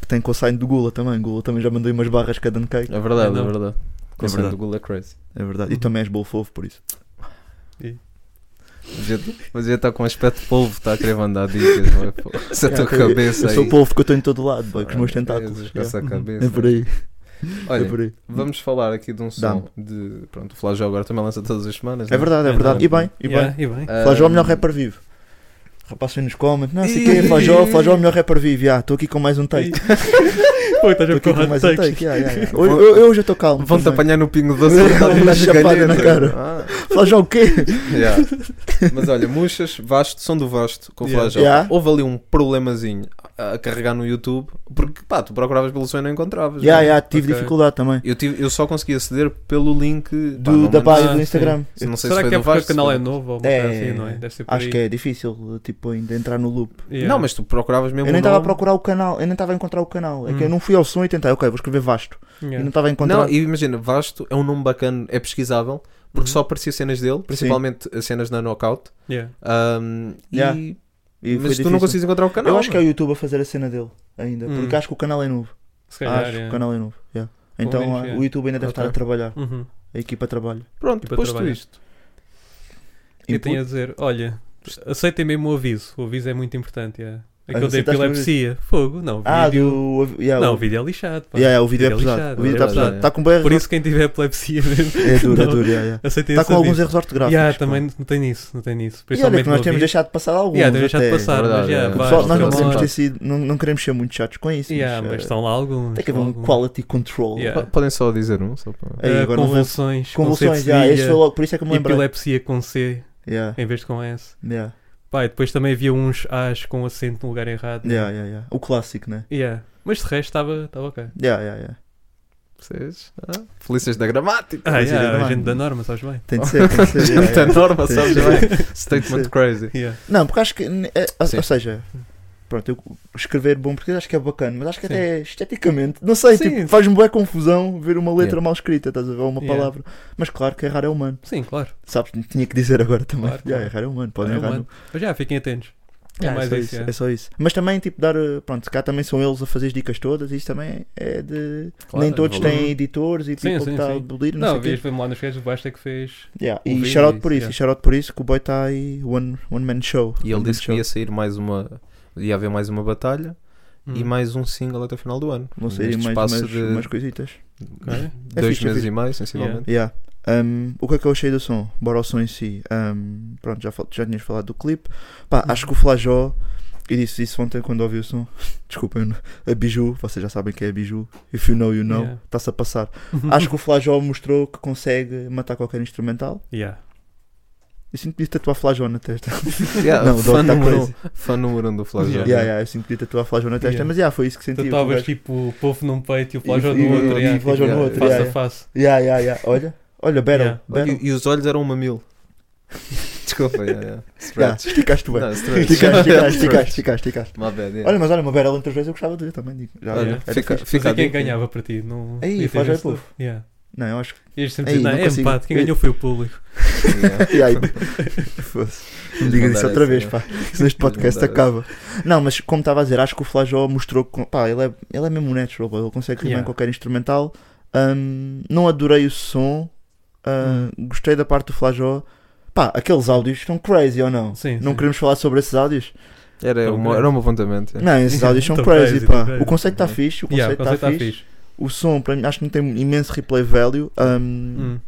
Speaker 5: que tem com o sign do Gula também. Gula também já mandou umas barras com a Duncake.
Speaker 6: É verdade, é
Speaker 2: Não.
Speaker 6: verdade.
Speaker 5: É
Speaker 6: Conceito
Speaker 5: verdade.
Speaker 6: do Google é crazy.
Speaker 5: É verdade. E
Speaker 2: Uhum.
Speaker 5: também és bolo fofo, por isso.
Speaker 2: E?
Speaker 6: Mas devia estar com um aspecto de polvo, está a querer mandar dicas, boy. pô. Essa tua
Speaker 5: Eu- eu-
Speaker 6: cabeça
Speaker 5: É, Eu
Speaker 6: aí.
Speaker 5: sou povo que eu estou em todo lado, boy, com os meus
Speaker 6: Ah,
Speaker 5: tentáculos.
Speaker 6: Jesus, com
Speaker 5: yeah.
Speaker 6: essa
Speaker 5: É
Speaker 6: cabeça.
Speaker 5: por aí,
Speaker 6: Olha,
Speaker 5: é por aí.
Speaker 6: vamos falar aqui de um som
Speaker 5: Dá-me.
Speaker 6: de. Pronto, o Flávio agora também lança todas as semanas.
Speaker 5: É verdade, é verdade. E bem, e bem.
Speaker 2: Yeah, e bem.
Speaker 6: Ah,
Speaker 5: Flajó é o melhor rapper vivo. Rapaz, vem nos comments. Não, sei
Speaker 6: Ih.
Speaker 5: quem é Flajó, Flajó é o melhor rapper vivo. Estou aqui com mais um take. Estou
Speaker 2: Pô, estás a
Speaker 5: aqui com
Speaker 2: correr
Speaker 5: mais um
Speaker 2: takes.
Speaker 5: take. yeah, yeah, yeah. Hoje- Eu eu hoje estou calmo.
Speaker 6: Vão-te
Speaker 5: também.
Speaker 6: apanhar no pingo doce quando estás
Speaker 5: Uma
Speaker 6: nas
Speaker 5: chapada na
Speaker 6: galhetas.
Speaker 5: cara.
Speaker 6: Ah,
Speaker 5: Flajó o quê?
Speaker 6: yeah. Mas olha, Muxas, Vasto, som do Vasto, com o
Speaker 2: Yeah.
Speaker 6: Flajó.
Speaker 5: Yeah.
Speaker 6: Houve ali um problemazinho a a carregar no YouTube, porque pá, tu procuravas pelo som e não encontravas.
Speaker 5: Já,
Speaker 6: né?
Speaker 5: já, tive
Speaker 2: Ok.
Speaker 5: dificuldade também.
Speaker 6: Eu, tive- eu só consegui aceder pelo link pá,
Speaker 5: Do-
Speaker 6: não é
Speaker 5: Da
Speaker 6: me-
Speaker 5: baia
Speaker 2: Ah,
Speaker 5: do Instagram.
Speaker 6: se Não sei
Speaker 2: Será
Speaker 6: se foi
Speaker 2: que é
Speaker 6: do
Speaker 2: porque o
Speaker 6: Vasto,
Speaker 2: canal é
Speaker 6: se-
Speaker 2: novo ou uma
Speaker 5: É,
Speaker 2: coisa assim, não é? Deve ser por
Speaker 5: Acho
Speaker 2: aí.
Speaker 5: que é difícil, tipo, ainda entrar no loop.
Speaker 2: Yeah.
Speaker 6: Não, mas tu procuravas mesmo.
Speaker 5: Eu nem
Speaker 6: o
Speaker 5: estava a
Speaker 6: nome.
Speaker 5: procurar o canal, eu nem estava a encontrar o canal. É que
Speaker 2: Hum.
Speaker 5: eu não fui ao som e tentei, ok, vou escrever vasto. E não
Speaker 2: Yeah.
Speaker 5: estava a encontrar.
Speaker 6: Não, e imagina, Vasto é um nome bacana, é pesquisável, porque
Speaker 2: Uhum.
Speaker 6: só aparecia cenas dele, principalmente as cenas da Knockout.
Speaker 2: Yeah.
Speaker 6: Ahm, e-
Speaker 5: Yeah. E foi
Speaker 6: mas tu não
Speaker 5: difícil.
Speaker 6: consegues encontrar o canal.
Speaker 5: Eu acho que é o
Speaker 6: mano.
Speaker 5: YouTube a fazer a cena dele ainda,
Speaker 2: Hum.
Speaker 5: porque acho que o canal é novo.
Speaker 2: Se calhar,
Speaker 5: acho que
Speaker 2: yeah.
Speaker 5: o canal é novo. yeah.
Speaker 2: Pelo
Speaker 5: Então
Speaker 2: menos,
Speaker 5: ah,
Speaker 2: yeah.
Speaker 5: o YouTube ainda deve
Speaker 6: Ok.
Speaker 5: estar a trabalhar.
Speaker 2: Uhum.
Speaker 5: A equipa trabalha.
Speaker 6: Pronto,
Speaker 2: E para
Speaker 6: depois tu
Speaker 2: trabalhar.
Speaker 6: isto.
Speaker 2: Eu
Speaker 5: Input.
Speaker 2: tenho a dizer, olha, aceitem mesmo o aviso. O aviso é muito importante. Yeah. Aquele da
Speaker 5: Ah, aceitaste o aviso?
Speaker 2: epilepsia. Fogo, não.
Speaker 5: Ah,
Speaker 2: vídeo...
Speaker 5: do. av- yeah,
Speaker 2: Não,
Speaker 5: o-
Speaker 2: o vídeo é lixado. pá.
Speaker 5: yeah, yeah, o vídeo é
Speaker 2: Vídeo é
Speaker 5: pesado.
Speaker 2: lixado,
Speaker 5: O vídeo está
Speaker 6: é verdade,
Speaker 5: pesado. Está com bem
Speaker 2: Por isso, quem tiver epilepsia mesmo,
Speaker 5: É duro, é
Speaker 2: Não.
Speaker 5: duro. yeah, yeah.
Speaker 2: aceitem
Speaker 5: Está
Speaker 2: esse
Speaker 5: com alguns
Speaker 2: aviso.
Speaker 5: erros ortográficos.
Speaker 2: Yeah,
Speaker 5: pá.
Speaker 2: também não tem nisso, não tem nisso.
Speaker 5: E olha
Speaker 2: Principalmente
Speaker 5: que
Speaker 2: no
Speaker 5: nós temos
Speaker 2: aviso.
Speaker 5: deixado de passar alguns.
Speaker 2: Yeah, temos deixado
Speaker 5: até.
Speaker 2: de passar, mas
Speaker 6: Verdade,
Speaker 2: yeah,
Speaker 6: é.
Speaker 2: vai,
Speaker 5: Pessoal, nós
Speaker 6: não
Speaker 5: não
Speaker 6: tem
Speaker 5: podemos
Speaker 2: lá.
Speaker 5: ter sido, não, não queremos ser muito chatos com isso.
Speaker 2: Yeah, mas
Speaker 5: mas, eh,
Speaker 2: estão lá alguns.
Speaker 5: tem que haver um
Speaker 2: alguns.
Speaker 5: quality control.
Speaker 2: Yeah.
Speaker 6: P- Podem só dizer um, só para.
Speaker 5: Aí,
Speaker 2: Ah,
Speaker 5: agora não vou-
Speaker 2: convulsões, com
Speaker 5: Convulsões,
Speaker 2: C de
Speaker 5: yeah,
Speaker 2: cedilha,
Speaker 5: esse foi logo, por isso é que eu me lembrei.
Speaker 2: epilepsia com C
Speaker 5: Yeah,
Speaker 2: em vez de com S.
Speaker 5: yeah,
Speaker 2: Pá, e depois também havia uns A's com acento no lugar errado.
Speaker 5: yeah, yeah, yeah. O clássico, né?
Speaker 2: Yeah. Mas de resto estava estava ok.
Speaker 5: Yeah, yeah, yeah.
Speaker 6: Vocês? Ah, felícias da gramática.
Speaker 2: Ah,
Speaker 5: Mas é
Speaker 2: yeah,
Speaker 5: ainda
Speaker 2: a
Speaker 5: bem.
Speaker 2: gente da norma, sabes bem?
Speaker 5: Tem de ser, tem de ser. yeah,
Speaker 6: Gente, a
Speaker 5: yeah.
Speaker 6: norma,
Speaker 5: Sim.
Speaker 6: sabes bem? Statement
Speaker 5: Sim.
Speaker 6: crazy.
Speaker 2: Yeah.
Speaker 5: Não, porque acho que. né, é, ou,
Speaker 6: Sim.
Speaker 5: ou seja, pronto, eu escrever bom português acho que é bacana, mas acho que até esteticamente, não sei,
Speaker 2: Sim.
Speaker 5: tipo, faz-me boa confusão ver uma letra
Speaker 6: Yeah.
Speaker 5: mal escrita, estás a ver? Ou uma
Speaker 2: Yeah.
Speaker 5: palavra. Mas claro que errar é humano,
Speaker 2: Sim, claro.
Speaker 5: sabes? Tinha que dizer agora também.
Speaker 2: Claro,
Speaker 5: Yeah,
Speaker 2: claro.
Speaker 5: errar é humano, podem
Speaker 2: É
Speaker 5: errar.
Speaker 2: humano. Mas já, fiquem atentos. É
Speaker 5: Ah,
Speaker 2: mais
Speaker 5: só
Speaker 2: isso, é.
Speaker 5: é só isso. Mas também, tipo, dar. eh, Pronto, cá também são eles a fazer as dicas todas. Isso também é de.
Speaker 6: Claro,
Speaker 5: Nem todos
Speaker 6: é
Speaker 2: valor.
Speaker 5: têm editores e
Speaker 2: Sim,
Speaker 5: people
Speaker 2: sim,
Speaker 5: que está a
Speaker 2: sim.
Speaker 5: abolir. Não,
Speaker 2: Não,
Speaker 5: sei o
Speaker 2: vês,
Speaker 5: quê.
Speaker 2: vemos lá nos gajos, o Basta que fez.
Speaker 5: Yeah,
Speaker 2: o
Speaker 5: E
Speaker 2: vídeo,
Speaker 5: shout out por
Speaker 2: isso,
Speaker 5: isso,
Speaker 2: yeah.
Speaker 5: e shout out por isso que o boy está aí. One, one Man Show.
Speaker 6: E ele
Speaker 5: one man
Speaker 6: disse que
Speaker 5: show.
Speaker 6: ia sair mais uma. ia haver mais uma batalha
Speaker 2: Hum,
Speaker 6: e mais um single até o final do ano.
Speaker 5: Vão sair
Speaker 6: Neste
Speaker 5: Hum. mais
Speaker 6: espaço
Speaker 5: umas,
Speaker 6: de
Speaker 5: umas coisitas.
Speaker 2: Ok.
Speaker 5: É
Speaker 6: dois
Speaker 5: fixe, é
Speaker 6: meses
Speaker 5: fixe.
Speaker 6: e meio, sensivelmente.
Speaker 5: Yeah. Um, o que é que eu achei do som? Bora ao som em si. Um, pronto, já, fal- já tinhas falado do clipe. Pá,
Speaker 2: Uhum.
Speaker 5: acho que o Flajó. E disse isso ontem quando ouvi o som. Desculpem, eu não- a Biju, vocês já sabem que é a Biju. If you know, you know.
Speaker 2: Yeah.
Speaker 5: Está-se a passar. Acho que o Flajó mostrou que consegue matar qualquer instrumental.
Speaker 2: Yeah.
Speaker 5: Eu sinto que podia tatuar Flajó na testa.
Speaker 6: Yeah,
Speaker 5: Não, o
Speaker 6: fã,
Speaker 5: Dog tá
Speaker 6: número,
Speaker 5: crazy.
Speaker 6: um- fã número um do Flávio.
Speaker 2: Yeah.
Speaker 5: Yeah, yeah, eu sinto que podia tatuar Flajó na testa,
Speaker 2: Yeah.
Speaker 5: mas yeah, foi isso que senti.
Speaker 2: Tatuavas
Speaker 5: Foi-
Speaker 2: tipo o povo num peito e o plágio
Speaker 5: E-
Speaker 2: no
Speaker 5: e-
Speaker 2: outro.
Speaker 5: e
Speaker 2: yeah,
Speaker 5: plágio
Speaker 2: tipo,
Speaker 6: no outro,
Speaker 2: Face a
Speaker 5: yeah,
Speaker 2: face.
Speaker 5: yeah, yeah, yeah. Olha, olha, Battle.
Speaker 2: Yeah.
Speaker 5: battle.
Speaker 6: E, e os olhos eram uma mil. Desculpa, yeah, yeah.
Speaker 5: Yeah,
Speaker 6: Stretch.
Speaker 5: esticaste bem.
Speaker 6: Não, stretch.
Speaker 5: Esticaste, esticaste,
Speaker 6: Stretch.
Speaker 5: esticaste, esticaste, esticaste.
Speaker 6: My bad, yeah.
Speaker 5: Olha, mas olha, uma Battle entre os dois eu gostava de ver também. Digo. Já,
Speaker 6: Olha,
Speaker 5: era
Speaker 6: fica,
Speaker 5: fixe.
Speaker 2: Mas
Speaker 6: fica
Speaker 2: é
Speaker 6: a
Speaker 2: quem
Speaker 6: dica.
Speaker 2: ganhava para ti. Não...
Speaker 5: Aí,
Speaker 2: ia ter
Speaker 5: Flávio é
Speaker 2: esse-
Speaker 5: povo.
Speaker 2: Yeah.
Speaker 5: Não, eu acho que.
Speaker 2: Ias sempre
Speaker 5: Ei,
Speaker 2: dizer, não,
Speaker 5: não
Speaker 2: é
Speaker 5: consigo.
Speaker 2: empate, quem
Speaker 5: Eu-
Speaker 2: ganhou foi o público.
Speaker 6: Yeah.
Speaker 5: E aí, fosse. Não me digas isso
Speaker 6: Mandar
Speaker 5: outra
Speaker 6: essa,
Speaker 5: vez,
Speaker 6: né?
Speaker 5: pá. Senão este podcast
Speaker 6: Mandar
Speaker 5: acaba. Não, mas como estava a dizer, acho que o Flajó mostrou que pá, ele é, ele é mesmo natural, pá, ele consegue rimar
Speaker 2: Yeah.
Speaker 5: em qualquer instrumental. Hum, não adorei o som. hum, Gostei da parte do Flajó. Pá, aqueles áudios estão crazy ou não?
Speaker 2: Sim,
Speaker 5: Não
Speaker 2: sim.
Speaker 5: queremos falar sobre esses áudios?
Speaker 6: Era,
Speaker 2: Tão
Speaker 6: uma,
Speaker 2: grande.
Speaker 6: era um apontamento. yeah.
Speaker 5: Não, esses áudios são
Speaker 2: Tão
Speaker 5: crazy,
Speaker 2: crazy,
Speaker 5: pá.
Speaker 2: tão crazy.
Speaker 5: O conceito está fixe, o
Speaker 2: Yeah, o
Speaker 5: conceito está
Speaker 2: conceito está
Speaker 5: fixe.
Speaker 2: fixe.
Speaker 5: O som, para mim, acho que não tem imenso replay value. Hum,
Speaker 2: Hum,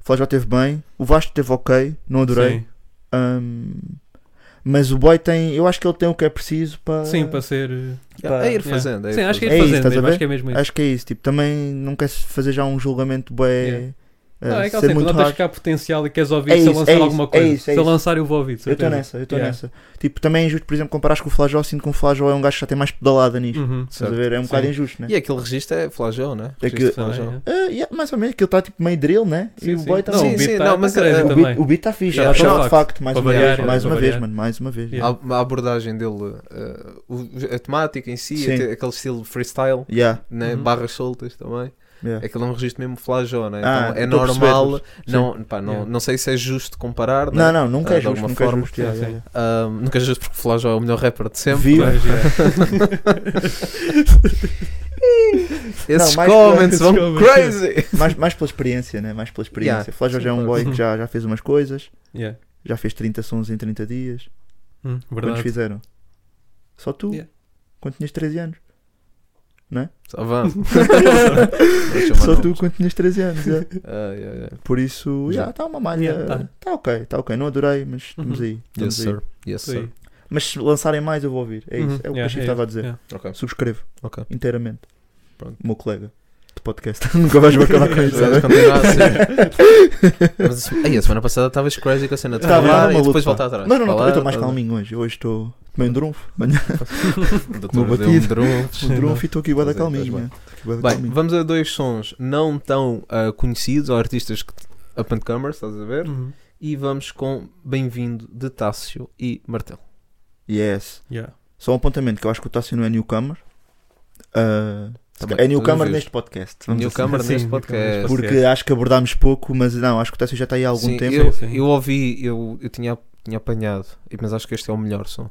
Speaker 5: O Flajó teve bem. O Vasco teve ok, não adorei.
Speaker 2: Sim,
Speaker 5: Hum, mas o boy tem, eu acho que ele tem o que é preciso para.
Speaker 2: Sim, para ser. eh,
Speaker 6: Yeah, É ir
Speaker 2: yeah.
Speaker 6: fazendo. é ir
Speaker 2: Sim, acho que
Speaker 5: é
Speaker 2: é
Speaker 5: isso,
Speaker 2: ir fazendo,
Speaker 5: estás a
Speaker 2: mesmo,
Speaker 5: ver?
Speaker 2: acho que é mesmo isso.
Speaker 5: Acho que é isso. Tipo, também não quer fazer já um julgamento boy.
Speaker 2: Yeah. Não, é que
Speaker 5: ser
Speaker 2: assim, tu
Speaker 5: muito
Speaker 2: notas
Speaker 5: raro.
Speaker 2: que há potencial e queres ouvir
Speaker 5: É
Speaker 2: se eu
Speaker 5: isso,
Speaker 2: lançar
Speaker 5: é isso,
Speaker 2: alguma
Speaker 5: é
Speaker 2: coisa.
Speaker 5: isso, é
Speaker 2: se eu
Speaker 5: isso.
Speaker 2: lançar, eu vou ouvir. de
Speaker 5: Eu estou
Speaker 2: certeza.
Speaker 5: nessa, eu estou
Speaker 2: Yeah.
Speaker 5: nessa. Tipo, também é injusto, por exemplo, comparar com o Flajó, sinto que um Flajó é um gajo que já tem mais pedalada nisto.
Speaker 2: Uhum.
Speaker 5: Estás a ver? É um
Speaker 2: Sim.
Speaker 5: bocado injusto, né?
Speaker 6: E aquele registro é flagel, né?
Speaker 5: É
Speaker 6: Registro
Speaker 5: que-
Speaker 6: flagel.
Speaker 2: Também, é.
Speaker 5: Ah, yeah, mais ou menos, aquilo está tipo meio drill, né? e
Speaker 2: Sim,
Speaker 5: o
Speaker 2: sim.
Speaker 5: boy está
Speaker 2: Não,
Speaker 6: Sim,
Speaker 2: o
Speaker 6: sim,
Speaker 2: beat
Speaker 6: não,
Speaker 2: tá-
Speaker 6: mas
Speaker 2: tá
Speaker 6: era-
Speaker 2: crazy
Speaker 5: o
Speaker 2: também.
Speaker 5: beat, o beat está fixe.
Speaker 2: Yeah,
Speaker 5: Shout
Speaker 2: shout
Speaker 5: out
Speaker 2: out.
Speaker 5: Fact, é mais
Speaker 2: Para
Speaker 5: uma
Speaker 2: variar,
Speaker 5: vez, mais
Speaker 2: para
Speaker 5: uma vez,
Speaker 2: variar.
Speaker 5: mano, mais uma vez.
Speaker 2: Yeah.
Speaker 6: A, a abordagem dele, eh, o- a temática em si,
Speaker 5: Sim.
Speaker 6: até aquele estilo freestyle,
Speaker 5: Yeah,
Speaker 6: né?
Speaker 2: Uhum.
Speaker 6: barras soltas também.
Speaker 5: yeah.
Speaker 6: Aquele é um registro mesmo flagel, né?
Speaker 5: Ah,
Speaker 6: então é
Speaker 5: tô a perceber, tô a
Speaker 6: normal.
Speaker 5: perceber.
Speaker 6: Não, pá, não,
Speaker 2: Yeah.
Speaker 6: não sei se é justo comparar. né?
Speaker 5: Não, não, nunca
Speaker 6: Ah,
Speaker 5: é
Speaker 6: de
Speaker 5: justo,
Speaker 6: alguma
Speaker 5: nunca é
Speaker 6: forma,
Speaker 5: justo. yeah,
Speaker 2: sim,
Speaker 5: yeah, yeah.
Speaker 6: Ah, nunca é justo porque o flagel é o melhor rapper de sempre.
Speaker 5: Viva.
Speaker 2: Mas, yeah.
Speaker 6: Esses
Speaker 5: mais
Speaker 6: comments
Speaker 5: esses
Speaker 6: vão
Speaker 2: comments.
Speaker 6: crazy!
Speaker 5: Mais, mais pela experiência, né? Mais pela experiência.
Speaker 6: Yeah,
Speaker 5: Flajó
Speaker 2: Uhum.
Speaker 6: sim,
Speaker 5: já é um
Speaker 6: claro.
Speaker 5: boy que já, já fez umas coisas.
Speaker 2: Yeah.
Speaker 5: Já fez 30 sons em 30 dias.
Speaker 2: Hum,
Speaker 5: Quantos
Speaker 2: verdade.
Speaker 5: fizeram? Só tu.
Speaker 2: Yeah.
Speaker 5: Quando tinhas 13 anos.
Speaker 6: Só vamos. Deixa eu
Speaker 5: Só
Speaker 6: mandar Ah,
Speaker 5: tu
Speaker 6: um-
Speaker 5: quando tinhas 13 anos. yeah.
Speaker 6: Ai, ai, ai.
Speaker 5: Por isso, já está uma malha.
Speaker 2: Yeah,
Speaker 5: Está
Speaker 2: tá.
Speaker 5: ok, está ok. Não adorei, mas estamos
Speaker 2: Uhum.
Speaker 5: aí.
Speaker 6: Yes,
Speaker 5: Estamos aí.
Speaker 6: sir. Yes,
Speaker 2: Isso aí.
Speaker 6: sir.
Speaker 5: Mas se lançarem mais, eu vou ouvir. É
Speaker 2: Uhum,
Speaker 5: isso. É o que
Speaker 2: yeah,
Speaker 5: o Chico
Speaker 2: é
Speaker 5: estava a
Speaker 2: isso,
Speaker 5: dizer.
Speaker 2: yeah.
Speaker 6: Ok.
Speaker 5: Subscrevo
Speaker 6: Ok.
Speaker 5: inteiramente.
Speaker 6: Pronto.
Speaker 5: O meu colega de podcast. Nunca vais bacanar com isso. sabe?
Speaker 6: Tivemos que continuar assim. Mas isso- Ai, a semana passada estavas crazy com a cena de
Speaker 5: Estava
Speaker 6: falar e
Speaker 5: maluco,
Speaker 6: depois
Speaker 5: pá.
Speaker 6: voltar atrás.
Speaker 5: Não, não, não.
Speaker 6: Falar, tá
Speaker 5: Eu estou mais
Speaker 6: falar.
Speaker 5: calminho hoje. Hoje estou. Tomei um drunfo. Amanhã
Speaker 6: O doutor
Speaker 5: Como
Speaker 6: deu um
Speaker 5: batido.
Speaker 6: drunfo.
Speaker 5: um
Speaker 2: tá.
Speaker 5: drunfo e estou aqui bué da
Speaker 6: Estás aí, estás
Speaker 5: calminho. né? Bué da
Speaker 6: Bem,
Speaker 5: calminho.
Speaker 6: vamos a dois sons não tão ah, conhecidos ou artistas que up and comers, estás a ver?
Speaker 2: Uhum.
Speaker 6: E vamos com Bem-vindo de Tássio e Martelo.
Speaker 5: Yes.
Speaker 2: Yeah.
Speaker 5: Só um apontamento que eu acho que o Tássio não é newcomer. Ah,
Speaker 6: Também,
Speaker 5: é
Speaker 6: Tá todos
Speaker 5: newcomer
Speaker 6: os
Speaker 5: neste podcast. vamos assim.
Speaker 6: Newcomer
Speaker 2: assim.
Speaker 6: neste
Speaker 2: Sim,
Speaker 6: podcast.
Speaker 2: newcomer
Speaker 5: Porque acho que abordámos pouco, mas não, acho que o Tássio já está aí há algum
Speaker 6: Sim,
Speaker 5: tempo.
Speaker 6: Eu,
Speaker 2: Sim, sim.
Speaker 6: eu ouvi, eu, eu tinha, tinha apanhado, e- mas acho que este é o melhor som.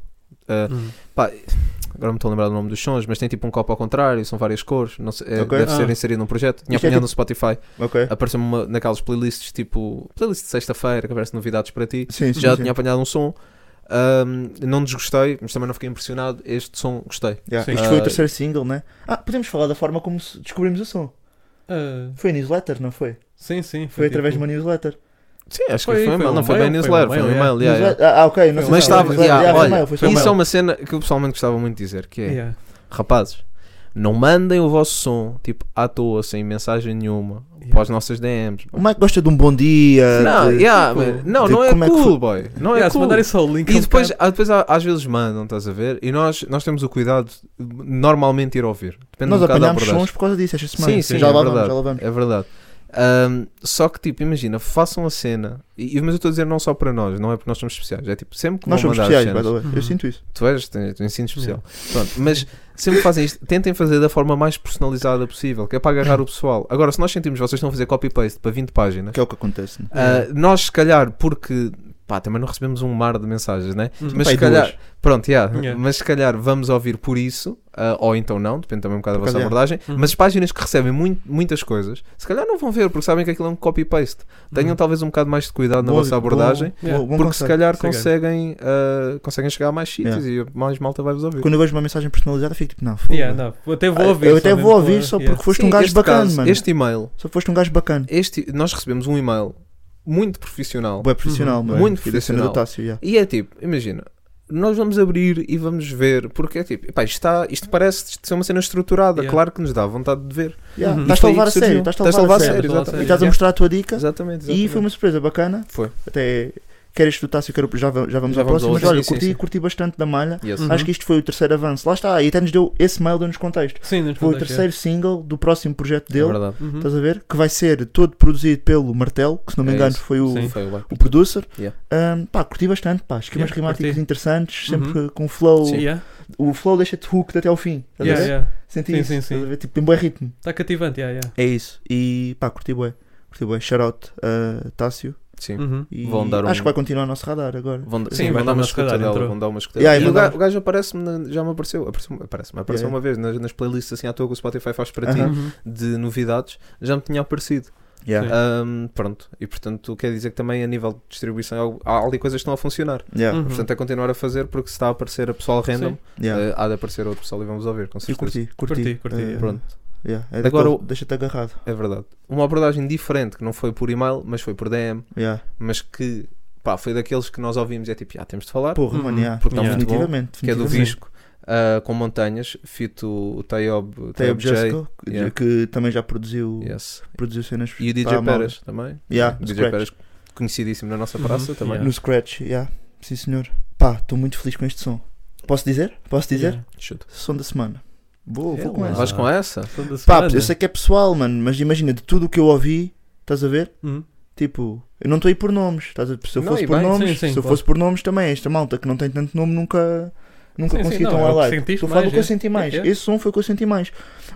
Speaker 6: Ah,
Speaker 2: Uhum.
Speaker 6: pá, agora não me estou a lembrar do nome dos sons, mas tem tipo um copo ao contrário, são várias cores, não sei- é,
Speaker 5: Ok.
Speaker 6: deve ser
Speaker 2: Ah.
Speaker 6: inserido num projeto. Tinha
Speaker 5: Isto é tipo-
Speaker 6: apanhado no Spotify,
Speaker 5: Ok.
Speaker 6: apareceu-me uma- naquelas playlists tipo playlist de sexta-feira, que aparece novidades para ti.
Speaker 5: Sim, sim,
Speaker 6: já
Speaker 5: sim.
Speaker 6: tinha apanhado um som. ahm, não desgostei, mas também não fiquei impressionado. Este som gostei.
Speaker 5: Yeah,
Speaker 2: Sim.
Speaker 5: Isto foi o
Speaker 6: Ah,
Speaker 5: terceiro single, né? Ah, podemos falar da forma como se- descobrimos o som.
Speaker 2: Ah,
Speaker 5: Foi a newsletter, não foi?
Speaker 2: sim, sim.
Speaker 5: Foi através de
Speaker 2: tipo-
Speaker 5: uma newsletter.
Speaker 6: Sim, acho
Speaker 2: Foi-
Speaker 6: que foi
Speaker 2: foi
Speaker 6: um e-mail,
Speaker 2: um
Speaker 6: não foi
Speaker 2: mail,
Speaker 6: bem
Speaker 2: foi um
Speaker 6: newsletter, foi um
Speaker 2: mail, yeah.
Speaker 6: e-mail. yeah, yeah.
Speaker 5: Newsletter- Ah, ok. Não sei
Speaker 6: Mas
Speaker 5: se foi
Speaker 6: estava,
Speaker 5: newsletter.
Speaker 6: yeah,
Speaker 5: foi
Speaker 6: olha,
Speaker 5: mail, foi um só
Speaker 6: isso
Speaker 5: mail.
Speaker 6: é uma cena que eu pessoalmente gostava muito de dizer, que é,
Speaker 2: Yeah.
Speaker 6: rapazes, não mandem o vosso som, tipo, à toa, sem mensagem nenhuma,
Speaker 2: Yeah.
Speaker 6: para as nossas DMs.
Speaker 5: O Mike gosta de um bom dia.
Speaker 6: Não,
Speaker 5: de-
Speaker 6: yeah,
Speaker 2: tipo,
Speaker 6: man, não,
Speaker 5: de
Speaker 6: não é
Speaker 5: como é que
Speaker 6: cool,
Speaker 5: foi-
Speaker 6: boy. Não
Speaker 2: Yeah,
Speaker 6: é
Speaker 2: se
Speaker 6: cool.
Speaker 2: mandarem só o link. é
Speaker 6: E
Speaker 2: um
Speaker 6: depois,
Speaker 2: bocado-
Speaker 6: ah, depois há- às vezes mandam, estás a ver? E nós, nós temos o cuidado de normalmente ir ouvir. Depende
Speaker 5: Nós
Speaker 6: um bocado da
Speaker 5: apanhámos
Speaker 6: abordagem.
Speaker 5: sons por causa disso esta semana.
Speaker 6: Sim, sim,
Speaker 5: já
Speaker 6: é
Speaker 5: lá vamos,
Speaker 6: verdade.
Speaker 5: já lá vamos.
Speaker 6: É verdade. Ahm, só que, tipo, imagina, façam a cena. E, e- mas eu estou a dizer não só para nós, não é porque nós somos especiais. É tipo, sempre que
Speaker 5: Nós
Speaker 6: vão
Speaker 5: somos
Speaker 6: mandar
Speaker 5: especiais,
Speaker 6: as
Speaker 5: by the
Speaker 6: cenas,
Speaker 5: way. Eu
Speaker 2: Uhum.
Speaker 5: sinto isso.
Speaker 6: tu és, tens, tens ensino especial. Pronto, mas sempre que fazem isto, tentem fazer da forma mais personalizada possível, que é para agarrar o pessoal. Agora, se nós sentimos vocês estão a fazer copy-paste para 20 páginas,
Speaker 5: Que é o que acontece. Né?
Speaker 6: ah, nós, se calhar, porque. Pá, também não recebemos um mar de mensagens, né?
Speaker 2: Uhum.
Speaker 6: Mas
Speaker 5: Pá, e
Speaker 6: se calhar,
Speaker 5: duas.
Speaker 6: Pronto, yeah.
Speaker 2: Yeah.
Speaker 6: mas se calhar vamos ouvir por isso, ah, ou então não, depende também um bocado da
Speaker 5: Por
Speaker 6: vossa
Speaker 5: acaso,
Speaker 6: abordagem.
Speaker 2: Uhum.
Speaker 6: Mas páginas que recebem mui- muitas coisas, se calhar não vão ver, porque sabem que aquilo é um copy-paste. Tenham
Speaker 2: Uhum.
Speaker 6: talvez um bocado mais de cuidado na
Speaker 5: Boa-
Speaker 6: vossa abordagem,
Speaker 5: boa-
Speaker 2: Yeah.
Speaker 5: boa- bom
Speaker 6: porque se
Speaker 5: conselho.
Speaker 6: calhar
Speaker 2: Sim,
Speaker 6: conseguem, ah, conseguem chegar a mais sítios e mais malta vai-vos ouvir.
Speaker 5: Quando eu vejo uma mensagem personalizada, fico tipo, não, foda.
Speaker 2: Yeah, não, eu até vou
Speaker 5: Ah,
Speaker 2: ouvir.
Speaker 5: eu
Speaker 2: só
Speaker 5: até
Speaker 2: mesmo
Speaker 5: vou
Speaker 2: para-
Speaker 5: ouvir só
Speaker 2: yeah.
Speaker 5: porque foste
Speaker 6: Sim,
Speaker 5: um gajo
Speaker 6: este
Speaker 5: bacana,
Speaker 6: caso,
Speaker 5: mano.
Speaker 6: Este e-mail,
Speaker 5: Só foste um gajo bacana.
Speaker 6: este, nós recebemos um e-mail muito profissional
Speaker 5: Bué profissional,
Speaker 2: Uhum.
Speaker 5: mano.
Speaker 6: Muito
Speaker 5: E da cena
Speaker 6: profissional.
Speaker 5: do Tássio, yeah.
Speaker 6: e é tipo, imagina. Nós vamos abrir e vamos ver, porque é tipo, epá, isto, está, isto parece ser uma cena estruturada,
Speaker 2: Yeah.
Speaker 6: claro que nos dá vontade de ver.
Speaker 5: Yeah,
Speaker 2: Uhum.
Speaker 5: Estás-te a
Speaker 6: E foi
Speaker 5: levar
Speaker 6: aí
Speaker 5: a
Speaker 6: que
Speaker 5: sério,
Speaker 6: surgiu.
Speaker 5: estás-te a levar a
Speaker 2: Estás
Speaker 5: sério.
Speaker 2: a levar a
Speaker 5: E
Speaker 2: sério,
Speaker 5: estás a
Speaker 2: yeah.
Speaker 5: mostrar a tua dica.
Speaker 6: Exatamente,
Speaker 5: E foi uma surpresa bacana.
Speaker 6: Foi.
Speaker 5: Até quer este do Tássio, quer o- já, va- já vamos
Speaker 6: Já
Speaker 5: à
Speaker 6: vamos
Speaker 5: próxima.
Speaker 6: ao
Speaker 5: Mas
Speaker 6: outro,
Speaker 5: olha,
Speaker 6: sim,
Speaker 5: curti,
Speaker 6: sim, sim.
Speaker 5: curti bastante da malha.
Speaker 6: Yes.
Speaker 2: Uhum.
Speaker 5: Acho que isto foi o terceiro avanço. Lá está, e até nos deu esse mail, deu-nos contexto.
Speaker 2: Sim, nos
Speaker 5: Foi o
Speaker 2: contactos,
Speaker 5: terceiro single do próximo projeto
Speaker 6: É
Speaker 5: dele.
Speaker 6: verdade.
Speaker 2: yeah. Uhum.
Speaker 5: Estás a ver? Que vai ser todo produzido pelo Martelo, que se não me
Speaker 6: É
Speaker 5: engano
Speaker 6: isso.
Speaker 5: foi o,
Speaker 2: Sim.
Speaker 6: Foi bem.
Speaker 5: o producer.
Speaker 6: Yeah.
Speaker 5: Ahm, pá, curti bastante, pá. Esquemas
Speaker 2: Yeah,
Speaker 5: climáticos
Speaker 2: curti.
Speaker 5: interessantes, sempre
Speaker 2: Uhum.
Speaker 5: com flow.
Speaker 6: Sim.
Speaker 2: Yeah.
Speaker 5: O flow deixa-te hooked até ao fim. Estás
Speaker 2: Yeah,
Speaker 5: a ver?
Speaker 2: yeah.
Speaker 5: Senti
Speaker 2: Sim,
Speaker 5: isso.
Speaker 2: sim,
Speaker 5: estás
Speaker 2: sim.
Speaker 5: a ver? Tipo, tem bom ritmo.
Speaker 2: Está cativante, yeah, yeah.
Speaker 5: É isso. E pá, curti bué. Curti bué. Shoutout a Tássio.
Speaker 6: Sim.
Speaker 2: Uhum.
Speaker 5: E
Speaker 6: Vão dar um-
Speaker 5: Acho que vai continuar o nosso radar agora.
Speaker 6: Vão,
Speaker 2: Sim,
Speaker 6: sim,
Speaker 2: vai
Speaker 6: vão
Speaker 2: dar
Speaker 6: dar
Speaker 2: uma
Speaker 6: uma escuta
Speaker 2: escutada,
Speaker 6: dela,
Speaker 2: entrou.
Speaker 6: vão dar uma escuta.
Speaker 5: Yeah,
Speaker 6: e
Speaker 5: e
Speaker 6: o
Speaker 5: mandaram-
Speaker 6: gajo, o gajo aparece-me, na- já me apareceu, apareceu aparece-me, apareceu
Speaker 5: Yeah.
Speaker 6: uma vez nas, nas playlists assim à toa que o Spotify faz para ti
Speaker 2: Uhum.
Speaker 6: de novidades, já me tinha aparecido.
Speaker 5: Yeah.
Speaker 2: Sim.
Speaker 6: Ahm, pronto, e portanto quer dizer que também a nível de distribuição há al- há ali coisas que estão a funcionar.
Speaker 5: Yeah.
Speaker 2: Uhum.
Speaker 6: Portanto é continuar a fazer porque se está a aparecer a pessoal random,
Speaker 5: Yeah.
Speaker 6: eh, há de aparecer outro pessoal e vamos ouvir, com
Speaker 5: Eu
Speaker 6: certeza.
Speaker 5: curti, curti.
Speaker 2: Curti, curti,
Speaker 5: Eh,
Speaker 2: yeah.
Speaker 6: Pronto,
Speaker 5: yeah. É
Speaker 6: Agora
Speaker 5: daquele-
Speaker 6: o-
Speaker 5: Deixa-te agarrado.
Speaker 6: é verdade. Uma abordagem diferente que não foi por e-mail, mas foi por DM,
Speaker 5: Yeah.
Speaker 6: mas que pá, foi daqueles que nós ouvimos e é tipo, já temos de falar.
Speaker 5: Porra,
Speaker 2: Uhum.
Speaker 5: mano, yeah.
Speaker 6: Porque
Speaker 2: tá muito bom,
Speaker 5: definitivamente.
Speaker 6: que é do
Speaker 5: definitivamente.
Speaker 6: Visco, ah, com montanhas, fito o Tayob,
Speaker 5: Tem o
Speaker 6: Tayob J.
Speaker 5: Jessico, que-
Speaker 6: yeah.
Speaker 5: que também já produziu,
Speaker 6: Yes.
Speaker 5: produziu cenas
Speaker 6: E o
Speaker 5: para a
Speaker 6: DJ
Speaker 5: mala.
Speaker 6: Pérez também.
Speaker 5: Tá Yeah,
Speaker 6: O DJ
Speaker 5: Scratch.
Speaker 6: Pérez, conhecidíssimo na nossa praça
Speaker 2: Uhum,
Speaker 6: também.
Speaker 2: yeah.
Speaker 5: No Scratch, yeah. sim senhor. Pá, estou muito feliz com este som. Posso dizer? Posso dizer?
Speaker 2: Yeah.
Speaker 6: Chuta.
Speaker 5: Som da semana. Boa, vou com
Speaker 2: lá.
Speaker 5: essa.
Speaker 6: Vais com essa?
Speaker 2: Som da
Speaker 5: Pá,
Speaker 2: semana.
Speaker 5: eu sei que é pessoal, mano, mas imagina de tudo o que eu ouvi, estás a ver?
Speaker 2: Uhum.
Speaker 5: Tipo, eu não estou aí por nomes, estás a ver? Se eu
Speaker 6: Não,
Speaker 5: fosse
Speaker 6: e
Speaker 5: por
Speaker 6: bem,
Speaker 5: nomes,
Speaker 2: sim, sim,
Speaker 5: se eu
Speaker 2: claro.
Speaker 5: fosse por nomes também, esta malta que não tem tanto nome nunca, nunca
Speaker 2: Sim, sim,
Speaker 5: consegui
Speaker 2: não,
Speaker 5: tão
Speaker 2: é o que
Speaker 5: highlight.
Speaker 2: sentiste
Speaker 5: Estou a falar do
Speaker 2: mais,
Speaker 5: que eu
Speaker 2: é.
Speaker 5: senti mais.
Speaker 2: É.
Speaker 5: Esse som foi o que eu senti mais.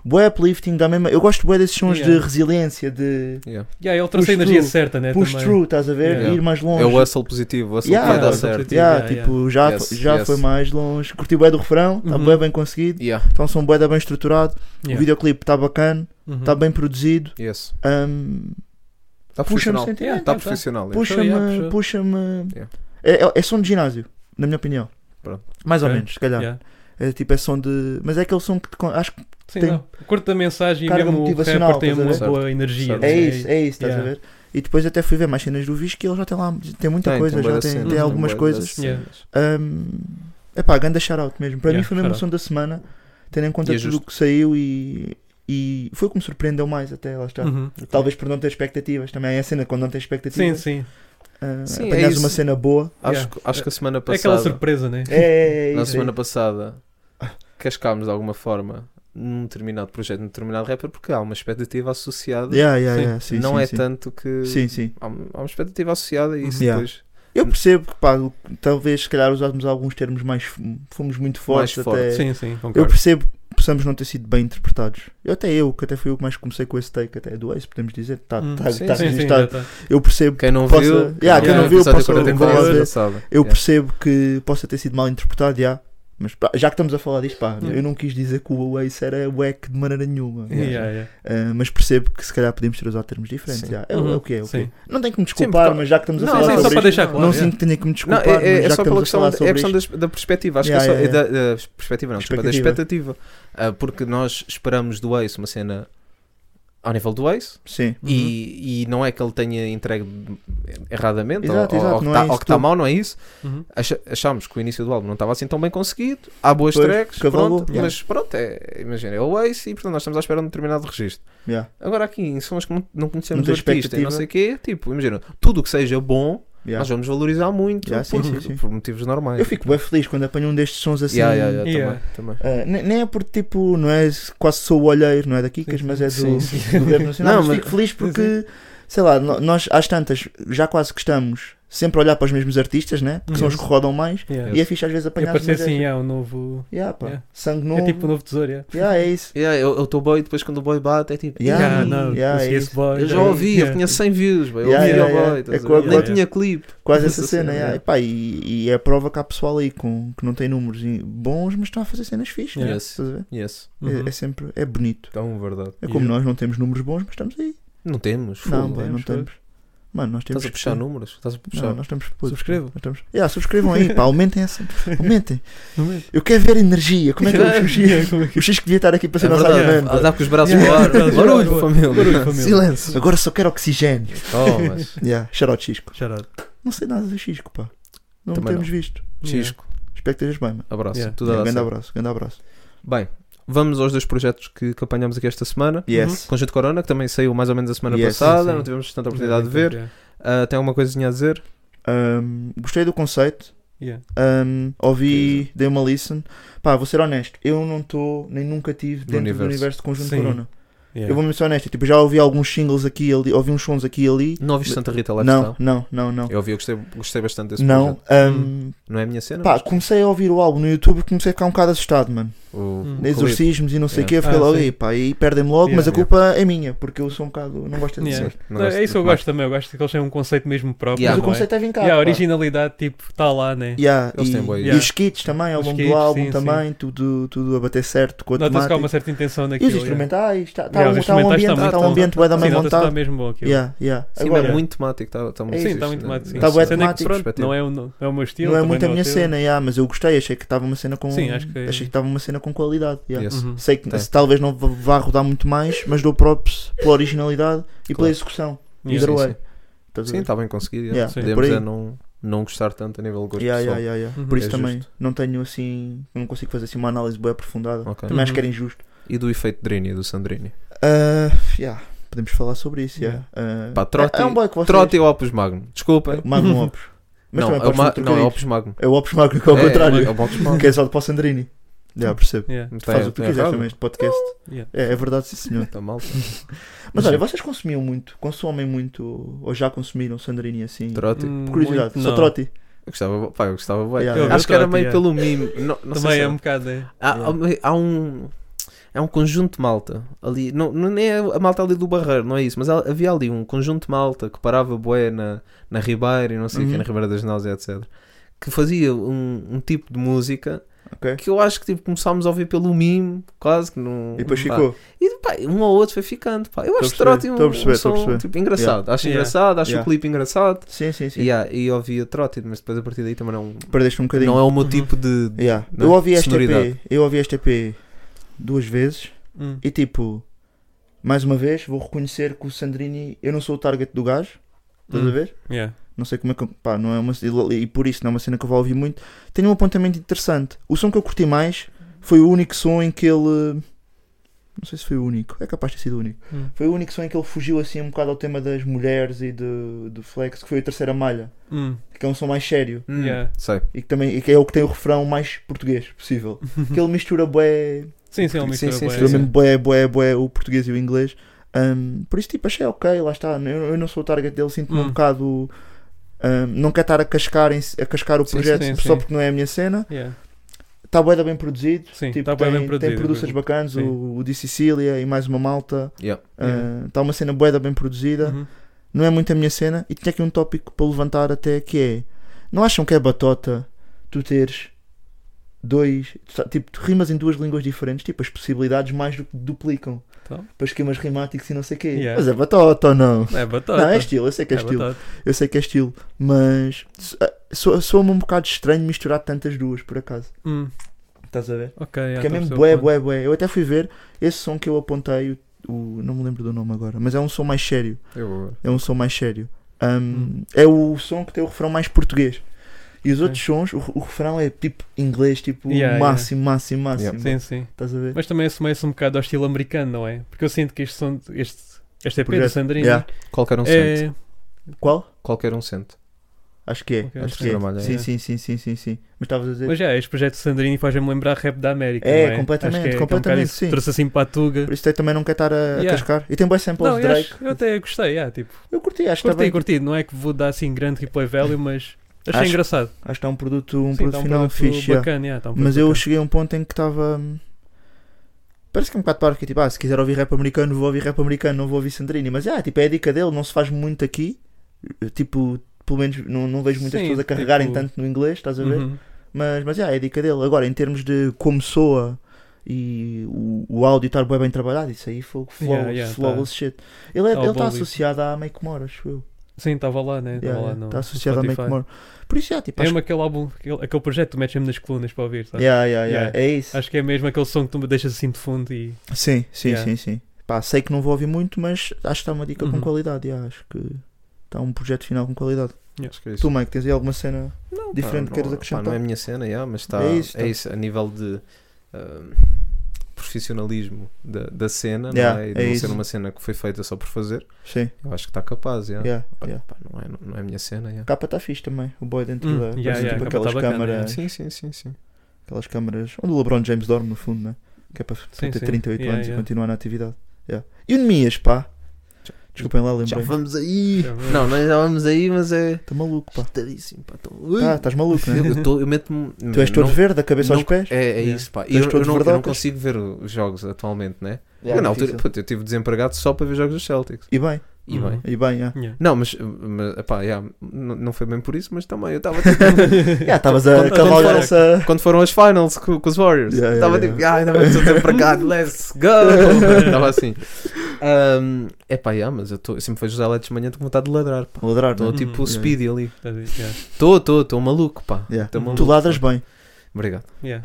Speaker 5: Boé uplifting, dá mesmo. Eu gosto bué desses sons de
Speaker 2: Yeah.
Speaker 5: resiliência, de
Speaker 6: Yeah.
Speaker 2: Yeah, ele trouxe a
Speaker 5: Push
Speaker 2: energia
Speaker 5: through.
Speaker 2: certa, né?
Speaker 5: push
Speaker 2: também.
Speaker 5: through, estás a ver?
Speaker 2: Yeah.
Speaker 5: Ir mais longe.
Speaker 6: É o hustle positivo, o hustle
Speaker 5: Yeah.
Speaker 6: que
Speaker 5: Yeah,
Speaker 6: vai dar
Speaker 5: o
Speaker 6: certo.
Speaker 2: hustle
Speaker 5: Yeah,
Speaker 2: Yeah,
Speaker 5: tipo, já,
Speaker 6: Yes,
Speaker 5: já
Speaker 6: yes.
Speaker 5: foi mais longe. Curti o bué do refrão, está
Speaker 2: Uhum.
Speaker 5: bué bem conseguido.
Speaker 6: Yeah.
Speaker 5: Então um som bué da bem estruturado. O
Speaker 2: Yeah.
Speaker 5: videoclipe está bacana,
Speaker 2: Uhum.
Speaker 5: está bem produzido.
Speaker 6: Yes.
Speaker 5: Ahm,
Speaker 6: Está
Speaker 5: Puxa-me então.
Speaker 6: profissional.
Speaker 5: sentimento.
Speaker 6: Está
Speaker 2: Yeah, tá.
Speaker 6: profissional. yeah.
Speaker 5: Puxa-me,
Speaker 2: yeah, puxou.
Speaker 5: puxa-me
Speaker 6: Yeah.
Speaker 5: É, é, é som de ginásio, na minha opinião.
Speaker 6: Pronto.
Speaker 5: Mais ou
Speaker 2: Ok.
Speaker 5: menos, se calhar.
Speaker 2: Yeah.
Speaker 5: É tipo, é som de. Mas é aquele som que te con- acho que
Speaker 2: Sim,
Speaker 5: Tem-
Speaker 2: não. Curto a mensagem
Speaker 5: Carga
Speaker 2: e mesmo o
Speaker 5: motivacional,
Speaker 2: rapper tem
Speaker 5: estás a
Speaker 2: uma
Speaker 6: ver?
Speaker 2: boa energia.
Speaker 6: Certo.
Speaker 2: não
Speaker 5: é
Speaker 2: sei.
Speaker 5: isso, é isso, estás
Speaker 2: Yeah.
Speaker 5: a ver? E depois até fui ver mais cenas do Visco e ele já tem lá, tem muita
Speaker 6: Tem,
Speaker 5: coisa,
Speaker 6: tem bué
Speaker 5: já
Speaker 6: da
Speaker 5: tem,
Speaker 6: cena,
Speaker 5: tem
Speaker 6: bué
Speaker 5: algumas
Speaker 6: da
Speaker 5: coisas.
Speaker 6: cenas.
Speaker 2: Yeah.
Speaker 5: É pá, ganda shout-out mesmo. Para
Speaker 2: Yeah,
Speaker 5: mim foi mesmo o
Speaker 2: shout-out.
Speaker 5: som da semana, tendo em conta
Speaker 6: E é
Speaker 5: tudo o
Speaker 6: justo.
Speaker 5: que saiu e, e foi o que me surpreendeu mais até, lá está.
Speaker 2: Uhum.
Speaker 5: Talvez por não ter expectativas, também é a cena quando não tens
Speaker 2: Sim,
Speaker 5: expectativas.
Speaker 2: sim.
Speaker 5: ah,
Speaker 6: Sim, é
Speaker 5: apanhas
Speaker 6: isso.
Speaker 5: uma cena boa.
Speaker 6: Acho,
Speaker 2: Yeah.
Speaker 6: que- acho que a semana
Speaker 2: É aquela
Speaker 6: passada.
Speaker 2: surpresa, né?
Speaker 5: É, é, é,
Speaker 6: na
Speaker 5: isso,
Speaker 6: semana
Speaker 5: é.
Speaker 6: passada cascámos de alguma forma num determinado projeto, num determinado rapper, porque há uma expectativa associada.
Speaker 5: Yeah, yeah,
Speaker 2: Sim.
Speaker 5: yeah, sim,
Speaker 6: não
Speaker 5: sim,
Speaker 6: é
Speaker 5: sim.
Speaker 6: tanto que
Speaker 5: Sim, sim.
Speaker 6: Há, uma- há uma expectativa associada e isso
Speaker 5: Yeah.
Speaker 6: depois
Speaker 5: Eu percebo que, pá, o- talvez se calhar usássemos alguns termos mais. f- fomos muito fortes até.
Speaker 6: fortes,
Speaker 2: Sim, sim,
Speaker 5: Eu
Speaker 2: concordo.
Speaker 5: percebo que possamos não ter sido bem interpretados. Eu até eu, que até fui eu que mais comecei com esse take, até do Ace, podemos dizer. Tá,
Speaker 2: Hum,
Speaker 5: tá,
Speaker 6: sim,
Speaker 5: tá
Speaker 2: sim, sim,
Speaker 5: registado.
Speaker 2: já tá.
Speaker 5: Eu percebo.
Speaker 6: quem não
Speaker 5: Posso-
Speaker 6: viu,
Speaker 5: Yeah, quem
Speaker 2: não viu,
Speaker 6: episódio
Speaker 5: posso-
Speaker 6: 44
Speaker 5: vou lá
Speaker 6: da
Speaker 5: ver.
Speaker 6: saga.
Speaker 5: Eu
Speaker 6: Yeah.
Speaker 5: percebo que possa ter sido mal interpretado, já. Mas pá, já que estamos a falar disto, pá,
Speaker 2: Yeah.
Speaker 5: eu não quis dizer que o Ace era wack de maneira nenhuma.
Speaker 2: Yeah, yeah.
Speaker 5: Ah, mas percebo que se calhar podíamos ter usado termos diferentes.
Speaker 6: Sim.
Speaker 5: já. É, o- é o que é. é o que é.
Speaker 2: Sim.
Speaker 5: Não tenho que me
Speaker 6: porque-
Speaker 5: desculpar, mas já que estamos a
Speaker 6: Não, é
Speaker 5: falar
Speaker 6: sim,
Speaker 5: sobre
Speaker 2: só para
Speaker 5: isto,
Speaker 2: deixar claro.
Speaker 5: não
Speaker 2: yeah.
Speaker 5: sinto que tenha que me
Speaker 6: Não,
Speaker 5: desculpar,
Speaker 6: é- é,
Speaker 5: mas
Speaker 6: é
Speaker 5: já
Speaker 6: só
Speaker 5: que
Speaker 6: pela
Speaker 5: estamos a
Speaker 6: questão,
Speaker 5: falar
Speaker 6: da-
Speaker 5: sobre
Speaker 6: é a questão
Speaker 5: isto.
Speaker 6: das- da, perspectiva, acho
Speaker 5: Yeah,
Speaker 6: que é só,
Speaker 5: yeah,
Speaker 6: é da, da perspectiva, não, desculpa, da expectativa. Ah, porque nós esperamos do Ace uma cena ao nível do Ace
Speaker 5: Sim. Uhum.
Speaker 6: e, e não é que ele tenha entregue erradamente
Speaker 5: Exato,
Speaker 6: ou,
Speaker 5: exato,
Speaker 6: ou que
Speaker 5: não é
Speaker 6: está
Speaker 5: isso
Speaker 6: tá
Speaker 5: tudo.
Speaker 6: mal, não é isso?
Speaker 2: Uhum.
Speaker 6: Acha- achámos que o início do álbum não estava assim tão bem conseguido, há boas
Speaker 5: Pois,
Speaker 6: tracks,
Speaker 5: cavalou,
Speaker 6: pronto,
Speaker 5: yeah.
Speaker 6: mas pronto, é, imagina, é o Ace e portanto nós estamos à espera de um determinado registro.
Speaker 5: Yeah,
Speaker 6: Agora aqui, em sons que não, não
Speaker 5: Não
Speaker 6: conhecemos
Speaker 5: tem
Speaker 6: o artista e não
Speaker 5: expectativa.
Speaker 6: sei o quê, tipo, imagina, tudo o que seja bom,
Speaker 5: yeah.
Speaker 6: nós vamos valorizar muito
Speaker 5: Yeah, sim,
Speaker 6: por,
Speaker 5: sim, sim.
Speaker 6: por motivos normais.
Speaker 5: Eu fico bem feliz quando apanho um destes sons assim.
Speaker 6: é. Yeah, yeah, yeah,
Speaker 2: Yeah.
Speaker 6: Também, também.
Speaker 5: ah, nem, nem é porque tipo, não é quase sou o olheiro, não é da Kikas, mas é do,
Speaker 6: Sim, sim.
Speaker 5: do governo nacional.
Speaker 6: Não,
Speaker 5: mas,
Speaker 6: mas-
Speaker 5: fico feliz porque, sei lá, no- nós às tantas já quase que estamos sempre a olhar para os mesmos artistas, né? Que
Speaker 6: Uhum.
Speaker 5: são os que rodam mais.
Speaker 2: Yeah.
Speaker 5: E é fixe às vezes
Speaker 2: E
Speaker 5: apanhar
Speaker 2: aparecer assim, é um novo.
Speaker 5: pá,
Speaker 2: Yeah. É
Speaker 5: sangue novo.
Speaker 2: tipo um novo tesouro, yeah.
Speaker 5: Yeah, é isso.
Speaker 6: Yeah, eu estou boi, depois quando o boi bate, é tipo,
Speaker 5: Yeah,
Speaker 6: yeah,
Speaker 5: não.
Speaker 2: não,
Speaker 5: yeah,
Speaker 2: esse
Speaker 5: é isso.
Speaker 2: boy,
Speaker 6: eu já
Speaker 2: yeah.
Speaker 6: ouvi, eu
Speaker 2: Yeah.
Speaker 6: tinha 100 views, boi, eu
Speaker 5: Yeah, yeah,
Speaker 6: ouvi o
Speaker 5: yeah.
Speaker 6: boi,
Speaker 5: É
Speaker 6: estás a
Speaker 5: com a-
Speaker 6: ver? nem
Speaker 2: com a-
Speaker 6: tinha clipe.
Speaker 5: Quase
Speaker 6: Essa
Speaker 5: essa cena,
Speaker 6: cena,
Speaker 5: yeah.
Speaker 6: é.
Speaker 5: E, pá, e, e é a prova que há pessoal aí com, que não tem números em- bons, mas estão a fazer cenas fixes. né?
Speaker 6: Yes.
Speaker 5: Estás a ver?
Speaker 6: Yes,
Speaker 5: É-
Speaker 2: Uhum.
Speaker 5: É, sempre, é bonito.
Speaker 6: então verdade.
Speaker 5: É como
Speaker 2: Yeah.
Speaker 5: nós não temos números bons, mas estamos aí.
Speaker 6: Não temos,
Speaker 5: não,
Speaker 6: fogo. é,
Speaker 5: pá, não
Speaker 2: temos,
Speaker 5: temos. Mano, nós temos.
Speaker 6: Estás a
Speaker 5: que-
Speaker 6: puxar números? Estás a puxar?
Speaker 5: Não, nós estamos putos.
Speaker 2: Subscrevam.
Speaker 5: Nós estamos... Yeah, subscrevam aí, pá, aumentem essa. Aumentem.
Speaker 2: No mesmo.
Speaker 5: Eu quero ver energia. Como é que eu
Speaker 6: Yeah.
Speaker 5: surgir? O X que devia estar aqui para ser
Speaker 6: É
Speaker 5: nosso
Speaker 6: verdade,
Speaker 5: argumento.
Speaker 6: a dar com os braços
Speaker 2: Yeah,
Speaker 6: para o ar.
Speaker 2: yeah, yeah.
Speaker 6: Barulho,
Speaker 2: Barulho,
Speaker 6: família.
Speaker 2: Barulho, família.
Speaker 5: Silêncio. Agora só quero oxigênio.
Speaker 6: Oh, mas.
Speaker 5: Yeah, shout out Xisco.
Speaker 2: Shout out.
Speaker 5: Não sei nada do Xisco, pá. Não
Speaker 6: Também
Speaker 5: temos visto.
Speaker 6: Chisco,
Speaker 5: Espero que estejas bem, mano.
Speaker 6: abraço.
Speaker 2: Yeah.
Speaker 6: Tudo a
Speaker 5: Yeah,
Speaker 6: dar
Speaker 5: grande
Speaker 6: certo.
Speaker 5: abraço, grande abraço.
Speaker 6: Bem, vamos aos dois projetos que, que apanhamos aqui esta semana.
Speaker 5: Yes.
Speaker 6: Conjunto Corona, que também saiu mais ou menos a semana
Speaker 5: Yes,
Speaker 6: passada,
Speaker 2: sim, sim.
Speaker 6: não tivemos tanta oportunidade de ver.
Speaker 2: Yeah.
Speaker 6: Ah, tem alguma coisinha a dizer?
Speaker 5: Um, gostei do conceito.
Speaker 2: Yeah.
Speaker 5: Um, ouvi, dei uma listen. Pá, vou ser honesto. Eu não estou, nem nunca tive dentro do
Speaker 6: universo.
Speaker 5: universo de Conjunto
Speaker 2: Sim.
Speaker 5: Corona.
Speaker 2: Yeah.
Speaker 5: Eu vou-me ser honesto. Tipo, já ouvi alguns singles aqui e ali, ouvi uns sons aqui e ali.
Speaker 6: Não ouviste Santa Rita
Speaker 5: Não,
Speaker 6: Lifestyle?
Speaker 5: não, não, não.
Speaker 6: Eu ouvi, eu gostei, gostei bastante desse
Speaker 5: Não,
Speaker 6: projeto.
Speaker 2: Hum.
Speaker 5: um,
Speaker 6: Não é a minha cena?
Speaker 5: pá, comecei a ouvir o álbum no YouTube e comecei a ficar um bocado assustado, mano.
Speaker 6: mas o
Speaker 2: Hum.
Speaker 6: clipe.
Speaker 5: Exorcismos e não sei o
Speaker 6: Yeah.
Speaker 5: quê, fiquei
Speaker 2: Ah,
Speaker 5: logo
Speaker 2: sim.
Speaker 5: aí, pá, e perdem-me logo,
Speaker 2: Yeah,
Speaker 5: mas a
Speaker 6: yeah.
Speaker 5: culpa é minha, porque eu sou um bocado, não gosto de
Speaker 2: Yeah.
Speaker 5: dizer.
Speaker 6: Não
Speaker 2: Não,
Speaker 6: gosto
Speaker 2: é isso que eu
Speaker 6: muito mais.
Speaker 2: gosto também. Eu gosto que eles têm um conceito mesmo próprio.
Speaker 6: Yeah.
Speaker 5: Mas o
Speaker 2: não é?
Speaker 5: conceito é vincado.
Speaker 2: Yeah, a
Speaker 5: pá.
Speaker 2: originalidade, tipo, está lá, né?
Speaker 5: Yeah,
Speaker 6: Eles
Speaker 5: e,
Speaker 6: têm boa
Speaker 5: e
Speaker 2: ideia.
Speaker 5: os kits também, ao
Speaker 2: Os
Speaker 5: longo
Speaker 2: kits,
Speaker 5: do álbum
Speaker 2: sim,
Speaker 5: também, Tudo, tudo a bater certo com a
Speaker 2: Nota-se que
Speaker 5: temática.
Speaker 2: há uma certa intenção
Speaker 5: é E
Speaker 2: naquilo.
Speaker 5: os instrumentais, tá está
Speaker 2: Yeah, os
Speaker 5: um
Speaker 2: instrumentais
Speaker 5: ambiente,
Speaker 2: também
Speaker 5: tá um
Speaker 2: estão-
Speaker 5: ambiente bem da
Speaker 2: Sim,
Speaker 5: mãe
Speaker 2: nota-se que está
Speaker 5: montado.
Speaker 2: mesmo bom aquilo.
Speaker 5: Yeah, yeah.
Speaker 6: Sim,
Speaker 5: Agora,
Speaker 6: é muito temático. Está tá muito
Speaker 5: É
Speaker 2: Sim,
Speaker 5: isso,
Speaker 2: está muito temático. sim.
Speaker 5: Tá bué
Speaker 2: Sim, não é-
Speaker 5: temático.
Speaker 2: pronto, Não é o não é o meu estilo.
Speaker 5: não é
Speaker 2: também
Speaker 5: muito a minha
Speaker 2: o teu.
Speaker 5: cena, yeah, mas eu gostei, achei que estava uma cena com
Speaker 2: Sim, acho que- é.
Speaker 5: achei que estava uma cena com qualidade. yeah.
Speaker 6: Yes.
Speaker 2: Uhum.
Speaker 5: Sei que
Speaker 6: Tem.
Speaker 5: se talvez não vá- vá rodar muito mais, mas dou props pela originalidade e pela
Speaker 6: Claro.
Speaker 5: execução.
Speaker 2: Yeah.
Speaker 5: Either
Speaker 6: sim,
Speaker 5: way.
Speaker 6: sim.
Speaker 5: Estás a
Speaker 6: Sim, tá.
Speaker 5: ver?
Speaker 6: está bem conseguido.
Speaker 5: Yeah,
Speaker 6: Yeah.
Speaker 2: sim.
Speaker 5: por
Speaker 6: Podemos
Speaker 5: aí.
Speaker 6: é não, não gostar tanto a nível de gosto
Speaker 5: Yeah,
Speaker 6: pessoal.
Speaker 5: yeah, yeah, yeah.
Speaker 2: Uhum.
Speaker 5: Por isso
Speaker 6: É
Speaker 5: também
Speaker 6: justo.
Speaker 5: não tenho assim, não consigo fazer assim uma análise bem aprofundada.
Speaker 6: Ok.
Speaker 5: Também acho que era
Speaker 2: Uhum.
Speaker 5: injusto.
Speaker 6: E do efeito Drini, do Sandrini.
Speaker 5: Ah, yeah, podemos falar sobre isso. Yeah. Ah,
Speaker 6: Uhum. Pá, Trotti-
Speaker 5: é, é um boy que vocês...
Speaker 6: Trote e Opus Magnum. Desculpem.
Speaker 5: Magnum Opus. Mas
Speaker 6: não,
Speaker 5: também
Speaker 6: é o
Speaker 5: pode ser
Speaker 6: Ma- não, é
Speaker 5: trocadilhos.
Speaker 6: Opus Magnum.
Speaker 5: É o Opus Magnum que é o
Speaker 6: É,
Speaker 5: contrário.
Speaker 2: um
Speaker 6: É o Opus Magnum.
Speaker 5: Que é só de Paul Sandrini. Já, percebo.
Speaker 2: Yeah. Hum,
Speaker 6: Não
Speaker 5: Tu
Speaker 6: tem-
Speaker 5: fazes o que
Speaker 6: tem
Speaker 5: quiseres
Speaker 6: Tá, é, errado.
Speaker 5: também este podcast.
Speaker 2: Yeah.
Speaker 5: É, é verdade, sim senhor.
Speaker 6: Tá mal.
Speaker 5: Mas
Speaker 6: é.
Speaker 5: olha, vocês consumiam muito, consomem muito, ou já consumiram Sandrini assim?
Speaker 6: Trote.
Speaker 2: Hum,
Speaker 5: Por curiosidade,
Speaker 2: muito
Speaker 5: só
Speaker 2: não.
Speaker 5: Trotti.
Speaker 6: Eu gostava, pá, eu gostava bué.
Speaker 5: Yeah. Eu
Speaker 6: Acho
Speaker 2: vi
Speaker 6: que era
Speaker 2: Trotti,
Speaker 6: meio
Speaker 2: yeah.
Speaker 6: pelo mime. Não, não sei
Speaker 2: Também
Speaker 6: se
Speaker 2: é
Speaker 6: era-
Speaker 2: um bocado, é.
Speaker 6: há, há- há um. É um conjunto de malta ali, não, não nem é a malta ali do Barreiro, não é isso, mas há- havia ali um conjunto de malta que parava bué na, na Ribeira e não sei o que,
Speaker 5: Uhum.
Speaker 6: na Ribeira das Naus, etc. Que fazia um, um tipo de música
Speaker 5: Ok.
Speaker 6: Que eu acho que tipo, começámos a ouvir pelo mime, quase que não.
Speaker 5: E depois
Speaker 6: pá.
Speaker 5: ficou.
Speaker 6: E pá, um ou outro foi ficando. Pá. Eu
Speaker 5: Tô a
Speaker 6: acho que
Speaker 5: perceber,
Speaker 6: Trot é um,
Speaker 5: tô a perceber,
Speaker 6: um
Speaker 5: tô a
Speaker 6: som,
Speaker 5: perceber.
Speaker 6: tipo, engraçado. Acho
Speaker 2: Yeah.
Speaker 6: engraçado, acho
Speaker 5: Yeah.
Speaker 6: o clipe engraçado.
Speaker 5: Sim, sim, sim.
Speaker 6: Yeah, e ouvia Trotted, mas depois a partir daí também não,
Speaker 5: Perdeste um bocadinho. Uhum.
Speaker 6: não é o meu tipo de. de-
Speaker 5: Yeah.
Speaker 6: não,
Speaker 5: Eu ouvi este
Speaker 6: sonoridade.
Speaker 5: EP, eu ouvi este EP duas vezes
Speaker 2: Hum.
Speaker 5: e tipo, mais uma vez vou reconhecer que o Sandrini, eu não sou o target do gajo, estás a
Speaker 2: Hum.
Speaker 5: ver?
Speaker 2: Yeah.
Speaker 5: Não sei como é que, pá, não é uma e por isso não é uma cena que eu vou ouvir muito. Tenho um apontamento interessante. O som que eu curti mais foi o único som em que ele não sei se foi o único, é capaz de ter sido o único.
Speaker 2: Hum.
Speaker 5: Foi o único som em que ele fugiu assim um bocado ao tema das mulheres e do, do flex, que foi a terceira malha,
Speaker 2: Hum.
Speaker 5: que é um som mais sério
Speaker 6: Hum,
Speaker 2: Yeah.
Speaker 6: Sei.
Speaker 5: e que também e que é o que tem o refrão mais português possível. que ele mistura bué,
Speaker 2: Sim, é sim, ele
Speaker 6: Sim,
Speaker 2: mistura
Speaker 6: sim,
Speaker 2: bué.
Speaker 6: sim,
Speaker 5: mistura
Speaker 6: sim.
Speaker 5: mesmo bué, bué, bué o português e o inglês. Ahm, por isso, tipo, achei ok, lá está. Eu, eu não sou o target dele, sinto-me um
Speaker 2: Hum.
Speaker 5: bocado. ahm, não quero estar a cascar, em- a cascar o
Speaker 6: Sim,
Speaker 5: projeto
Speaker 2: sim,
Speaker 5: só
Speaker 2: sim.
Speaker 5: porque não é a minha cena.
Speaker 2: Yeah.
Speaker 5: Está bué da bem produzido.
Speaker 2: Sim,
Speaker 5: tipo,
Speaker 2: tá bué
Speaker 5: tem,
Speaker 2: bem produzido.
Speaker 5: Tem producers bacanas,
Speaker 2: Sim.
Speaker 5: o, o Di Sicilia e mais uma malta.
Speaker 6: Yeah.
Speaker 5: Está uma cena bué da bem produzida.
Speaker 2: Uhum.
Speaker 5: Não é muito a minha cena. E tinha aqui um tópico para levantar até que é. Não acham que é batota tu teres dois. tu- Tipo, tu rimas em duas línguas diferentes, tipo, as possibilidades mais do que duplicam.
Speaker 2: Então.
Speaker 5: Para esquemas rimáticos e não sei o quê.
Speaker 2: Yeah.
Speaker 5: Mas é batota ou não?
Speaker 2: É batata.
Speaker 5: Não, é estilo, eu sei que é,
Speaker 2: É
Speaker 5: estilo.
Speaker 2: batata.
Speaker 5: Eu sei que é estilo. Mas so- ah, so- soa-me um bocado estranho misturar tantas duas, por acaso.
Speaker 2: Hum.
Speaker 5: Estás a ver?
Speaker 2: Ok, yeah,
Speaker 5: que é
Speaker 2: tô a
Speaker 5: mesmo
Speaker 2: perceber o
Speaker 5: bué,
Speaker 2: ponto.
Speaker 5: bué, bué. Eu até fui ver esse som que eu apontei, o, o- não me lembro do nome agora, mas é um som mais sério.
Speaker 6: Eu-
Speaker 5: É um som mais sério. Um,
Speaker 2: Hum.
Speaker 5: É o som que tem o refrão mais português. E os
Speaker 2: Ok.
Speaker 5: outros sons, o, o refrão é tipo inglês, tipo
Speaker 2: Yeah,
Speaker 5: máximo, máximo, máximo,
Speaker 2: Sim, sim.
Speaker 5: Estás a ver?
Speaker 2: Mas também assume-se um bocado ao estilo americano, não é? Porque eu sinto que este, som, este, este EP do
Speaker 5: Projeto.
Speaker 2: Sandrino
Speaker 5: Yeah.
Speaker 6: Qualquer um sente.
Speaker 2: é.
Speaker 5: Qual?
Speaker 6: Qualquer um sente.
Speaker 5: Acho que é.
Speaker 2: Ok,
Speaker 5: acho
Speaker 2: ok.
Speaker 5: que é.
Speaker 6: Trabalho,
Speaker 5: Sim,
Speaker 2: é.
Speaker 5: sim, sim, sim, sim, sim. Mas estavas a dizer.
Speaker 2: Mas já, este projeto de Sandrini faz-me lembrar rap da América.
Speaker 5: É,
Speaker 2: não é?
Speaker 5: completamente,
Speaker 2: Acho que é, que é um bocado
Speaker 5: completamente,
Speaker 2: isso que
Speaker 5: sim.
Speaker 2: Trouxe assim para a Tuga.
Speaker 5: Por isso eu também não quer estar a, a
Speaker 2: Yeah.
Speaker 5: cascar. E tem boas samples
Speaker 2: Não,
Speaker 5: de
Speaker 2: eu,
Speaker 5: Drake.
Speaker 2: acho- eu até gostei, yeah, tipo,
Speaker 5: Eu curti, acho que está
Speaker 2: curti,
Speaker 5: bem.
Speaker 2: curti. Não é que vou dar assim grande replay value, mas achei
Speaker 5: Acho-
Speaker 2: engraçado.
Speaker 5: Acho que está um produto, um
Speaker 2: Sim,
Speaker 5: produto
Speaker 2: dá um
Speaker 5: final
Speaker 2: produto
Speaker 5: fixe. yeah.
Speaker 2: bacana, yeah, dá um
Speaker 5: Mas
Speaker 2: produto
Speaker 5: eu
Speaker 2: bacana.
Speaker 5: cheguei a um ponto em que estava. hum, Parece que é um bocado parque, tipo, ah, se quiser ouvir rap americano, vou ouvir rap americano, não vou ouvir Sandrini. Mas, ah, tipo, é a dica dele, não se faz muito aqui. Tipo, pelo menos não, não vejo muitas
Speaker 2: Sim,
Speaker 5: pessoas a carregarem
Speaker 2: tipo-
Speaker 5: tanto no inglês, estás a ver?
Speaker 2: Uhum.
Speaker 5: Mas, mas, ah, é a dica dele. Agora, em termos de como soa e o, o áudio estar bem, bem trabalhado, isso aí foi flawless,
Speaker 2: Yeah, yeah, tá.
Speaker 5: flawless shit. Ele é-
Speaker 2: Tá
Speaker 5: ele está
Speaker 2: bom,
Speaker 5: associado à Make More, acho eu.
Speaker 2: Sim, estava lá, né? Estava
Speaker 5: Yeah,
Speaker 2: lá
Speaker 5: yeah,
Speaker 2: no.
Speaker 5: Está associado à Make
Speaker 2: Spotify.
Speaker 5: More. Por isso, ah, tipo,
Speaker 2: É
Speaker 5: acho
Speaker 2: mesmo aquele álbum, aquele, aquele projeto que tu metes mesmo nas colunas para ouvir, sabe?
Speaker 5: Yeah, yeah, yeah,
Speaker 2: Yeah.
Speaker 5: É isso.
Speaker 2: Acho que é mesmo aquele som que tu me deixas assim de fundo e.
Speaker 5: Sim, sim,
Speaker 2: Yeah.
Speaker 5: sim, sim. Pá, sei que não vou ouvir muito, mas acho que está uma dica com
Speaker 2: Uhum.
Speaker 5: qualidade. yeah, acho que está um projeto final com qualidade.
Speaker 6: Acho que é isso.
Speaker 5: Tu, Mike, tens aí alguma cena?
Speaker 6: Não,
Speaker 5: diferente que
Speaker 6: não-
Speaker 5: queiras acrescentar?
Speaker 6: não é a minha cena, yeah, mas está,
Speaker 5: É
Speaker 6: é,
Speaker 5: isso,
Speaker 6: isso,
Speaker 5: tá.
Speaker 6: a nível de ah, profissionalismo da, da cena,
Speaker 5: Yeah,
Speaker 6: não é? E
Speaker 5: é
Speaker 6: de não
Speaker 5: isso.
Speaker 6: ser uma cena que foi feita só por fazer,
Speaker 5: Sim,
Speaker 6: eu acho que está capaz, yeah.
Speaker 5: yeah,
Speaker 6: Olha,
Speaker 5: yeah.
Speaker 6: pá, não, é, não é a minha cena, yeah.
Speaker 5: Capa está fixe também, o boy dentro
Speaker 2: Hum,
Speaker 5: da.
Speaker 2: yeah,
Speaker 5: parece
Speaker 2: yeah,
Speaker 5: tipo
Speaker 2: a capa
Speaker 5: aquelas
Speaker 2: tá bacana,
Speaker 5: câmaras.
Speaker 6: Sim, sim, sim, sim.
Speaker 5: Aquelas câmaras onde o LeBron James dorme no fundo, né? Que é para para
Speaker 2: Sim,
Speaker 5: ter
Speaker 2: sim.
Speaker 5: 38
Speaker 2: Yeah,
Speaker 5: anos e
Speaker 2: yeah.
Speaker 5: continuar na atividade. Yeah. E o Nemias, pá.
Speaker 6: Já-
Speaker 5: Desculpem lá,
Speaker 6: Já
Speaker 5: lembrei.
Speaker 6: vamos aí!
Speaker 2: Já vamos.
Speaker 6: Não, nós já vamos aí, mas é.
Speaker 5: Está maluco, pá.
Speaker 6: Tadíssimo, pá. Tô...
Speaker 5: Ah, estás maluco,
Speaker 6: eu,
Speaker 5: né?
Speaker 6: eu tô- eu meto-me.
Speaker 5: tu és todo
Speaker 6: não-
Speaker 5: verde, da cabeça aos
Speaker 6: não-
Speaker 5: pés.
Speaker 6: É, é
Speaker 2: Yeah.
Speaker 6: isso, pá.
Speaker 5: Tu
Speaker 6: E Eu,
Speaker 5: és todo
Speaker 6: eu não, eu não
Speaker 5: verdocas.
Speaker 6: consigo ver os jogos atualmente, né?
Speaker 5: Yeah,
Speaker 2: É,
Speaker 6: eu, na
Speaker 5: difícil.
Speaker 6: altura, puta, eu estive desempregado só para ver jogos dos Celtics.
Speaker 5: E bem,
Speaker 6: E
Speaker 2: Uhum.
Speaker 6: bem.
Speaker 5: e bem, yeah.
Speaker 2: Yeah.
Speaker 6: Não, mas, mas epá, yeah, n- não foi bem por isso, mas também eu estava tipo,
Speaker 5: Yeah, Estavas a
Speaker 6: Quando-
Speaker 5: cavalgar
Speaker 6: quando-
Speaker 5: essa.
Speaker 6: quando foram as finals com, com os Warriors,
Speaker 5: Yeah, yeah,
Speaker 6: estava
Speaker 5: yeah.
Speaker 6: tipo, ah, ainda bem que estou sempre para cá, let's go! Estava assim. Um, epá, yeah, mas eu, tô, eu sempre vejo os highlights de manhã, estou com vontade de ladrar, pá.
Speaker 5: Ladrar,
Speaker 6: Estou
Speaker 5: não? é?
Speaker 2: Uhum.
Speaker 6: tipo
Speaker 5: Yeah.
Speaker 6: speedy ali.
Speaker 2: Tá a ver, yeah,
Speaker 6: Estou, estou, estou maluco, pá.
Speaker 5: Yeah.
Speaker 6: Tô maluco.
Speaker 5: Tu ladras bem.
Speaker 6: Obrigado.
Speaker 2: yeah.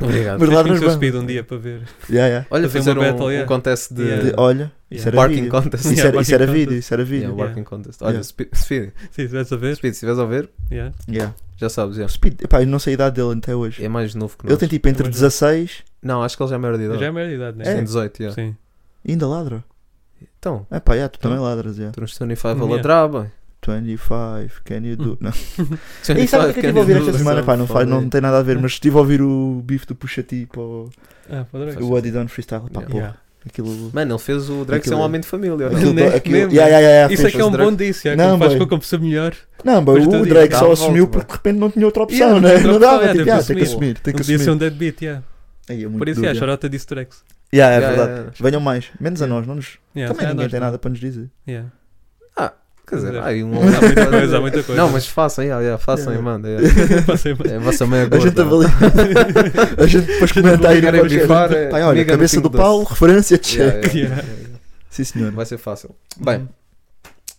Speaker 6: Obrigado.
Speaker 2: Tens
Speaker 5: Mas
Speaker 2: que
Speaker 5: ladras
Speaker 2: conhecer o
Speaker 5: bem.
Speaker 2: Speed um dia para ver.
Speaker 5: Yeah, yeah.
Speaker 6: Olha,
Speaker 2: fazer
Speaker 6: fazer,
Speaker 2: uma
Speaker 6: um,
Speaker 2: battle,
Speaker 6: um
Speaker 2: yeah.
Speaker 6: contest de
Speaker 2: Yeah.
Speaker 5: De- olha, isso
Speaker 2: Yeah.
Speaker 5: era
Speaker 6: barking
Speaker 5: vídeo.
Speaker 6: contest.
Speaker 5: Oh, Isso era,
Speaker 2: Yeah,
Speaker 5: isso era
Speaker 2: barking
Speaker 5: vídeo, isso era
Speaker 6: Yeah,
Speaker 5: vídeo.
Speaker 6: barking contest. Olha,
Speaker 5: Yeah.
Speaker 6: Spe- Speedy,
Speaker 2: Sim, se vais a ver.
Speaker 6: Speedy, se estiveres a ver,
Speaker 2: Yeah.
Speaker 5: Yeah.
Speaker 6: já sabes,
Speaker 5: O
Speaker 6: yeah.
Speaker 5: Speed, epá, eu não sei a idade dele até hoje.
Speaker 6: é mais novo que nós.
Speaker 5: Ele tem tipo entre
Speaker 2: Mas-
Speaker 5: 16
Speaker 6: Não, acho que ele já é maior de idade.
Speaker 2: Já é maior de idade, né?
Speaker 6: Tem
Speaker 5: É.
Speaker 6: 18, yeah.
Speaker 2: Sim.
Speaker 5: e ainda ladra.
Speaker 6: Então,
Speaker 5: Epá, yeah, tu também ladras, yeah.
Speaker 6: tu nos 25 a
Speaker 2: Yeah.
Speaker 6: ladrar, bem.
Speaker 5: 25, can you do. Não. E
Speaker 6: 25,
Speaker 5: sabe o que é que eu estive a
Speaker 6: quem
Speaker 5: ouvir
Speaker 6: diz
Speaker 5: esta
Speaker 6: não
Speaker 5: semana?
Speaker 6: sabe,
Speaker 5: Pá, não, faz, não
Speaker 6: foda-se.
Speaker 5: tem nada a ver, mas estive a ouvir o bife do Puxa T para o,
Speaker 2: Ah, poderá
Speaker 6: Faz-
Speaker 5: o Adidon Freestyle. Pá,
Speaker 6: Yeah.
Speaker 5: porra,
Speaker 2: Yeah.
Speaker 5: aquilo.
Speaker 6: Mano, ele fez o Drake ser um
Speaker 5: Aquilo- é-
Speaker 6: homem de família. ou não?
Speaker 5: Aquilo,
Speaker 2: Aquilo
Speaker 5: aquilo,
Speaker 2: é mesmo.
Speaker 5: yeah, yeah, yeah,
Speaker 2: Isso é que
Speaker 5: fixe.
Speaker 2: é um
Speaker 6: Drake-
Speaker 2: bom disso, yeah,
Speaker 5: Não,
Speaker 2: quando faz
Speaker 5: boy.
Speaker 2: com que eu pessoa melhor.
Speaker 5: Não, mas
Speaker 2: Depois
Speaker 5: o
Speaker 2: tu
Speaker 5: Drake
Speaker 6: dizes,
Speaker 5: só
Speaker 6: "Tá,
Speaker 5: assumiu
Speaker 6: volta,
Speaker 5: porque de repente não tinha outra
Speaker 2: Yeah,
Speaker 5: opção,
Speaker 2: não
Speaker 5: né?
Speaker 2: tinha
Speaker 5: Não
Speaker 2: outra opção,
Speaker 5: dava,
Speaker 2: yeah,
Speaker 5: tipo,
Speaker 2: teve
Speaker 5: yeah,
Speaker 2: que
Speaker 5: tem que
Speaker 2: assumir.
Speaker 5: assumir, tem que
Speaker 2: Não podia ser um
Speaker 5: assumir.
Speaker 2: deadbeat, yeah.
Speaker 5: Aí é muito
Speaker 2: Por isso,
Speaker 5: duro,
Speaker 2: yeah,
Speaker 5: yeah.
Speaker 2: chorota disse Drex.
Speaker 5: Yeah, é
Speaker 6: Yeah,
Speaker 5: verdade.
Speaker 6: yeah,
Speaker 5: Venham mais, menos a
Speaker 2: Yeah.
Speaker 5: nós, não nos.
Speaker 2: Yeah,
Speaker 5: Também
Speaker 2: é
Speaker 5: ninguém
Speaker 2: nós,
Speaker 5: tem
Speaker 2: não.
Speaker 5: nada para nos dizer.
Speaker 2: Yeah.
Speaker 6: Quer dizer,
Speaker 2: Pois é.
Speaker 6: há aí um
Speaker 2: Há muita coisa, há muita coisa.
Speaker 6: Não, mas façam, yeah, yeah, façam
Speaker 5: Yeah.
Speaker 6: e mandem. yeah.
Speaker 2: Passei-
Speaker 6: É a vossa meia
Speaker 5: A
Speaker 6: gorda.
Speaker 5: gente tá avalia. a gente depois comenta aí no
Speaker 6: Querem
Speaker 5: podcast.
Speaker 6: bifar, é
Speaker 5: Pai, olha,
Speaker 6: amiga no
Speaker 5: cabeça
Speaker 6: fim
Speaker 5: do
Speaker 6: doce.
Speaker 5: Paulo, referência, check.
Speaker 6: Yeah, yeah,
Speaker 2: Yeah.
Speaker 6: yeah, yeah.
Speaker 5: Sim, senhor.
Speaker 6: Vai ser fácil. Bem,
Speaker 2: um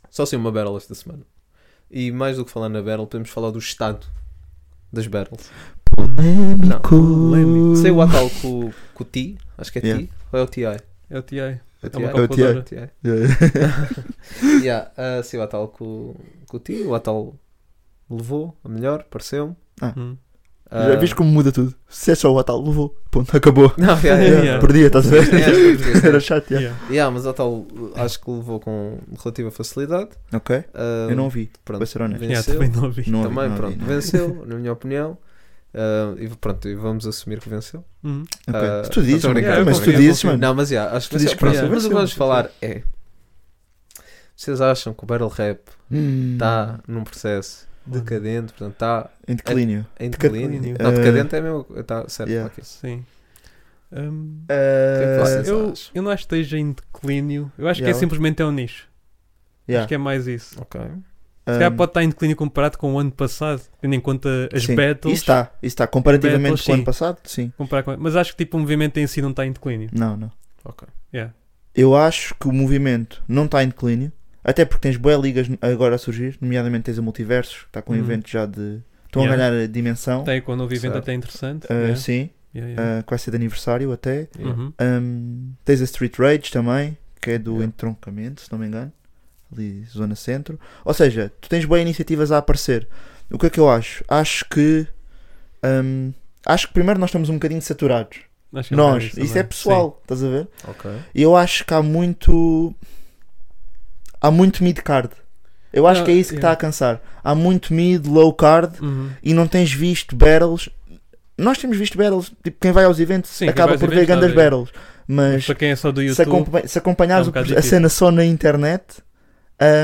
Speaker 6: só assim uma battle esta semana. E mais do que falar na battle, podemos falar do estado das battles.
Speaker 5: Polémico.
Speaker 6: Sei o Atal com, com o T, acho que é
Speaker 5: Uh. Yeah.
Speaker 6: T, ou é o TI? É
Speaker 2: É o TI.
Speaker 6: o
Speaker 2: É uma
Speaker 5: É o TI.
Speaker 2: calculadora.
Speaker 6: TI.
Speaker 5: Yeah.
Speaker 6: yeah, ah, sim, o Atal com, com o T, o Atal levou, a melhor, pareceu-me. Uh,
Speaker 2: Hum.
Speaker 5: Já viste como muda tudo? Se é só o Atal, levou. Ponto, acabou.
Speaker 6: Não, yeah, yeah,
Speaker 5: Yeah,
Speaker 6: yeah.
Speaker 5: Perdia, estás a ver?
Speaker 6: Yeah, yeah.
Speaker 5: Era chato, yeah.
Speaker 2: Yeah.
Speaker 6: Yeah, mas o Atal uh, acho que levou com relativa facilidade.
Speaker 5: Ok.
Speaker 6: Ah,
Speaker 5: Eu não ouvi,
Speaker 6: pronto,
Speaker 5: para ser honesto.
Speaker 2: Yeah,
Speaker 6: venceu.
Speaker 2: também não ouvi.
Speaker 5: Não ouvi,
Speaker 6: Também,
Speaker 5: não ouvi,
Speaker 6: pronto,
Speaker 5: não ouvi.
Speaker 6: venceu, na minha opinião. Ah, e pronto, e vamos assumir que venceu.
Speaker 2: Hum.
Speaker 5: Ok.
Speaker 6: Ah,
Speaker 5: Se tu dizes,
Speaker 6: não tô a
Speaker 5: mano, mas
Speaker 6: brincar, tô a
Speaker 5: se tu
Speaker 6: brincar.
Speaker 5: dizes, mano. é,
Speaker 6: Não, mas yeah, acho que
Speaker 5: Tu dizes
Speaker 6: venceu.
Speaker 5: que venceu,
Speaker 6: Yeah, Mas o que
Speaker 5: venceu,
Speaker 6: vamos falar é. Vocês acham que o Battle Rap
Speaker 5: Hum,
Speaker 2: Tá.
Speaker 6: está num processo decadente, portanto, está
Speaker 5: Em declínio.
Speaker 6: em
Speaker 5: Hum. Decadente.
Speaker 6: declínio?
Speaker 5: Eh,
Speaker 6: Não, decadente é mesmo. Está certo,
Speaker 5: yeah.
Speaker 6: ok.
Speaker 2: Sim. Hum,
Speaker 5: Eh,
Speaker 6: Tem que
Speaker 2: eu,
Speaker 6: acham?
Speaker 2: eu não acho que esteja em declínio. Eu acho que é
Speaker 5: Yeah.
Speaker 2: simplesmente é um nicho.
Speaker 5: yeah,
Speaker 2: Acho que é mais isso.
Speaker 6: Ok.
Speaker 2: Se calhar
Speaker 5: um,
Speaker 2: pode estar em declínio comparado com o ano passado, tendo em conta as
Speaker 5: sim.
Speaker 2: battles.
Speaker 5: Isso tá. está, isso está. Comparativamente
Speaker 2: Battles,
Speaker 5: com o
Speaker 2: sim.
Speaker 5: ano passado, sim.
Speaker 2: comparar com- Mas acho que tipo, o movimento em si não está em declínio.
Speaker 5: Não, não.
Speaker 6: Ok.
Speaker 2: Yeah.
Speaker 5: Eu acho que o movimento não está em declínio, até porque tens boas ligas agora a surgir, nomeadamente tens a Multiversos, que está com um
Speaker 2: Uhum.
Speaker 5: evento já de. Estão
Speaker 2: Yeah.
Speaker 5: a ganhar a dimensão.
Speaker 2: Tem com o novo evento
Speaker 6: Certo.
Speaker 2: até interessante.
Speaker 5: Ah,
Speaker 2: yeah.
Speaker 5: Sim, Eh,
Speaker 2: Yeah, yeah.
Speaker 5: ah, que vai ser de aniversário até.
Speaker 6: Yeah.
Speaker 2: Uhum.
Speaker 5: Ahm, tens a Street Rage também, que é do
Speaker 6: Yeah.
Speaker 5: entroncamento, se não me engano, ali zona centro. Ou seja, tu tens boas iniciativas a aparecer. O que é que eu acho? Acho que. ahm, acho que primeiro nós estamos um bocadinho saturados.
Speaker 2: Acho que é um
Speaker 5: Nós,
Speaker 2: bocado
Speaker 5: isso, é
Speaker 2: também.
Speaker 5: pessoal, estás a ver?
Speaker 6: Ok.
Speaker 5: E eu acho que há muito. Há muito mid-card. Eu acho
Speaker 2: Não,
Speaker 5: que é isso que está
Speaker 2: Ah, yeah.
Speaker 5: a cansar. Há muito mid, low card
Speaker 2: Sim. Uhum.
Speaker 5: e não tens visto battles. Nós temos visto battles, tipo, quem vai aos eventos
Speaker 2: Sim, quem vai
Speaker 5: acaba
Speaker 2: aos
Speaker 5: por ver
Speaker 2: eventos
Speaker 5: grandes
Speaker 2: está a ver.
Speaker 5: battles. Mas
Speaker 2: Para quem é só do
Speaker 5: se,
Speaker 2: YouTube.
Speaker 5: acompa- se
Speaker 2: é um
Speaker 5: acompanhares o-
Speaker 2: bocado
Speaker 5: a
Speaker 2: difícil.
Speaker 5: cena só na internet,